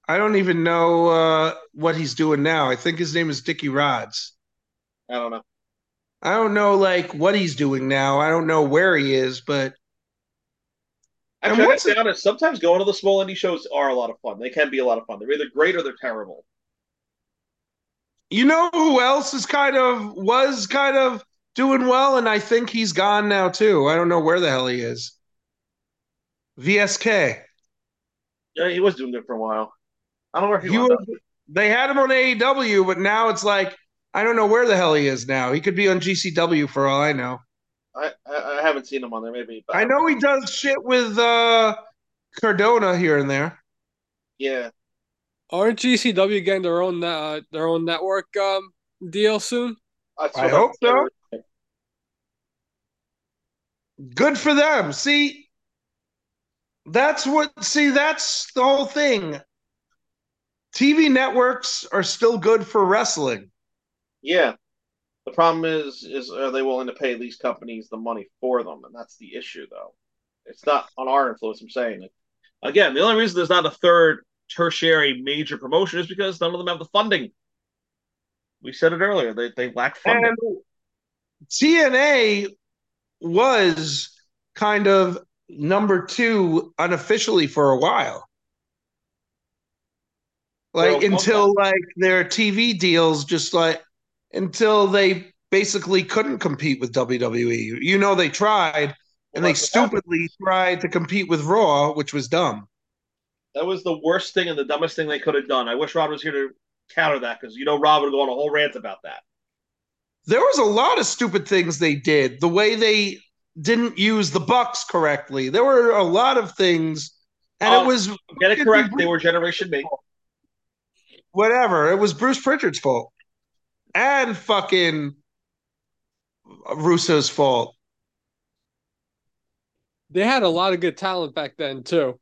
Speaker 1: I don't even know uh, what he's doing now. I think his name is Dickie Rods.
Speaker 2: I don't know.
Speaker 1: I don't know like what he's doing now. I don't know where he is, but And
Speaker 2: Actually, I
Speaker 1: what's
Speaker 2: gotta be honest. Sometimes going to the small indie shows are a lot of fun. They can be a lot of fun. They're either great or they're terrible.
Speaker 1: You know who else is kind of was kind of doing well, and I think he's gone now too. I don't know where the hell he is. VSK.
Speaker 2: Yeah, he was doing good for a while. I don't know where he
Speaker 1: He
Speaker 2: wound
Speaker 1: was-
Speaker 2: up.
Speaker 1: they had him on AEW, but now it's like I don't know where the hell he is now. He could be on GCW for all I know.
Speaker 2: I, I I haven't seen him on there. Maybe but
Speaker 1: I know he does shit with uh Cardona here and there.
Speaker 2: Yeah,
Speaker 4: Aren't GCW getting their own uh, their own network um, deal soon?
Speaker 1: I hope so. Good for them. See, that's what see, that's the whole thing. TV networks are still good for wrestling.
Speaker 2: Yeah. The problem is, is are they willing to pay these companies the money for them? And that's the issue, though. It's not on our influence. I'm saying, like, again, the only reason there's not a third tertiary major promotion is because none of them have the funding. We said it earlier. They they lack funding.
Speaker 4: Um,
Speaker 1: And TNA was kind of number two unofficially for a while. Like
Speaker 2: Well,
Speaker 1: until like their TV deals just like until they basically couldn't compete with WWE. You know they tried and they
Speaker 2: That's what happened.
Speaker 1: stupidly tried to compete with Raw, which was dumb.
Speaker 2: That was the worst thing and the dumbest thing they could have done. I wish Rod was here to counter that because you know Rod would go on a whole rant about that.
Speaker 1: There was a lot of stupid things they did. The way they didn't use the bucks correctly. There were a lot of things and
Speaker 2: Oh,
Speaker 1: it was
Speaker 2: Get it correct. They were Generation Me.
Speaker 1: whatever. It was Bruce Pritchard's fault and fucking Russo's fault.
Speaker 4: They had a lot of good talent back then too.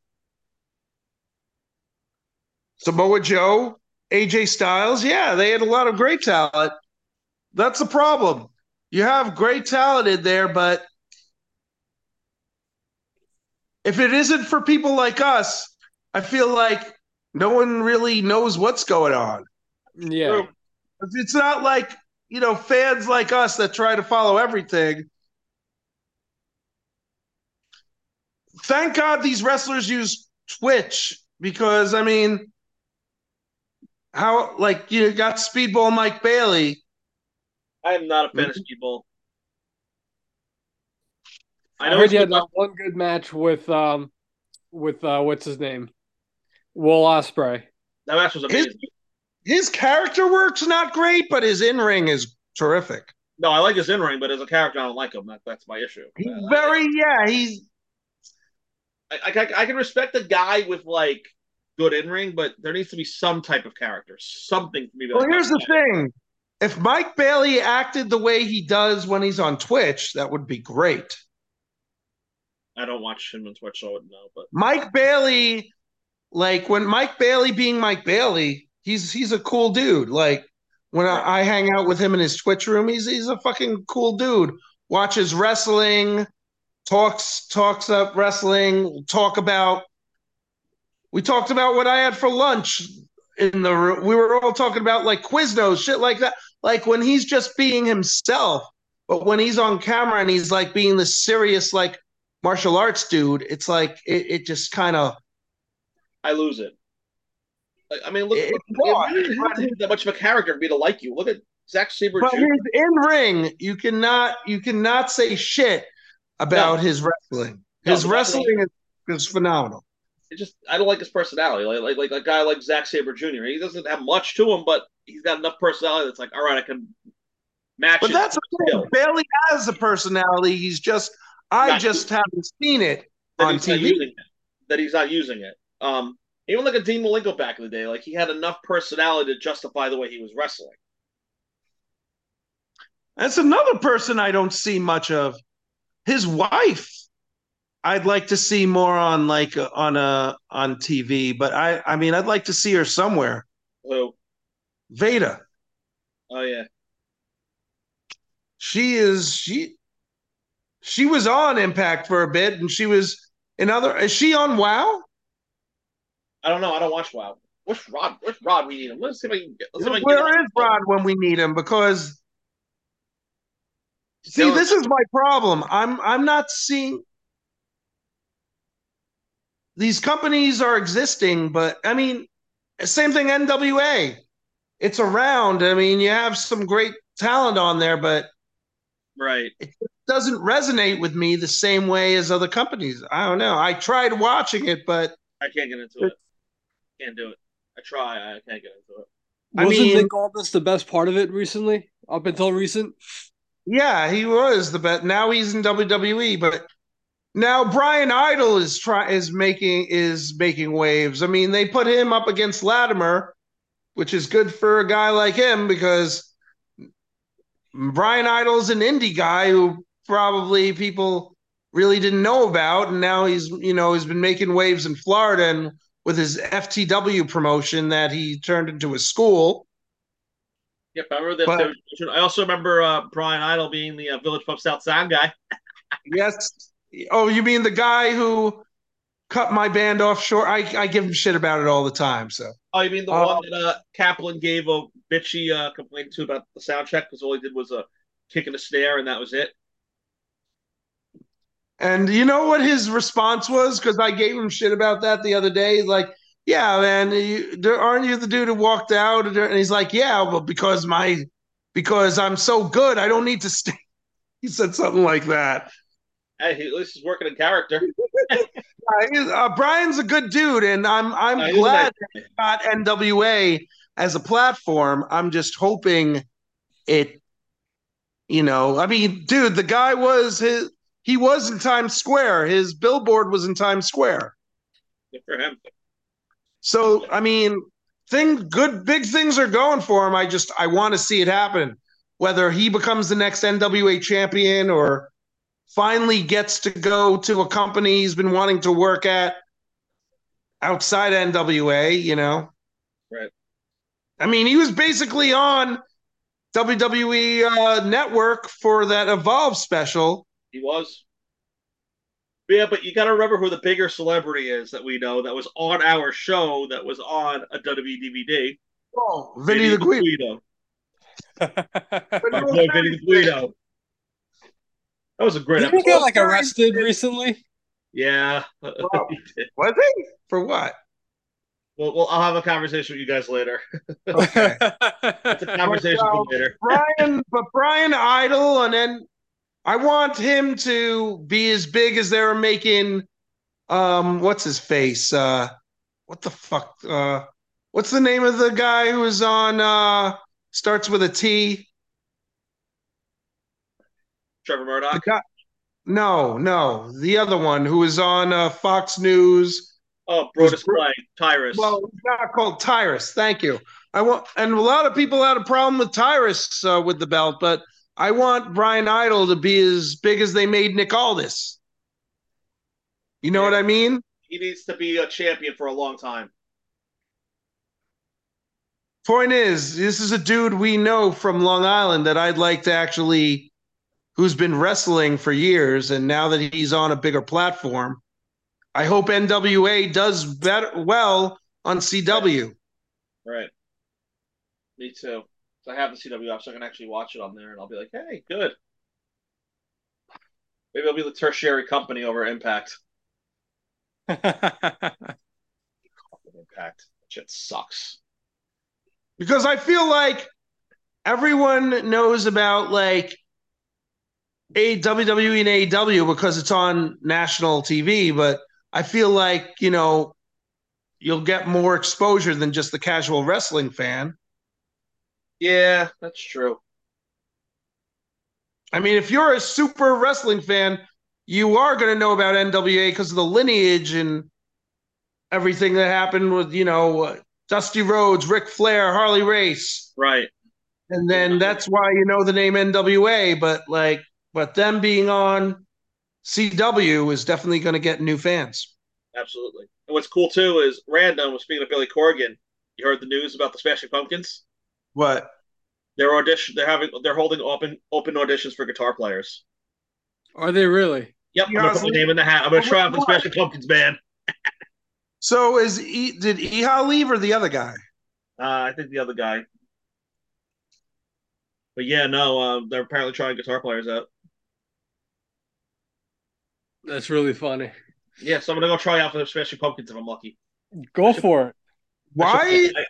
Speaker 1: Samoa Joe, AJ Styles, yeah, they had a lot of great talent. That's the problem. You have great talent in there, but if it isn't for people like us, I feel like no one really knows what's going on.
Speaker 4: Yeah.
Speaker 1: It's not like, you know, fans like us that try to follow everything. Thank God these wrestlers use Twitch because, I mean, how, like, you got Speedball Mike Bailey.
Speaker 2: I am
Speaker 1: Mm-hmm.
Speaker 2: not a fan of people.
Speaker 4: I, heard you had
Speaker 2: it's-
Speaker 4: that one good match with um with uh what's his name? Will Osprey.
Speaker 2: that match was amazing.
Speaker 1: His character work's not great, but his in ring is terrific.
Speaker 2: No, I like his in ring, but as a character, I don't like him. That, that's my issue.
Speaker 1: He's
Speaker 2: Uh,
Speaker 1: very, yeah, he's.
Speaker 2: I, I, I can respect a guy with like good in ring, but there needs to be some type of character, something for me to.
Speaker 1: Well, here's the thing. If Mike Bailey acted the way he does when he's on Twitch, that would be great.
Speaker 2: I don't watch him on Twitch, so I wouldn't know. But
Speaker 1: Mike Bailey, like when Mike Bailey being Mike Bailey, he's he's a cool dude. Like when I, I hang out with him in his Twitch room, he's he's a fucking cool dude. Watches wrestling, talks talks up wrestling, talk about. We talked about what I had for lunch in the room. We were all talking about like Quiznos, shit like that. Like when he's just being himself, but when he's on camera and he's like being the serious like martial arts dude, it's like it, it just kind of
Speaker 2: I lose it. Like, I mean, look,
Speaker 1: It-
Speaker 2: look
Speaker 1: it's
Speaker 2: it
Speaker 1: hard.
Speaker 2: really doesn't have to be that much of a character for me to like you. Look at Zach Saber
Speaker 1: But
Speaker 2: Jr.
Speaker 1: his in ring, you cannot you cannot say shit about his wrestling.
Speaker 2: No,
Speaker 1: His
Speaker 2: but-
Speaker 1: wrestling is, is phenomenal.
Speaker 2: It just I don't like his personality. Like like like a guy like Zach Saber Jr. He doesn't have much to him, but he's got enough personality that's like, all right, I can match.
Speaker 1: But
Speaker 2: it.
Speaker 1: that's the thing.
Speaker 2: Skill.
Speaker 1: Bailey has a personality. He's just I
Speaker 2: Not-
Speaker 1: just haven't seen it
Speaker 2: that
Speaker 1: on
Speaker 2: he's not
Speaker 1: TV.
Speaker 2: using it. That he's not using it. Um, even like a Dean Malenko back in the day, like he had enough personality to justify the way he was wrestling.
Speaker 1: That's another person I don't see much of. His wife, I'd like to see more on like uh, on a on TV. But I I mean I'd like to see her somewhere.
Speaker 2: So,
Speaker 1: Veda,
Speaker 2: oh yeah,
Speaker 1: she is she she was on Impact for a bit, and she was another. Is she on WoW?
Speaker 2: I don't know. I don't watch WoW. What's Rod? What's Rod? We need him. Let's see if I can get. Let's see if I can get
Speaker 1: Where
Speaker 2: him.
Speaker 1: is Rod when we need him? Because see,
Speaker 2: Dylan-
Speaker 1: this is my problem. I'm I'm not seeing these companies are existing, but I mean, same thing. NWA, it's around. I mean, you have some great talent on there, but
Speaker 2: right.
Speaker 1: doesn't resonate with me the same way as other companies. I don't know. I tried watching it, but
Speaker 2: I can't get into it. Can't do it. I try. I can't get into it.
Speaker 1: I
Speaker 4: Wasn't
Speaker 1: mean-
Speaker 4: Nick Aldis the best part of it recently? Up until recent,
Speaker 1: Yeah, he was the best. Now he's in WWE, but now Brian Idol is try is making is making waves. I mean, they put him up against Latimer, which is good for a guy like him because Brian Idol's an indie guy who probably people really didn't know about, and now he's you know he's been making waves in Florida and with his FTW promotion that he turned into a school.
Speaker 2: Yep, I remember that.
Speaker 1: But-
Speaker 2: demonstration. I also remember uh, Brian Idol being the uh, Village Pub South Sound guy.
Speaker 1: Yes. Oh, you mean the guy who cut my band off short? I, I give him shit about it all the time. So
Speaker 2: Oh, you mean the
Speaker 1: Uh,
Speaker 2: one that uh, Kaplan gave a bitchy uh, complaint to about the sound check because all he did was a kick and a snare and that was it.
Speaker 1: and you know what his response was? Because I gave him shit about that the other day. He's Like, yeah, man, you, there- aren't you the dude who walked out? And he's like, yeah, well, because my because I'm so good, I don't need to stay. He said something like that.
Speaker 2: Hey, he, at least he's working in character.
Speaker 1: Uh, he's- uh, Brian's a good dude, and I'm I'm
Speaker 2: Uh, he's a
Speaker 1: glad
Speaker 2: nice guy.
Speaker 1: that he got NWA as a platform. I'm just hoping it, you know, I mean, dude, the guy was his he was in Times Square. His billboard was in Times Square.
Speaker 2: Good for him.
Speaker 1: So I mean, thing good big things are going for him. I just I want to see it happen. Whether he becomes the next NWA champion or finally gets to go to a company he's been wanting to work at outside NWA, you know.
Speaker 2: Right.
Speaker 1: I mean, he was basically on WWE uh, network for that Evolve special.
Speaker 2: He was. But yeah, but you got to remember who the bigger celebrity is that we know that was on our show that was on a WWE DVD.
Speaker 1: Oh, Vinny the Guido.
Speaker 4: didn't
Speaker 2: My boy Vinny the Guido. That was a great
Speaker 4: he
Speaker 2: episode.
Speaker 4: get like arrested recently?
Speaker 2: Yeah.
Speaker 1: Wow.
Speaker 2: He did.
Speaker 1: Was he? For what?
Speaker 2: Well, well, I'll have a conversation with you guys later.
Speaker 1: Okay.
Speaker 2: It's a conversation for
Speaker 1: Well,
Speaker 2: later.
Speaker 1: Brian, but Brian Idol, and then I want him to be as big as they were making. Um, what's his face? Uh, what the fuck? Uh, what's the name of the guy who was on? Uh, starts with a T.
Speaker 2: Trevor
Speaker 1: The
Speaker 2: Murdoch.
Speaker 1: guy, No, no, the other one who was on uh, Fox News.
Speaker 2: Oh, Brodus Clay, Tyrus.
Speaker 1: Well, it's not called Tyrus. Thank you. I want, and a lot of people had a problem with Tyrus uh, with the belt, but I want Brian Idol to be as big as they made Nick Aldis. You know what I mean?
Speaker 2: he needs to be a champion for a long time.
Speaker 1: Point is, this is a dude we know from Long Island that I'd like to actually, who's been wrestling for years, and now that he's on a bigger platform, I hope NWA does better well on CW.
Speaker 2: Right. Me too. So I have the CW app, so I can actually watch it on there, and I'll be like, "Hey, good." Maybe I'll be the tertiary company over Impact. Impact shit sucks.
Speaker 1: because I feel like everyone knows about like a WWE and AEW because it's on national TV, but I feel like you know you'll get more exposure than just the casual wrestling fan.
Speaker 2: Yeah, that's true.
Speaker 1: I mean, if you're a super wrestling fan, you are going to know about NWA because of the lineage and everything that happened with you know uh, Dusty Rhodes, Ric Flair, Harley Race.
Speaker 2: Right.
Speaker 1: and then that's why you know the name NWA. But like, but them being on CW is definitely going to get new fans.
Speaker 2: Absolutely. And what's cool too is random. Speaking of Billy Corgan, you heard the news about the Smashing Pumpkins.
Speaker 1: What?
Speaker 2: They're audition. They're having. They're holding open open auditions for guitar players.
Speaker 4: Are they really?
Speaker 2: Yep. I'm gonna put my name in the hat. I'm gonna try out for the Smashing Pumpkins band.
Speaker 1: So is e- did Eha leave or the other guy?
Speaker 2: Uh, I think the other guy. But yeah, no, uh, they're apparently trying guitar players out.
Speaker 4: That's really funny.
Speaker 2: Yeah, so I'm gonna go try out for the Smashing Pumpkins if I'm lucky.
Speaker 4: Go for it.
Speaker 1: Why
Speaker 2: I,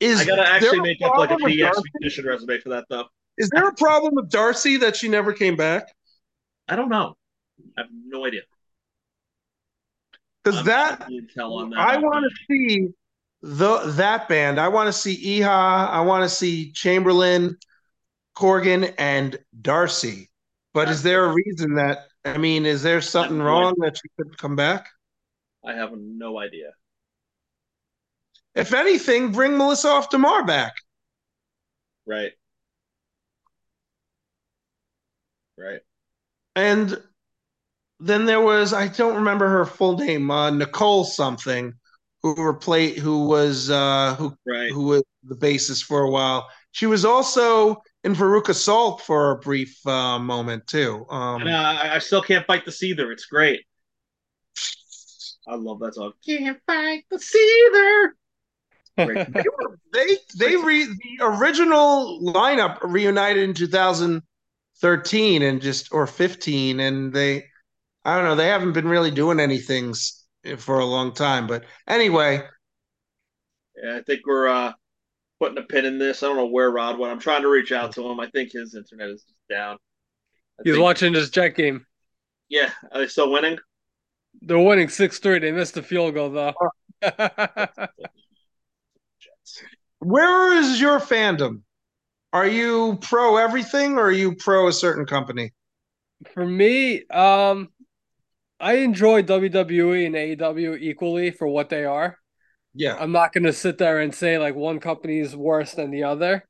Speaker 1: is
Speaker 2: I gotta
Speaker 1: there
Speaker 2: actually make up like a
Speaker 1: problem with
Speaker 2: DX
Speaker 1: Darcy?
Speaker 2: musician resume for that though.
Speaker 1: Is there a problem with Darcy that she never came back?
Speaker 2: I don't know. I have no idea.
Speaker 1: Because
Speaker 2: I'm-
Speaker 1: that
Speaker 2: I can't tell on that.
Speaker 1: I want to see the that band. I want to see Eha. I want to see Chamberlain, Corgan, and Darcy. But is there a reason that I mean, is there something wrong that she couldn't come back?
Speaker 2: I have no idea.
Speaker 1: If anything, bring Melissa off Demar back.
Speaker 2: Right. Right.
Speaker 1: And then there was I don't remember her full name, uh, Nicole something, who replaced who was uh, who
Speaker 2: Right.
Speaker 1: who was the basis for a while. She was also in Veruca Salt for a brief uh, moment too.
Speaker 2: And,
Speaker 1: Um,
Speaker 2: uh, I I still can't fight the Seether. It's great. I love that song. Can't fight the Seether. Great.
Speaker 1: they were- they they re, the original lineup reunited in 2013 and just or 15, and they I don't know they haven't been really doing anything s- for a long time. But anyway,
Speaker 2: Yeah, I think we're uh, putting a pin in this. I don't know where Rod went. I'm trying to reach out to him. I think his internet is just down. I
Speaker 4: He's
Speaker 2: think-
Speaker 4: watching this jet game.
Speaker 2: Yeah, are they still winning?
Speaker 4: They're winning six three. They missed the field goal though.
Speaker 1: where is your fandom? Are you pro everything or are you pro a certain company?
Speaker 4: for me, um, I enjoy WWE and AEW equally for what they are.
Speaker 1: Yeah,
Speaker 4: I'm not gonna sit there and say like one company is worse than the other.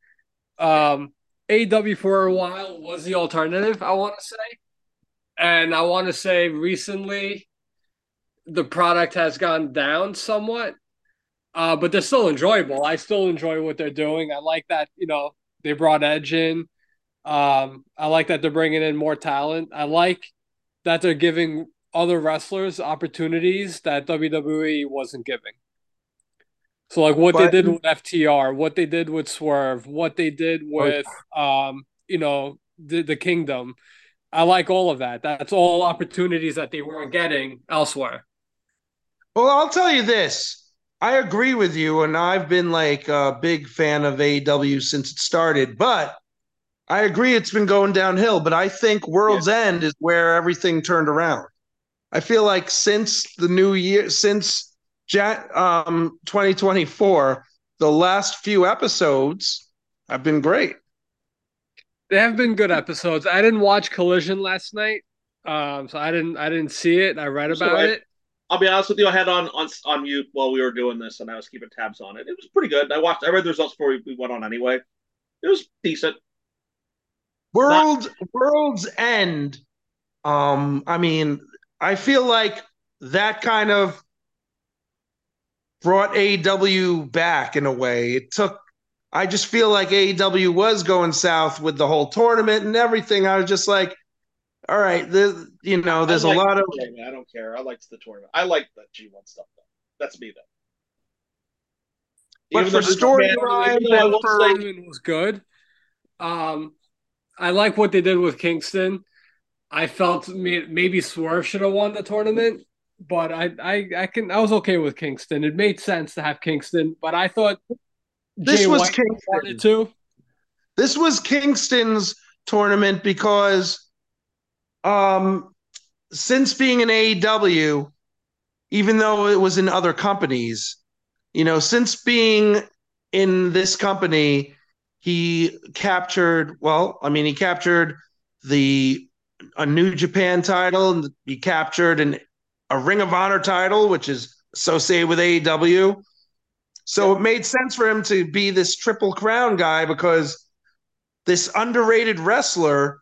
Speaker 4: Um, AEW for a while was the alternative, I want to say, and I want to say recently the product has gone down somewhat, uh, but they're still enjoyable. I still enjoy what they're doing. I like that you know they brought Edge in. Um, I like that they're bringing in more talent. I like that they're giving other wrestlers opportunities that WWE wasn't giving. So like what
Speaker 1: But-
Speaker 4: they did with FTR, what they did with Swerve, what they did
Speaker 2: Oh,
Speaker 4: with um, you know, the the Kingdom. I like all of that. That's all opportunities that they weren't getting elsewhere.
Speaker 1: Well, I'll tell you this. I agree with you, and I've been like a big fan of AEW since it started, but I agree it's been going downhill. But I think World's End is where everything turned around. I feel like since the new year, since Jan- um, 2024, the last few episodes have been great.
Speaker 4: They have been good episodes. I didn't watch Collision last night, um, so I didn't I didn't see it. I read
Speaker 2: It's
Speaker 4: about
Speaker 2: alright.
Speaker 4: it.
Speaker 2: I'll be honest with you. I had on on on mute while we were doing this, and I was keeping tabs on it. It was pretty good. I watched. I read the results before we, we went on anyway. It was decent.
Speaker 1: World World's End. Um, I mean, I feel like that kind of brought AEW back in a way. It took. I just feel like AEW was going south with the whole tournament and everything. I was just like, all right, this, you know, there's
Speaker 2: I
Speaker 1: a
Speaker 2: liked
Speaker 1: lot
Speaker 2: the
Speaker 1: of
Speaker 2: tournament. I don't care. I liked the tournament. I liked the G one stuff though. That's me though.
Speaker 1: But
Speaker 2: Even
Speaker 1: for
Speaker 2: though this
Speaker 1: story-
Speaker 2: man-
Speaker 1: Ryan,
Speaker 4: Even though
Speaker 1: I will
Speaker 4: Furman
Speaker 1: say-
Speaker 4: was good. Um, I like what they did with Kingston. I felt may- maybe Swerve should have won the tournament, but I, I, I can I was okay with Kingston. It made sense to have Kingston, but I thought
Speaker 1: This
Speaker 4: Jay
Speaker 1: was
Speaker 4: White
Speaker 1: Kingston.
Speaker 4: wanted to.
Speaker 1: This was Kingston's tournament because um since being in AEW, even though it was in other companies, you know, since being in this company, he captured, well, I mean, he captured the a New Japan title and he captured an a Ring of Honor title, which is associated with AEW. So it made sense for him to be this triple crown guy because this underrated wrestler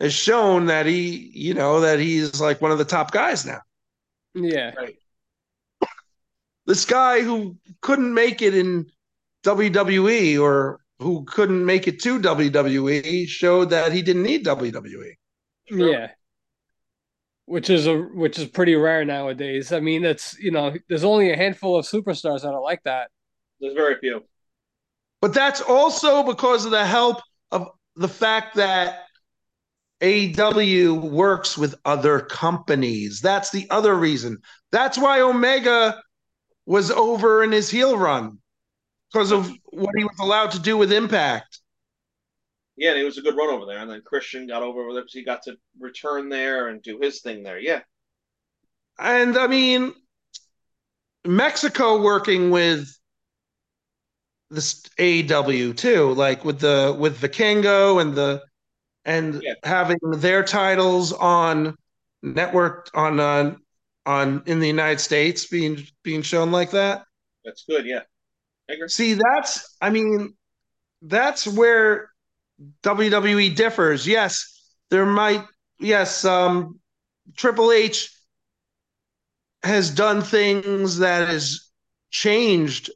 Speaker 1: has shown that he, you know, that he's like one of the top guys now.
Speaker 4: Yeah,
Speaker 1: This guy who couldn't make it in WWE or who couldn't make it to WWE showed that he didn't need E. WWE.
Speaker 2: Sure.
Speaker 4: yeah. Which is a which is pretty rare nowadays. I mean, it's you know, there's only a handful of superstars that are like that.
Speaker 2: There's very few.
Speaker 1: But that's also because of the help of the fact that AEW works with other companies. That's the other reason. That's why Omega was over in his heel run because of what he was allowed to do with Impact.
Speaker 2: Yeah, and it was a good run over there. And then Christian got over there because he got to return there and do his thing there. Yeah.
Speaker 1: And I mean, Mexico working with this AEW E too, like with the with Vikingo and the and
Speaker 2: Yeah.
Speaker 1: having their titles on network on uh, on in the United States being being shown like that.
Speaker 2: That's good. Yeah. I agree.
Speaker 1: See, that's I mean, that's where WWE differs. Yes, there might yes, um Triple H has done things that has changed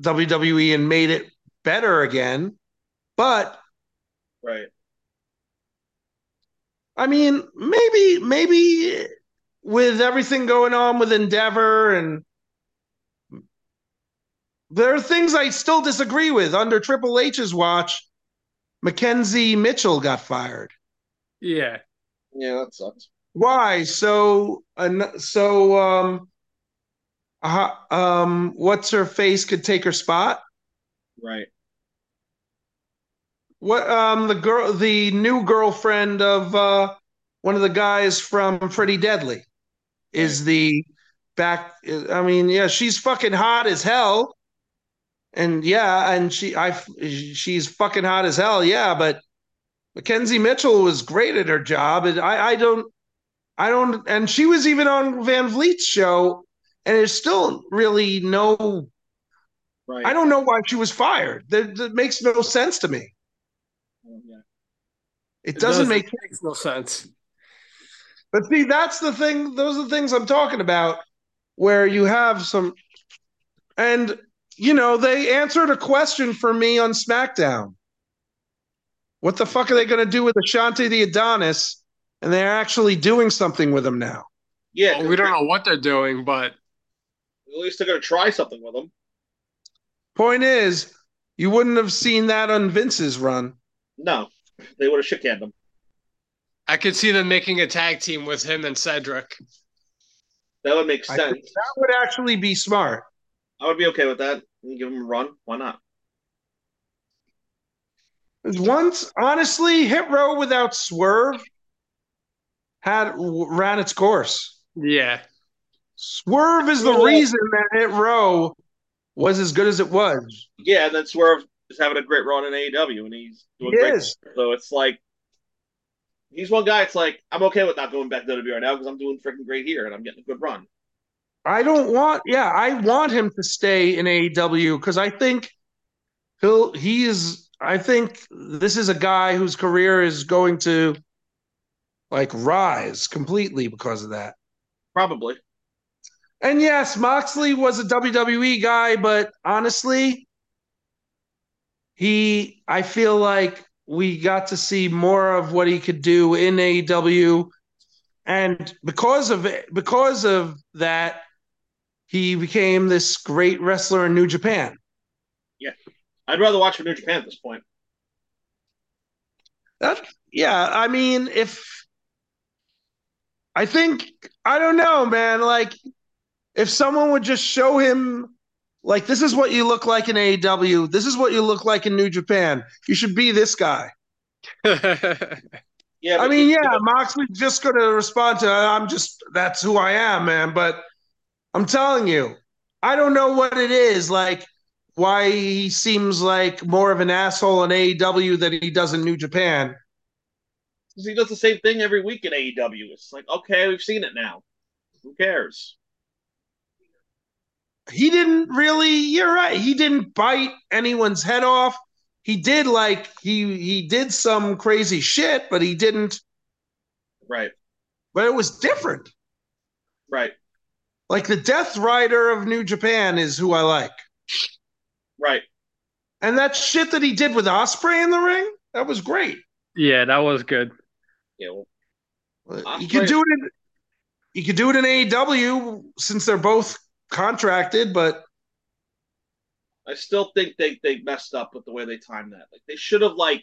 Speaker 1: WWE and made it better again. But
Speaker 2: Right.
Speaker 1: I mean, maybe maybe with everything going on with Endeavor and there are things I still disagree with under Triple H's watch. Mackenzie Mitchell got fired.
Speaker 4: Yeah,
Speaker 2: Yeah, that sucks.
Speaker 1: Why? So an- so um uh, um what's her face could take her spot?
Speaker 2: Right.
Speaker 1: What um the girl the new girlfriend of uh one of the guys from Pretty Deadly is the back I mean yeah she's fucking hot as hell and yeah and she I she's fucking hot as hell yeah but Mackenzie Mitchell was great at her job and I I don't I don't and she was even on Van Vliet's show and there's still really no
Speaker 2: Right.
Speaker 1: I don't know why she was fired that, that makes no sense to me
Speaker 2: Um, Yeah.
Speaker 1: it doesn't make
Speaker 4: makes no sense.
Speaker 1: But see, that's the thing. Those are the things I'm talking about, where you have some, and you know they answered a question for me on SmackDown. What the fuck are they going to do with Ashanti the Adonis? And they're actually doing something with him now.
Speaker 2: Yeah.
Speaker 4: Well, we don't know what they're doing, but
Speaker 2: At least they're gonna try something with them.
Speaker 1: Point is, you wouldn't have seen that on Vince's run.
Speaker 2: No, they would have shit canned them.
Speaker 4: I could see them making a tag team with him and Cedric.
Speaker 2: That would make
Speaker 1: I
Speaker 2: sense.
Speaker 1: think that would actually be smart.
Speaker 2: I would be okay with that. You Give him a run. Why not?
Speaker 1: 'Cause Once, honestly, Hit Row without Swerve had ran its course.
Speaker 4: Yeah.
Speaker 1: Swerve is the
Speaker 2: Yeah.
Speaker 1: reason that Hit Row was as good as it was.
Speaker 2: Yeah, and then Swerve is having a great run in AEW, and he's doing
Speaker 1: He
Speaker 2: great.
Speaker 1: is.
Speaker 2: So it's like he's one guy. It's like I'm okay with not going back to WWE right now because I'm doing freaking great here and I'm getting a good run.
Speaker 1: I don't want. Yeah, I want him to stay in AEW because I think he'll. He is. I think this is a guy whose career is going to like rise completely because of that.
Speaker 2: Probably.
Speaker 1: And yes, Moxley was a WWE guy, but honestly, he. I feel like we got to see more of what he could do in AEW, and because of it, because of that, he became this great wrestler in New Japan.
Speaker 2: I'd rather watch for New Japan at this point.
Speaker 1: Yeah, I mean, if I think I don't know, man, like if someone would just show him like this is what you look like in AEW, this is what you look like in New Japan. You should be this guy.
Speaker 2: Yeah,
Speaker 1: I
Speaker 2: but-
Speaker 1: mean, yeah, Moxley's just going to respond to I'm just that's who I am, man, but I'm telling you, I don't know what it is like why he seems like more of an asshole in AEW than he does in New Japan.
Speaker 2: 'cause he does the same thing every week in AEW. It's like okay, we've seen it now. Who cares?
Speaker 1: he didn't really you're right he didn't bite anyone's head off he did like he he did some crazy shit but he didn't
Speaker 2: Right,
Speaker 1: but it was different
Speaker 2: right,
Speaker 1: like the death rider of new japan is who i like
Speaker 2: right.
Speaker 1: and that shit that he did with osprey in the ring that was great
Speaker 4: yeah, that was good.
Speaker 2: Yeah, well,
Speaker 1: you could do it in, you could do it in AEW since they're both contracted but
Speaker 2: I still think they they messed up with the way they timed that. Like they should have like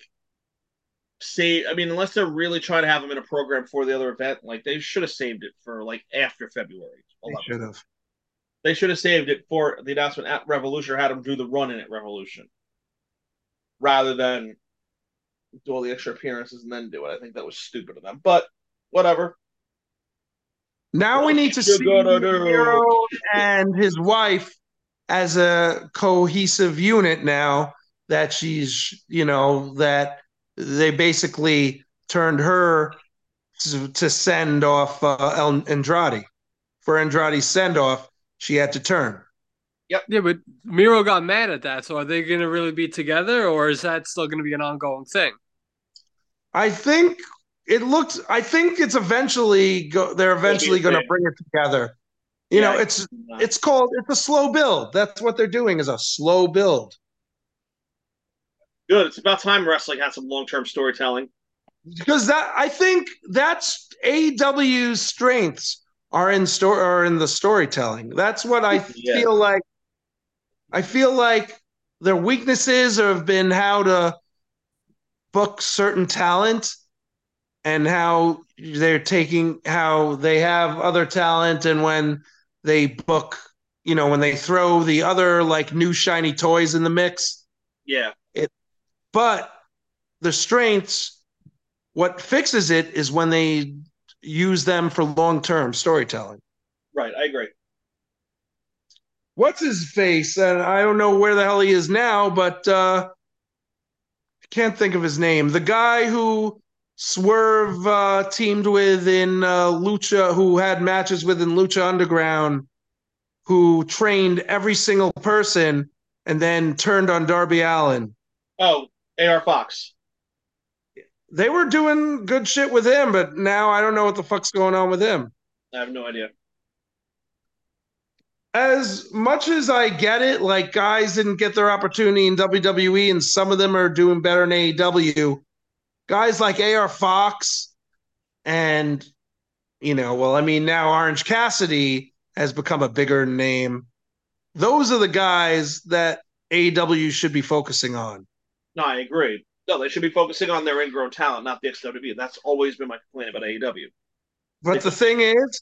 Speaker 2: saved. I mean, unless they're really trying to have him in a program for the other event, like they should have saved it for like after February.
Speaker 1: they
Speaker 2: 11th.
Speaker 1: should have
Speaker 2: They should have saved it for the announcement at Revolution or had him do the run in at Revolution rather than do all the extra appearances and then do it. I think that was stupid of them, but whatever.
Speaker 1: Now we need to
Speaker 2: You're
Speaker 1: see
Speaker 2: gonna do.
Speaker 1: Miro and his wife as a cohesive unit now that she's, you know, that they basically turned her to, to send off uh, El Andrade. For Andrade's send off, she had to turn.
Speaker 4: Yeah, but Miro got mad at that. So are they going to really be together or is that still going to be an ongoing thing?
Speaker 1: I think it looked, I think it's eventually, go, they're eventually going to
Speaker 2: thing.
Speaker 1: bring it together. You
Speaker 2: Yeah,
Speaker 1: know,
Speaker 2: I-
Speaker 1: it's it's called it's a slow build that's what they're doing is a slow build
Speaker 2: good. It's about time wrestling had some long term storytelling.
Speaker 1: because that i think that's aw's strengths are in store are in the storytelling that's what i
Speaker 2: Yeah.
Speaker 1: feel like i feel like their weaknesses have been how to book certain talent and how they're taking how they have other talent and when they book you know when they throw the other like new shiny toys in the mix
Speaker 2: Yeah,
Speaker 1: but the strengths what fixes it is when they use them for long-term storytelling
Speaker 2: right. I agree.
Speaker 1: what's his face and i don't know where the hell he is now but uh i can't think of his name the guy who swerve uh teamed with in uh lucha who had matches with in lucha underground who trained every single person and then turned on darby allen
Speaker 2: Oh, AR Fox.
Speaker 1: they were doing good shit with him, but now I don't know what the fuck's going on with him.
Speaker 2: I have no idea.
Speaker 1: As much as I get it, like guys didn't get their opportunity in WWE, and some of them are doing better in AEW. Guys like AR Fox and, you know, well, I mean, now Orange Cassidy has become a bigger name. Those are the guys that AEW should be focusing on.
Speaker 2: No, I agree. No, they should be focusing on their ingrown talent, not the XW. That's always been my complaint about E AEW.
Speaker 1: But the thing is,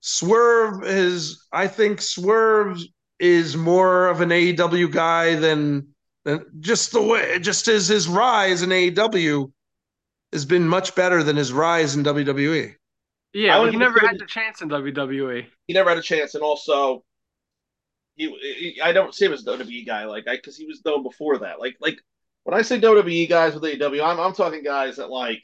Speaker 1: Swerve is. I think Swerve is more of an AEW guy than, than just the way. Just as his rise in AEW has been much better than his rise in E. WWE.
Speaker 2: I
Speaker 4: Yeah, well,
Speaker 2: would
Speaker 4: he never had
Speaker 2: consider-
Speaker 4: E. the chance in WWE.
Speaker 2: He never had a chance, and also He, he- I don't see him as a WWE guy, like I, because he was known before that. Like, like when I say WWE guys with AEW, I'm, I'm talking guys that like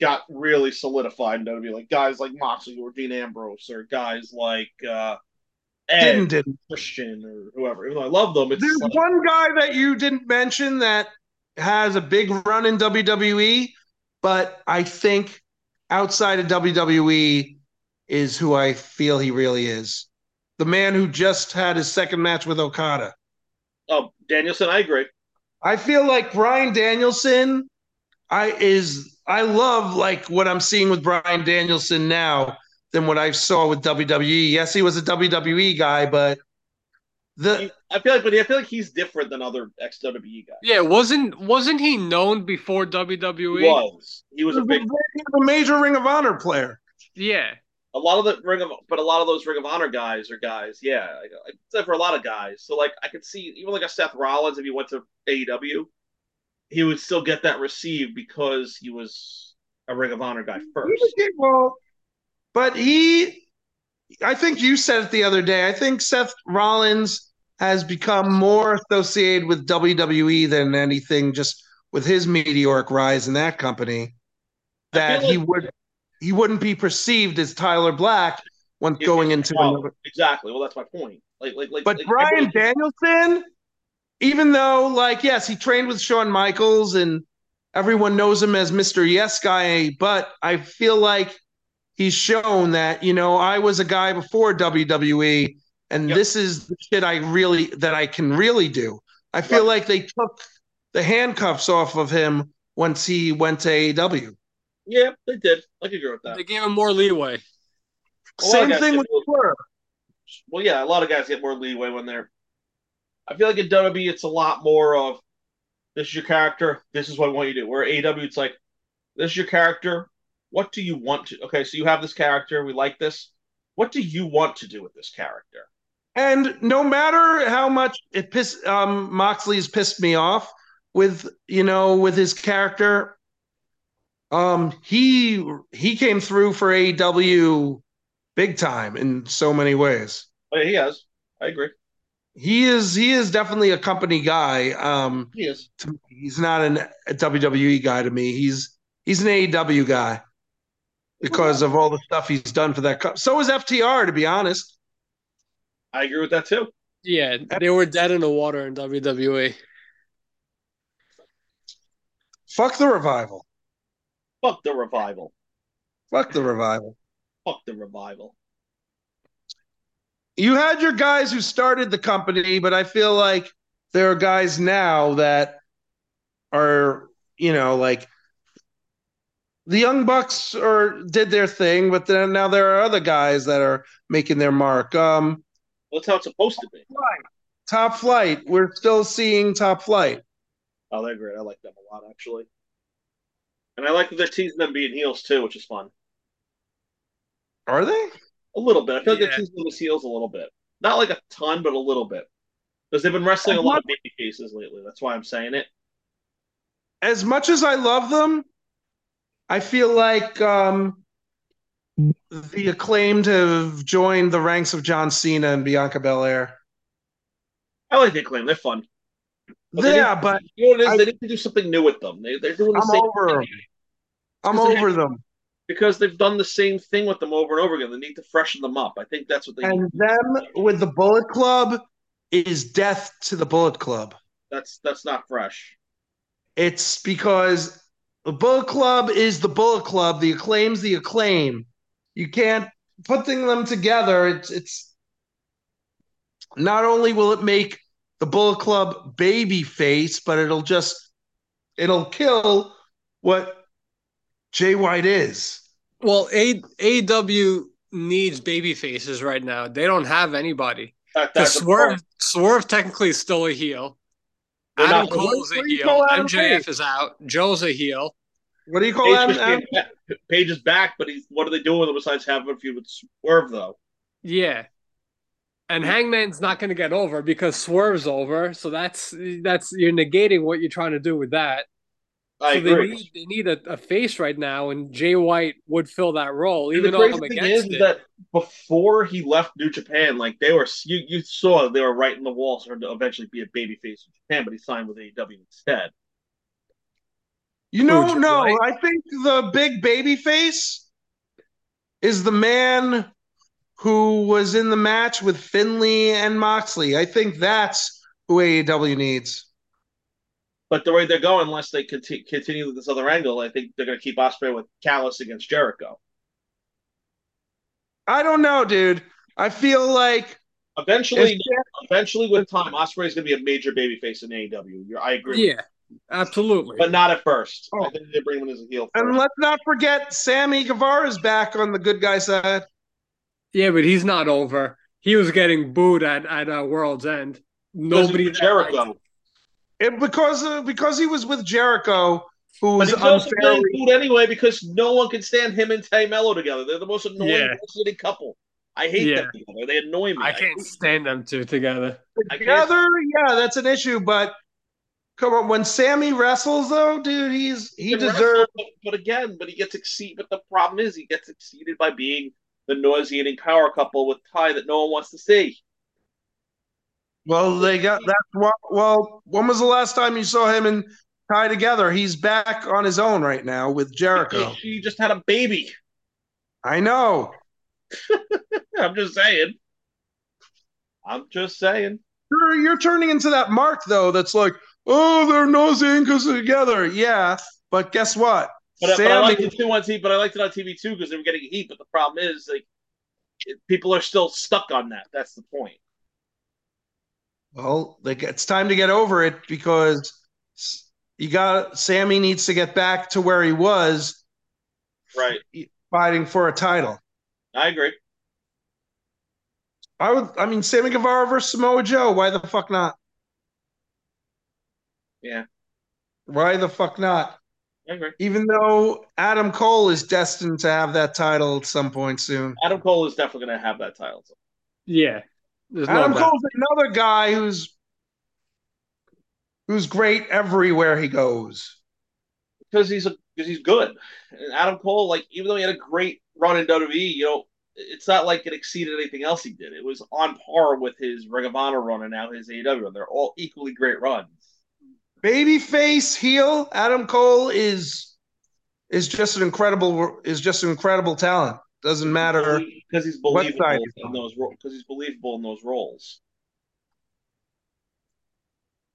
Speaker 2: got really solidified in WWE, like guys like Moxley or Dean Ambrose or guys like uh, Ed
Speaker 1: Didn't didn't.
Speaker 2: Christian or whoever. Even though I love them, it's
Speaker 1: There's
Speaker 2: like,
Speaker 1: one guy that you didn't mention that has a big run in WWE, but I think outside of WWE is who I feel he really is. The man who just had his second match with Okada.
Speaker 2: oh Danielson. I agree.
Speaker 1: I feel like Brian Danielson I is I love like what I'm seeing with Brian Danielson now than what I saw with WWE. Yes, he was a WWE guy, but the
Speaker 2: He- I feel like, but I feel like he's different than other ex WWE guys.
Speaker 4: Yeah, wasn't wasn't he known before E?
Speaker 2: He
Speaker 4: WWE?
Speaker 2: was. He was a big.
Speaker 1: a major Ring of Honor player.
Speaker 4: Yeah.
Speaker 2: A lot of the Ring of, but a lot of those Ring of Honor guys are guys. Yeah, like, like, except for a lot of guys. So like, I could see even like a Seth Rollins if he went to AEW, he would still get that received because he was a Ring of Honor guy
Speaker 1: He was
Speaker 2: first.
Speaker 1: getting well, but he, I think you said it the other day. I think Seth Rollins has become more associated with WWE than anything, just with his meteoric rise in that company.
Speaker 2: I feel
Speaker 1: That he
Speaker 2: like-
Speaker 1: would, he wouldn't be perceived as Tyler Black when
Speaker 2: If
Speaker 1: going
Speaker 2: he's
Speaker 1: into
Speaker 2: wrong.
Speaker 1: another.
Speaker 2: Exactly. Well, that's my point. Like, like, like.
Speaker 1: But
Speaker 2: like, I
Speaker 1: Brian
Speaker 2: feel like-
Speaker 1: Danielson, even though, like, yes, he trained with Shawn Michaels and everyone knows him as Mr. Yes Guy, but I feel like he's shown that, you know, I was a guy before WWE, and
Speaker 2: Yep.
Speaker 1: this is the shit I really that I can really do. I feel
Speaker 2: Right.
Speaker 1: like they took the handcuffs off of him once he went to E AEW.
Speaker 2: yeah, they did. I could agree with that.
Speaker 4: They gave him more leeway.
Speaker 2: A lot of
Speaker 1: Same
Speaker 2: guys
Speaker 1: thing
Speaker 2: did.
Speaker 1: with Swerve.
Speaker 2: well, yeah, a lot of guys get more leeway when they're. I feel like at WWE, it's a lot more of this is your character, this is what I want you to do. Where AW, it's like this is your character, what do you want to? Okay, so you have this character, we like this. What do you want to do with this character?
Speaker 1: And no matter how much it piss, um, Moxley's pissed me off with you know with his character, um, he he came through for AEW big time in so many ways.
Speaker 2: Oh, yeah, he has. I agree.
Speaker 1: He is he is definitely a company guy. Um,
Speaker 2: He is.
Speaker 1: to me. he's not an, a WWE guy to me. He's he's an AEW guy because of all the stuff he's done for that. co- So is FTR, to be honest.
Speaker 2: I agree with that too.
Speaker 4: Yeah, they were dead in the water in E. WWE.
Speaker 1: Fuck the revival.
Speaker 2: Fuck the revival.
Speaker 1: Fuck the revival.
Speaker 2: Fuck the revival.
Speaker 1: you had your guys who started the company, but I feel like there are guys now that are, you know, like the Young Bucks or did their thing, but then now there are other guys that are making their mark. Um,
Speaker 2: Well, That's how it's supposed to be.
Speaker 1: Top Flight, we're still seeing Top Flight.
Speaker 2: Oh, they're great. I like them a lot, actually. And I like that they're teasing them being heels too, which is fun.
Speaker 1: Are they?
Speaker 2: A little bit. I feel like
Speaker 4: Yeah.
Speaker 2: they're teasing them as heels a little bit. Not like a ton, but a little bit. Because they've been wrestling a lot of baby faces lately. That's why I'm saying it.
Speaker 1: As much as I love them, I feel like um, the acclaimed have joined the ranks of John Cena and Bianca Belair.
Speaker 2: I like the claim. They're fun. But they
Speaker 1: Yeah, but
Speaker 2: You know what it is?
Speaker 1: I-
Speaker 2: they need to do something new with them. They, they're doing the
Speaker 1: I'm
Speaker 2: same
Speaker 1: over
Speaker 2: thing.
Speaker 1: 'em. I'm
Speaker 2: Because they-
Speaker 1: over them.
Speaker 2: Because they've done the same thing with them over and over again. They need to freshen them up. I think that's what they
Speaker 1: And
Speaker 2: need.
Speaker 1: them with the Bullet Club is death to the Bullet Club.
Speaker 2: That's that's not fresh.
Speaker 1: It's because the Bullet Club is the Bullet Club. The acclaim's the acclaim. You can't putting them together. It's it's not only will it make the Bullet Club baby face, but it'll just it'll kill what Jay White is.
Speaker 4: Well, A AEW needs baby faces right now. They don't have anybody.
Speaker 2: That,
Speaker 4: The
Speaker 2: that's a problem.
Speaker 4: Swerve Swerve technically is still a heel.
Speaker 2: They're
Speaker 4: Adam
Speaker 2: not-
Speaker 4: Cole's a
Speaker 1: What do you
Speaker 4: heel.
Speaker 1: call Adam
Speaker 4: MJF is out. Joe's a heel.
Speaker 1: What do you call
Speaker 2: Page,
Speaker 1: that?
Speaker 2: is getting back. Page is back, but he's what are they doing with him besides having a feud with Swerve though?
Speaker 4: Yeah. And Hangman's not going to get over because Swerve's over. So that's that's you're negating what you're trying to do with that.
Speaker 2: I
Speaker 4: so
Speaker 2: agree.
Speaker 4: they need they need a, a face right now, and Jay White would fill that role,
Speaker 2: And
Speaker 4: even
Speaker 2: the
Speaker 4: though
Speaker 2: crazy
Speaker 4: I'm
Speaker 2: thing is
Speaker 4: against it.
Speaker 2: that before he left New Japan, like they were, you, you saw they were right in the walls for him to eventually be a babyface in Japan, but he signed with AEW instead.
Speaker 1: You know,
Speaker 4: Jay
Speaker 1: no,
Speaker 4: White?
Speaker 1: I think the big baby face is the man who was in the match with Finley and Moxley. I think that's who AEW needs.
Speaker 2: But the way they're going, unless they conti- continue with this other angle, I think they're going to keep Osprey with Callus against Jericho.
Speaker 1: I don't know, dude. I feel like
Speaker 2: Eventually,
Speaker 1: if,
Speaker 2: eventually with time, Osprey is going to be a major babyface in AEW. You're, I agree, with
Speaker 4: Yeah, absolutely.
Speaker 2: you. but not at first.
Speaker 1: Oh.
Speaker 2: I think they bring him in as a heel. First.
Speaker 1: and let's not forget Sammy Guevara's back on the good guy side.
Speaker 4: yeah, but he's not over. He was getting booed at at uh, World's End.
Speaker 2: Because
Speaker 4: Nobody
Speaker 2: of
Speaker 4: that liked
Speaker 2: Jericho,
Speaker 4: him.
Speaker 1: And because uh, because he was with Jericho,
Speaker 2: but
Speaker 1: who was
Speaker 2: he's also
Speaker 1: unfairly
Speaker 2: getting booed anyway because no one can stand him and Tay Mello together. They're the most annoying
Speaker 4: Yeah.
Speaker 2: bullshitting couple. I hate them together. They annoy me.
Speaker 4: I can't stand them two together.
Speaker 2: I can't-
Speaker 1: together, yeah, that's an issue. But come on, when Sammy wrestles though, dude, he's he
Speaker 2: can wrestle,
Speaker 1: deserves.
Speaker 2: but, but again, but he gets exceed. But the problem is, he gets exceeded by being the nauseating power couple with Ty that no one wants to see.
Speaker 1: Well, they got that's why. Well, when was the last time you saw him and Ty together? He's back on his own right now with Jericho.
Speaker 2: She just had a baby.
Speaker 1: I know.
Speaker 2: I'm just saying. I'm just saying.
Speaker 1: You're, you're turning into that mark though. That's like, oh, they're nosing because they're together. Yeah, but guess what?
Speaker 2: But, but I
Speaker 1: Sammy,
Speaker 2: liked it too on TV. But I liked it on TV too because they were getting heat. But the problem is, like, it- people are still stuck on that. That's the point.
Speaker 1: well, like it's time to get over it because s- you got Sammy needs to get back to where he was
Speaker 2: Right.
Speaker 1: fighting for a title.
Speaker 2: I agree.
Speaker 1: I would. I mean, Sammy Guevara versus Samoa Joe. Why the fuck not?
Speaker 2: Yeah.
Speaker 1: Why the fuck not?
Speaker 2: I agree.
Speaker 1: Even though Adam Cole is destined to have that title at some point soon.
Speaker 2: Adam Cole is definitely going to have that title.
Speaker 4: Yeah, there's no
Speaker 1: Adam
Speaker 4: doubt.
Speaker 1: Cole's another guy who's who's great everywhere he goes.
Speaker 2: because he's a because he's good. And Adam Cole, like even though he had a great run in WWE, you know, it's not like it exceeded anything else he did. It was on par with his Ring of Honor run and now his AEW run. They're all equally great runs.
Speaker 1: Babyface heel Adam Cole is is just an incredible is just an incredible talent. Doesn't matter.
Speaker 2: because he's
Speaker 1: What side
Speaker 2: believable
Speaker 1: is
Speaker 2: in
Speaker 1: on?
Speaker 2: those because he's believable in those roles.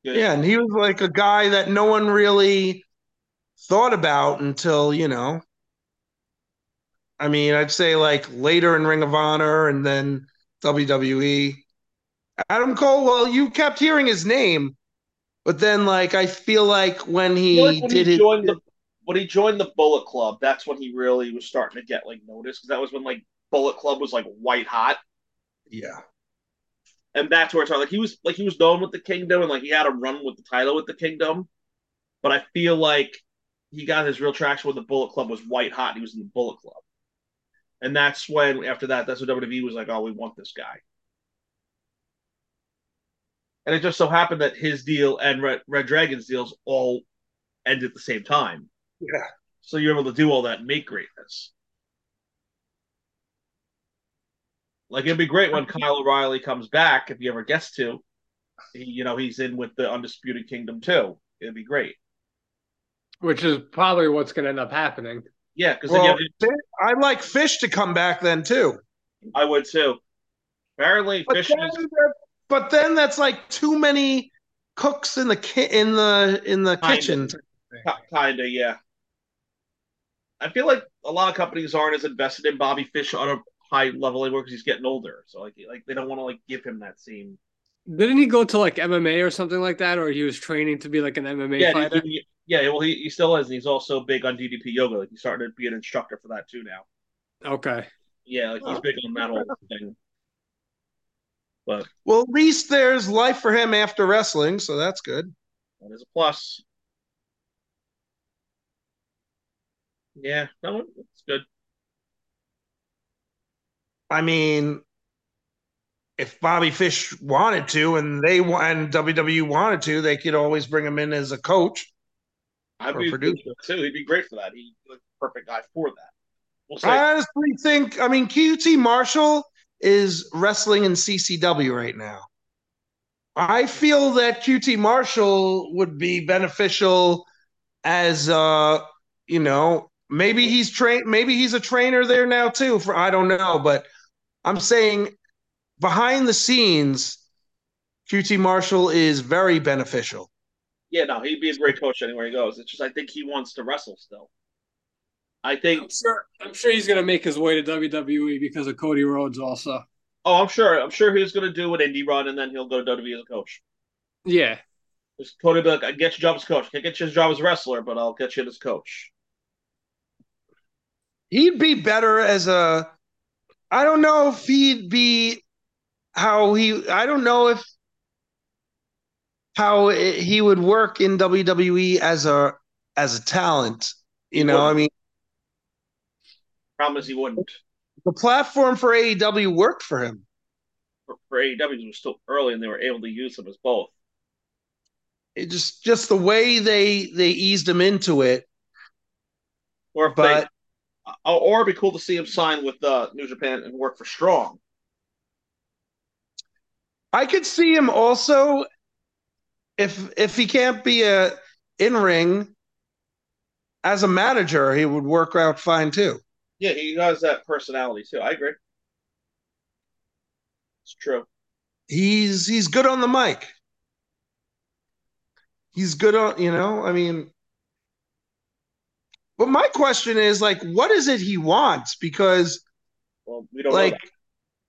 Speaker 2: Good.
Speaker 1: Yeah, and he was like a guy that no one really thought about until, you know, I mean, I'd say like later in Ring of Honor and then WWE. Adam Cole, well, you kept hearing his name, but then like I feel like when
Speaker 2: I
Speaker 1: he
Speaker 2: feel like when
Speaker 1: did
Speaker 2: he
Speaker 1: his
Speaker 2: joined the when he joined the Bullet Club, that's when he really was starting to get like noticed. 'cause that was when like Bullet Club was like white hot.
Speaker 1: yeah.
Speaker 2: and that's where it started. Like he was like he was known with the kingdom, and like he had a run with the title with the kingdom. But I feel like he got his real traction when the Bullet Club was white hot. And he was in the Bullet Club, and that's when after that, that's when WWE was like, "Oh, we want this guy." And it just so happened that his deal and Red, Red Dragon's deals all end at the same time.
Speaker 1: Yeah.
Speaker 2: So you're able to do all that and make greatness. Like it'd be great when Kyle O'Reilly comes back if he ever gets to. He, you know, he's in with the Undisputed Kingdom too. It'd be great.
Speaker 4: Which is probably what's going to end up happening.
Speaker 2: Yeah, because
Speaker 1: Well, Fi- I'd like Fish to come back then too.
Speaker 2: I would too. Apparently,
Speaker 1: But
Speaker 2: Fish
Speaker 1: then,
Speaker 2: is
Speaker 1: that- but then that's like too many cooks in the ki- in the in the
Speaker 2: Kinda.
Speaker 1: kitchen.
Speaker 2: kind of yeah. I feel like a lot of companies aren't as invested in Bobby Fish on a high level anymore because he's getting older. So like, like they don't want to like give him that same
Speaker 4: Didn't he go to like MMA or something like that, or he was training to be like an MMA
Speaker 2: yeah,
Speaker 4: fighter?
Speaker 2: he- he- yeah. Well, he, he still is, and he's also big on DDP yoga. Like he's starting to be an instructor for that too now.
Speaker 4: Okay.
Speaker 2: Yeah, like he's big on that whole thing.
Speaker 1: Well, at least there's life for him after wrestling, so that's good.
Speaker 2: That is a plus. Yeah, no, it's good.
Speaker 1: I mean, if Bobby Fish wanted E to, and they wa- and WWE wanted to, they could always bring him in as a coach.
Speaker 2: I'd
Speaker 5: Or
Speaker 2: be
Speaker 5: producer.
Speaker 2: too. He'd be great for that. He'd be the perfect guy for that. We'll say
Speaker 1: I honestly think, I mean, QT Marshall is wrestling in CCW right now. I feel that QT Marshall would be beneficial as, uh, you know, maybe he's trained, maybe he's a trainer there now too. For I don't know, but I'm saying behind the scenes, QT Marshall is very beneficial.
Speaker 2: Yeah, no, he'd be a great coach anywhere he goes. It's just I think he wants to wrestle still. I think.
Speaker 4: I'm sure. I'm sure he's gonna make his way to WWE because of Cody Rhodes. Also,
Speaker 2: Oh, I'm sure. I'm sure he's going to do an indie run, and then he'll go to WWE as a coach.
Speaker 4: yeah,
Speaker 2: Just Cody be like, "I can get your job as coach. Can't get you a job as a wrestler, but I'll get you as coach."
Speaker 1: He'd be better as a. I don't know if he'd be how he. I don't know if how it, he would work in WWE as a as a talent. You know, I mean,
Speaker 2: Problem is, he wouldn't.
Speaker 1: the platform for AEW worked for him.
Speaker 2: For, for AEW, it was still early, and they were able to use him as both.
Speaker 1: It just just the way they they eased him into it.
Speaker 2: Or if
Speaker 1: But
Speaker 2: they, or- or it'd be cool to see him sign with uh, New Japan and work for Strong.
Speaker 1: I could see him also if if he can't be a in ring as a manager, he would work out fine too.
Speaker 2: Yeah, he has that personality too. I agree. It's true.
Speaker 1: He's he's good on the mic. He's good on you know, I mean but my question is like what is it he wants? Because
Speaker 2: Well, we don't know
Speaker 1: like
Speaker 2: that.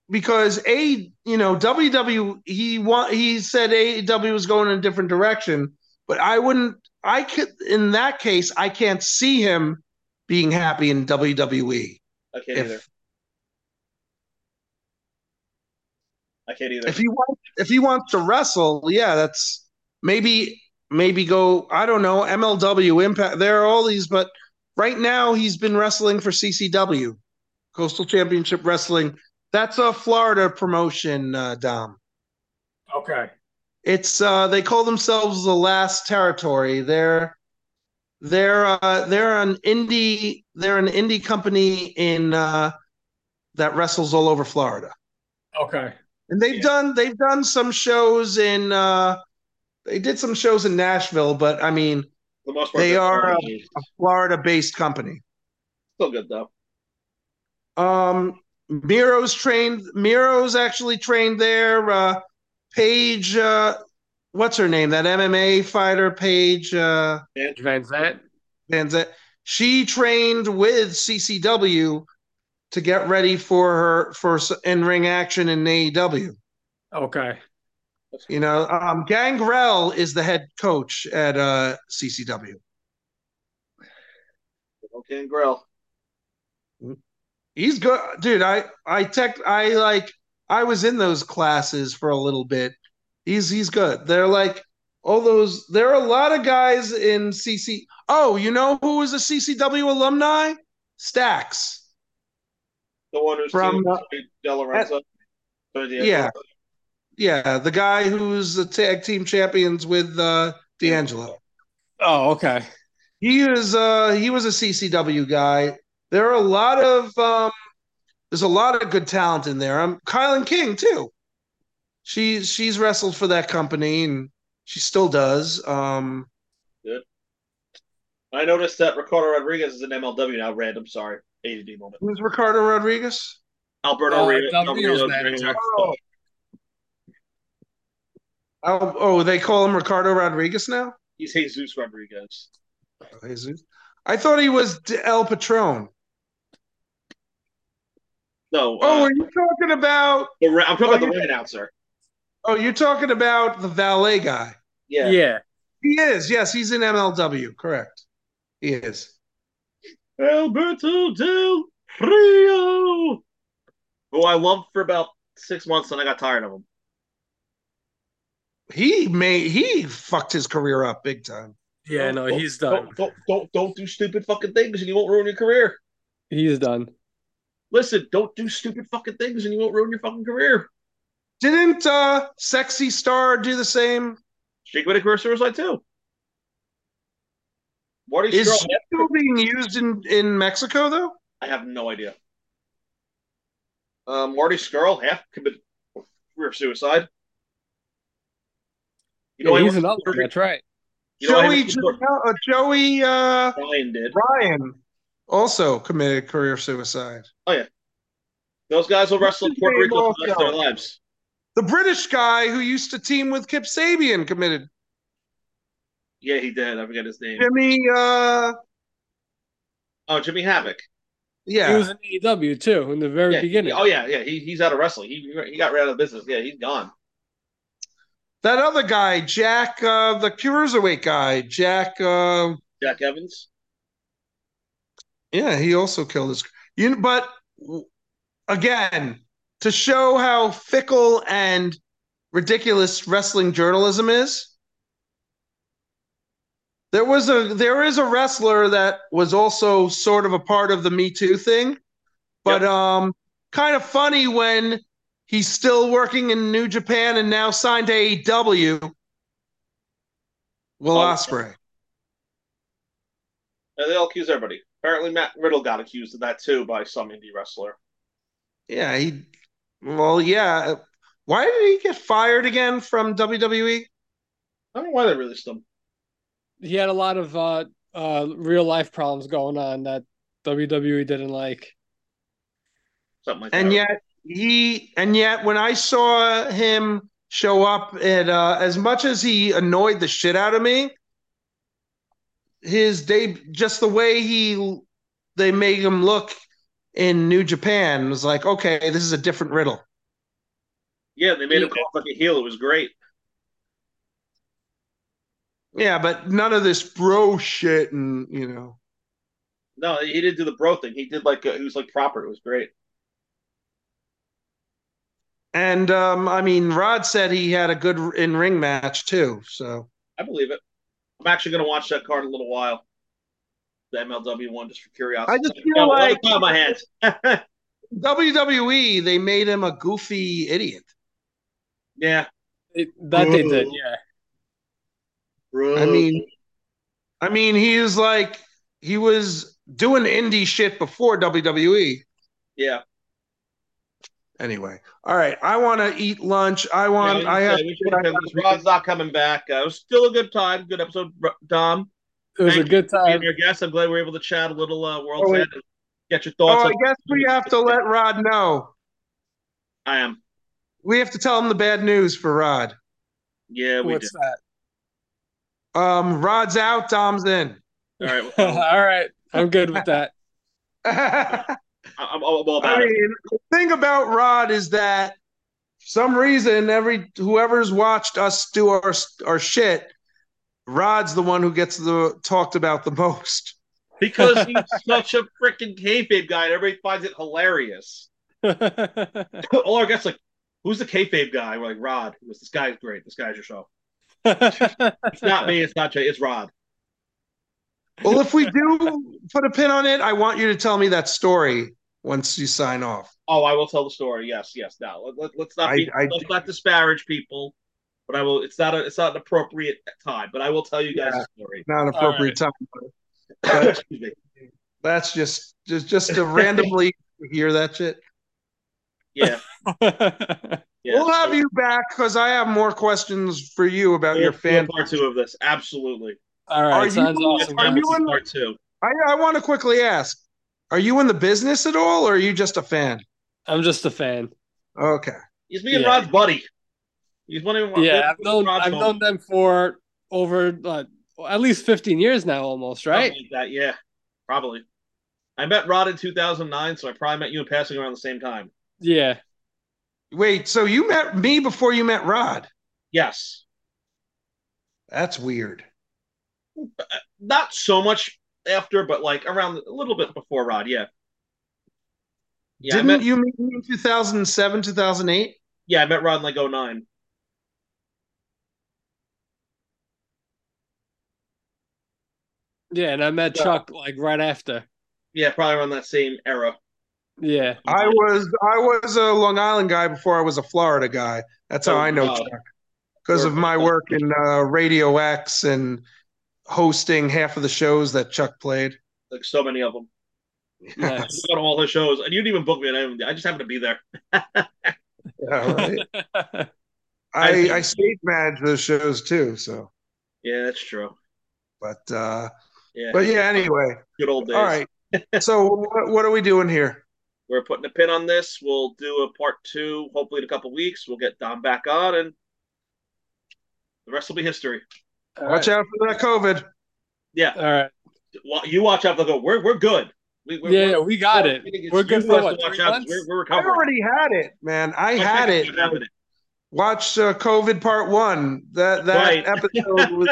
Speaker 1: because a you know WWE he want he said AEW was going in a different direction, but I wouldn't I could in that case I can't see him being happy in E. WWE
Speaker 2: I can't either.
Speaker 1: if
Speaker 2: I can't either.
Speaker 1: if he wants if he wants to wrestle yeah that's maybe maybe go I don't know MLW Impact there are all these but right now he's been wrestling for CCW Coastal Championship Wrestling that's a Florida promotion uh, Dom.
Speaker 5: Okay.
Speaker 1: It's uh, they call themselves the Last Territory. They're they're uh, they're an indie they're an indie company in uh, that wrestles all over Florida,
Speaker 5: Okay.
Speaker 1: and they've
Speaker 2: Yeah.
Speaker 1: done they've done some shows in uh, they did some shows in Nashville, but I mean
Speaker 2: For the most
Speaker 1: they
Speaker 2: they're
Speaker 1: are, uh,
Speaker 2: Florida.
Speaker 1: Florida based company.
Speaker 2: still good though.
Speaker 1: Um, Miro's trained. Miro's actually trained there. Uh, Paige, uh, what's her name? That MMA fighter, Paige. Uh,
Speaker 4: Van Zant.
Speaker 1: fans that she trained with CCW to get ready for her for in ring action in AEW.
Speaker 5: Okay.
Speaker 1: You know, um, Gangrel is the head coach at uh, CCW.
Speaker 2: Okay, grill.
Speaker 1: He's good, dude. I I tech I like I was in those classes for a little bit. He's he's good. They're like all those. There are a lot of guys in CC. Oh, you know who was a CCW alumni? Stacks.
Speaker 2: The one who's
Speaker 1: From, uh,
Speaker 2: Delarenzo.
Speaker 1: yeah. Yeah, the guy who's the tag team champions with uh, D'Angelo.
Speaker 4: Oh, okay.
Speaker 1: He is uh, he was a CCW guy. There are a lot of um, there's a lot of good talent in there. Um, Kylan King too. She she's wrestled for that company and she still does. Um,
Speaker 2: I noticed that Ricardo Rodriguez is in MLW now. Random, sorry, ADD moment.
Speaker 1: who's Ricardo Rodriguez?
Speaker 2: Alberto
Speaker 4: Uh,
Speaker 2: Rio-
Speaker 4: W's
Speaker 2: Alberto
Speaker 4: manager.
Speaker 2: Rodriguez.
Speaker 1: Oh. Oh, oh, they call him Ricardo Rodriguez now.
Speaker 2: He's Jesus Rodriguez.
Speaker 1: Jesus. I thought he was El Patron.
Speaker 2: No, uh,
Speaker 1: Oh, are you talking about?
Speaker 2: the ra- I'm talking
Speaker 1: oh,
Speaker 2: about the
Speaker 1: you-
Speaker 2: ring announcer.
Speaker 1: Oh, you're talking about the valet guy.
Speaker 2: Yeah,
Speaker 1: He is. Yes, he's in MLW. Correct. He is.
Speaker 2: Alberto Del Rio, who I loved for about six months, and I got tired of him.
Speaker 1: He made he fucked his career up big time.
Speaker 4: Yeah, no,
Speaker 2: Don't-
Speaker 4: he's done.
Speaker 2: Don't, don't don't don't do stupid fucking things, and you won't ruin your career.
Speaker 4: He's done.
Speaker 2: Listen, don't do stupid fucking things, and you won't ruin your fucking career.
Speaker 1: Didn't uh Sexy Star do the same?
Speaker 2: Jake Whitaker Suicide too. Marty
Speaker 1: Is
Speaker 2: Skrull.
Speaker 1: she still being used in, in Mexico though?
Speaker 2: I have no idea. Uh, Marty Skrull half committed career suicide. You know,
Speaker 4: yeah,
Speaker 2: I
Speaker 4: he's
Speaker 2: went-
Speaker 4: another one. That's right.
Speaker 2: you know I
Speaker 1: Joey
Speaker 2: went to Jordan
Speaker 1: Janela- uh, Joey uh,
Speaker 2: Bryan did.
Speaker 1: Ryan also committed career suicide.
Speaker 2: Those guys will wrestle in Puerto
Speaker 1: Name
Speaker 2: Rico for
Speaker 1: also.
Speaker 2: the rest of their lives.
Speaker 1: The British guy who used to team with Kip Sabian committed
Speaker 2: Yeah, he did. I forget his name.
Speaker 1: Jimmy. Uh,
Speaker 2: Oh, Jimmy Havoc.
Speaker 1: yeah,
Speaker 4: He was in AEW too in the very
Speaker 2: Yeah, he-
Speaker 4: beginning.
Speaker 2: oh yeah, yeah. He, he's out of wrestling. He he got rid of the business. Yeah, he's gone.
Speaker 1: that other guy, Jack, uh, the cruiserweight guy, Jack. Uh,
Speaker 2: Jack Evans.
Speaker 1: Yeah, he also killed his. You, but w- again, to show how fickle and ridiculous wrestling journalism is, there was a there is a wrestler that was also sort of a part of the Me Too thing, but um, kind of funny when he's still working in New Japan and now signed to AEW. Will
Speaker 2: Oh,
Speaker 1: Osprey?
Speaker 2: And they'll Uh, accuse everybody. Apparently, Matt Riddle got accused of that too by some indie wrestler.
Speaker 1: Yeah, he. Well, yeah. Why did he get fired again from E? WWE?
Speaker 2: I don't know why they released him.
Speaker 4: He had a lot of uh, uh, real life problems going on that WWE didn't like.
Speaker 2: Something like
Speaker 1: And
Speaker 2: that.
Speaker 1: yet he, and yet when I saw him show up, at uh, as much as he annoyed the shit out of me, his day, just the way he, they made him look in New Japan was like, okay, this is a different riddle.
Speaker 2: yeah, they made him call like a heel. It was great.
Speaker 1: Yeah, but none of this bro shit, and you know,
Speaker 2: No, he didn't do the bro thing. He did like a, he was like proper. It was great.
Speaker 1: and um, I mean, Rod said he had a good in ring match too, so.
Speaker 2: I believe it. I'm actually going to watch that card in a little while. The MLW one, just for curiosity.
Speaker 1: I just feel
Speaker 2: Got a lot of
Speaker 1: like-
Speaker 2: time on my hands.
Speaker 1: WWE, E, they made him a goofy idiot.
Speaker 2: yeah,
Speaker 4: It, that they did,
Speaker 2: Ooh.
Speaker 4: yeah.
Speaker 2: bro.
Speaker 1: I mean, I mean, he is like he was doing indie shit before WWE.
Speaker 2: yeah.
Speaker 1: Anyway, all right. I want to eat lunch. I want.
Speaker 2: Yeah,
Speaker 1: I have.
Speaker 2: we should have him, 'cause Rod's not coming back. Uh, it was still a good time. Good episode, Ro- Dom.
Speaker 4: It was
Speaker 2: Thank
Speaker 4: a good
Speaker 2: Being
Speaker 4: time.
Speaker 2: your guest, I'm glad we were able to chat a little. Uh, World's
Speaker 1: Uh, Oh,
Speaker 2: End and get your
Speaker 1: Oh,
Speaker 2: thoughts.
Speaker 1: I
Speaker 2: on-
Speaker 1: guess we have to let Rod know.
Speaker 2: I am.
Speaker 1: We have to tell him the bad news for Rod.
Speaker 2: Yeah, we
Speaker 4: What's that?
Speaker 1: Um, Rod's out. Dom's in.
Speaker 2: did. All right.
Speaker 4: All
Speaker 2: Well,
Speaker 4: right, I'm good with that.
Speaker 1: I
Speaker 2: I- I'm all I'm all about it.
Speaker 1: mean, the thing about Rod is that for some reason every whoever's watched us do our our shit, Rod's the one who gets the talked about the most.
Speaker 2: because he's such a freaking kayfabe guy, and everybody finds it hilarious. all our guests like, who's the kayfabe guy? We're like, Rod. He goes, this guy's great. This guy's your show. It's not me. It's not Jay. It's Rod.
Speaker 1: Well, if we do put a pin on it, I want you to tell me that story once you sign off.
Speaker 2: Oh, I will tell the story. Yes, yes. Now let, let, let's not
Speaker 1: I-
Speaker 2: be,
Speaker 1: I-
Speaker 2: let's not disparage people, but I will. It's not a, it's not an appropriate time, but I will tell you guys
Speaker 1: Yeah.
Speaker 2: the story. Uh,
Speaker 1: Not an appropriate time. But
Speaker 2: Excuse me.
Speaker 1: that's just just just to randomly hear that shit.
Speaker 2: Yeah, yeah.
Speaker 1: We'll have you back because I have more questions for you about
Speaker 2: We'll
Speaker 1: your
Speaker 2: do a
Speaker 1: fan.
Speaker 2: part two of this. Absolutely.
Speaker 4: All
Speaker 1: Are
Speaker 4: right,
Speaker 1: you-
Speaker 4: sounds awesome.
Speaker 1: are
Speaker 4: guys.
Speaker 1: you in-
Speaker 2: part two.
Speaker 1: I, I want to quickly ask: Are you in the business at all, or are you just a fan?
Speaker 4: I'm just a fan.
Speaker 1: Okay.
Speaker 2: He's me and
Speaker 4: Yeah.
Speaker 2: Rod's buddy. He's one of
Speaker 4: yeah, I've
Speaker 2: Rod's
Speaker 4: known I've
Speaker 2: home.
Speaker 4: known them for over uh, at least 15 years now, almost, right?
Speaker 2: Something Like that, yeah, probably. I met Rod in 2009, so I probably met you in passing around the same time.
Speaker 4: Yeah,
Speaker 1: Wait. So you met me before you met Rod?
Speaker 2: Yes,
Speaker 1: That's weird.
Speaker 2: not so much after, but like around a little bit before Rod. Yeah. Yeah, I
Speaker 1: Didn't
Speaker 2: met,
Speaker 1: you meet me in 2007, 2008?
Speaker 2: yeah, I met Rod in like 09.
Speaker 4: yeah, and I met
Speaker 2: Yeah.
Speaker 4: Chuck like right after.
Speaker 2: Yeah, probably around that same era.
Speaker 4: Yeah,
Speaker 1: I was I was a Long Island guy before I was a Florida guy. That's how
Speaker 2: Oh,
Speaker 1: I know
Speaker 2: wow.
Speaker 1: Chuck because of my work in uh, Radio X and hosting half of the shows that Chuck played.
Speaker 2: like so many of them.
Speaker 4: Nice.
Speaker 2: on all her shows, and you didn't even book me. And I, I just happened to be there.
Speaker 1: Yeah, right.
Speaker 4: yeah,
Speaker 1: I, I stage manage those shows too. So,
Speaker 2: Yeah, that's true.
Speaker 1: but uh,
Speaker 2: Yeah,
Speaker 1: but yeah. Anyway,
Speaker 2: good old days.
Speaker 1: all right. So what, what are we doing here?
Speaker 2: We're putting a pin on this. We'll do a part two, hopefully in a couple weeks. We'll get Dom back on, and the rest will be history.
Speaker 1: Watch out for that COVID.
Speaker 2: Yeah,
Speaker 4: All right.
Speaker 2: well, you watch out. They'll go. We're we're good. We, we're,
Speaker 4: Yeah, we got it. We're good for what?
Speaker 2: Watch
Speaker 4: three
Speaker 2: out.
Speaker 4: months?
Speaker 2: We're, we're
Speaker 1: I
Speaker 2: recovering.
Speaker 1: already had it, man. I
Speaker 2: Okay,
Speaker 1: had it.
Speaker 2: you're having
Speaker 1: Watch uh, COVID part one. That that
Speaker 2: Right.
Speaker 1: episode was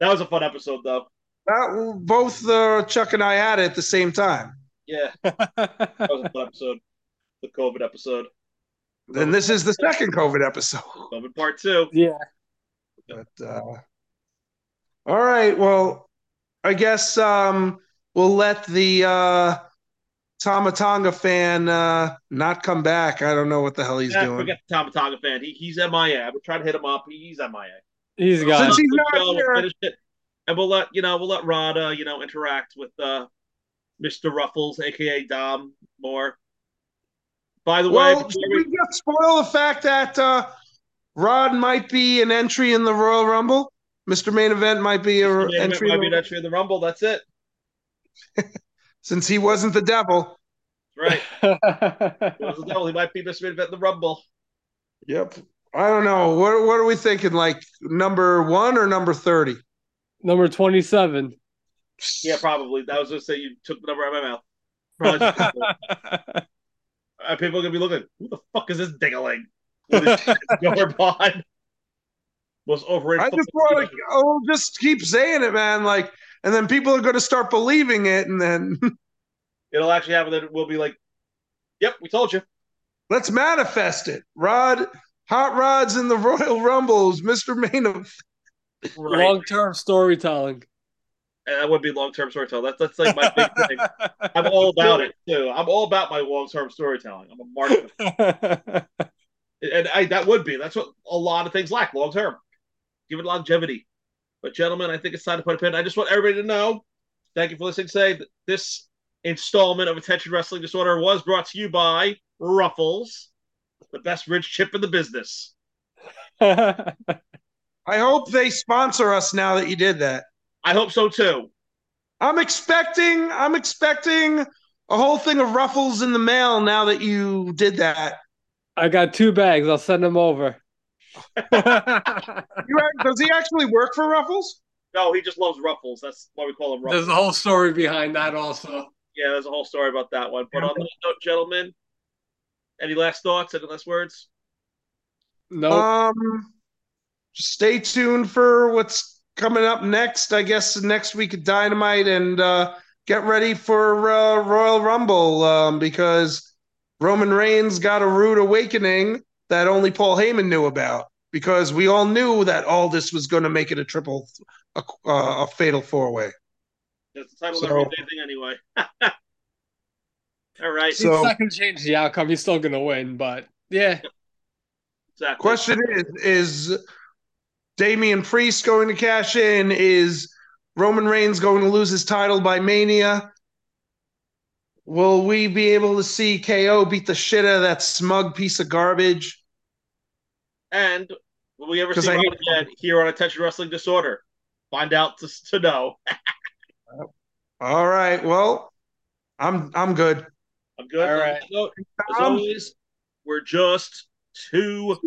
Speaker 2: That was a fun episode, though.
Speaker 1: that both uh, Chuck and I had it at the same time.
Speaker 2: Yeah, that was a fun episode. The COVID episode,
Speaker 1: Then this is the second COVID episode.
Speaker 2: COVID part two.
Speaker 4: yeah.
Speaker 1: But uh, all right, well, I guess um, we'll let the uh, Tomatonga fan uh, not come back. I don't know what the hell he's
Speaker 2: Yeah,
Speaker 1: doing.
Speaker 2: forget the Tamatanga fan. He, he's MIA. I've been trying to hit him up. He's MIA.
Speaker 4: He's got
Speaker 1: Since
Speaker 4: it.
Speaker 1: he's
Speaker 2: We'll
Speaker 1: not
Speaker 2: go, we'll
Speaker 1: here.
Speaker 2: finish it. And we'll let you know we'll let Rod uh, you know interact with uh Mr. Ruffles, aka Dom more. By the way,
Speaker 1: Well,
Speaker 2: before
Speaker 1: should
Speaker 2: we-
Speaker 1: we just spoil the fact that uh, Rod might be an entry in the Royal Rumble? Mr. Main Event might be
Speaker 2: Mr.
Speaker 1: an
Speaker 2: Main Event
Speaker 1: entry,
Speaker 2: might
Speaker 1: in
Speaker 2: be
Speaker 1: the-
Speaker 2: an entry in the Rumble. That's it.
Speaker 1: since he wasn't the devil.
Speaker 2: That's right. Well, the devil, he might be Mr. Main Event in the Rumble.
Speaker 1: Yep. I don't know. What what are we thinking? Like number one or number thirty?
Speaker 4: Number 27.
Speaker 2: Yeah, probably. That was just say you took the number out of my mouth. Probably just- Uh, people are gonna be looking. Who the fuck is this dingaling? Your pod most overrated.
Speaker 1: I just
Speaker 2: football
Speaker 1: want to.
Speaker 2: team.
Speaker 1: Oh, just keep saying it, man. Like, and then people are going to start believing it, and then
Speaker 2: It'll actually happen. That we'll be like, "Yep, we told you."
Speaker 1: let's manifest it. Rod, hot rods in the Royal Rumbles, Mister Main. Event.
Speaker 2: Right.
Speaker 4: Long term storytelling.
Speaker 2: And that would be long term storytelling. That's that's like my big thing. I'm all about it too. I'm all about my long term storytelling. I'm a marketer, and I that would be that's what a lot of things lack long term. Give it longevity. But gentlemen, I think it's time to put a pin. I just want everybody to know. Thank you for listening today. that This installment of Attention Wrestling Disorder was brought to you by Ruffles, the best ridge chip in the business.
Speaker 1: I hope they sponsor us now that you did that.
Speaker 2: I hope so too.
Speaker 1: I'm expecting. I'm expecting a whole thing of ruffles in the mail now that you did that.
Speaker 4: I got two bags. I'll send them over.
Speaker 1: You, act- does he actually work for Ruffles?
Speaker 2: No, he just loves Ruffles. That's why we call him Ruffles.
Speaker 5: There's a whole story behind that also.
Speaker 2: yeah, there's a whole story about that one. But on that note, gentlemen, any last thoughts? Any last words?
Speaker 4: No.
Speaker 1: Um, just stay tuned for what's coming up next. I guess next week at Dynamite, and uh, get ready for uh, Royal Rumble um, because Roman Reigns got a rude awakening that only Paul Heyman knew about. Because we all knew that all this was going to make it a triple, a, uh, a fatal four way.
Speaker 2: That's the title
Speaker 1: So-
Speaker 2: of every day thing anyway. All right.
Speaker 1: So-
Speaker 4: it's not going to change the outcome. He's still going to win, but yeah.
Speaker 2: Exactly.
Speaker 1: Question is: Is Damian Priest going to cash in? Is Roman Reigns going to lose his title by Mania? Will we be able to see KO beat the shit out of that smug piece of garbage?
Speaker 2: And will we ever
Speaker 1: 'Cause
Speaker 2: see
Speaker 1: I
Speaker 2: Rod
Speaker 1: hate-
Speaker 2: again here on Attention Wrestling Disorder? Find out to, to know.
Speaker 1: All right, well, I'm I'm good.
Speaker 2: I'm good.
Speaker 4: All
Speaker 2: On
Speaker 4: right.
Speaker 2: that note, As
Speaker 1: Tom?
Speaker 2: always, we're just two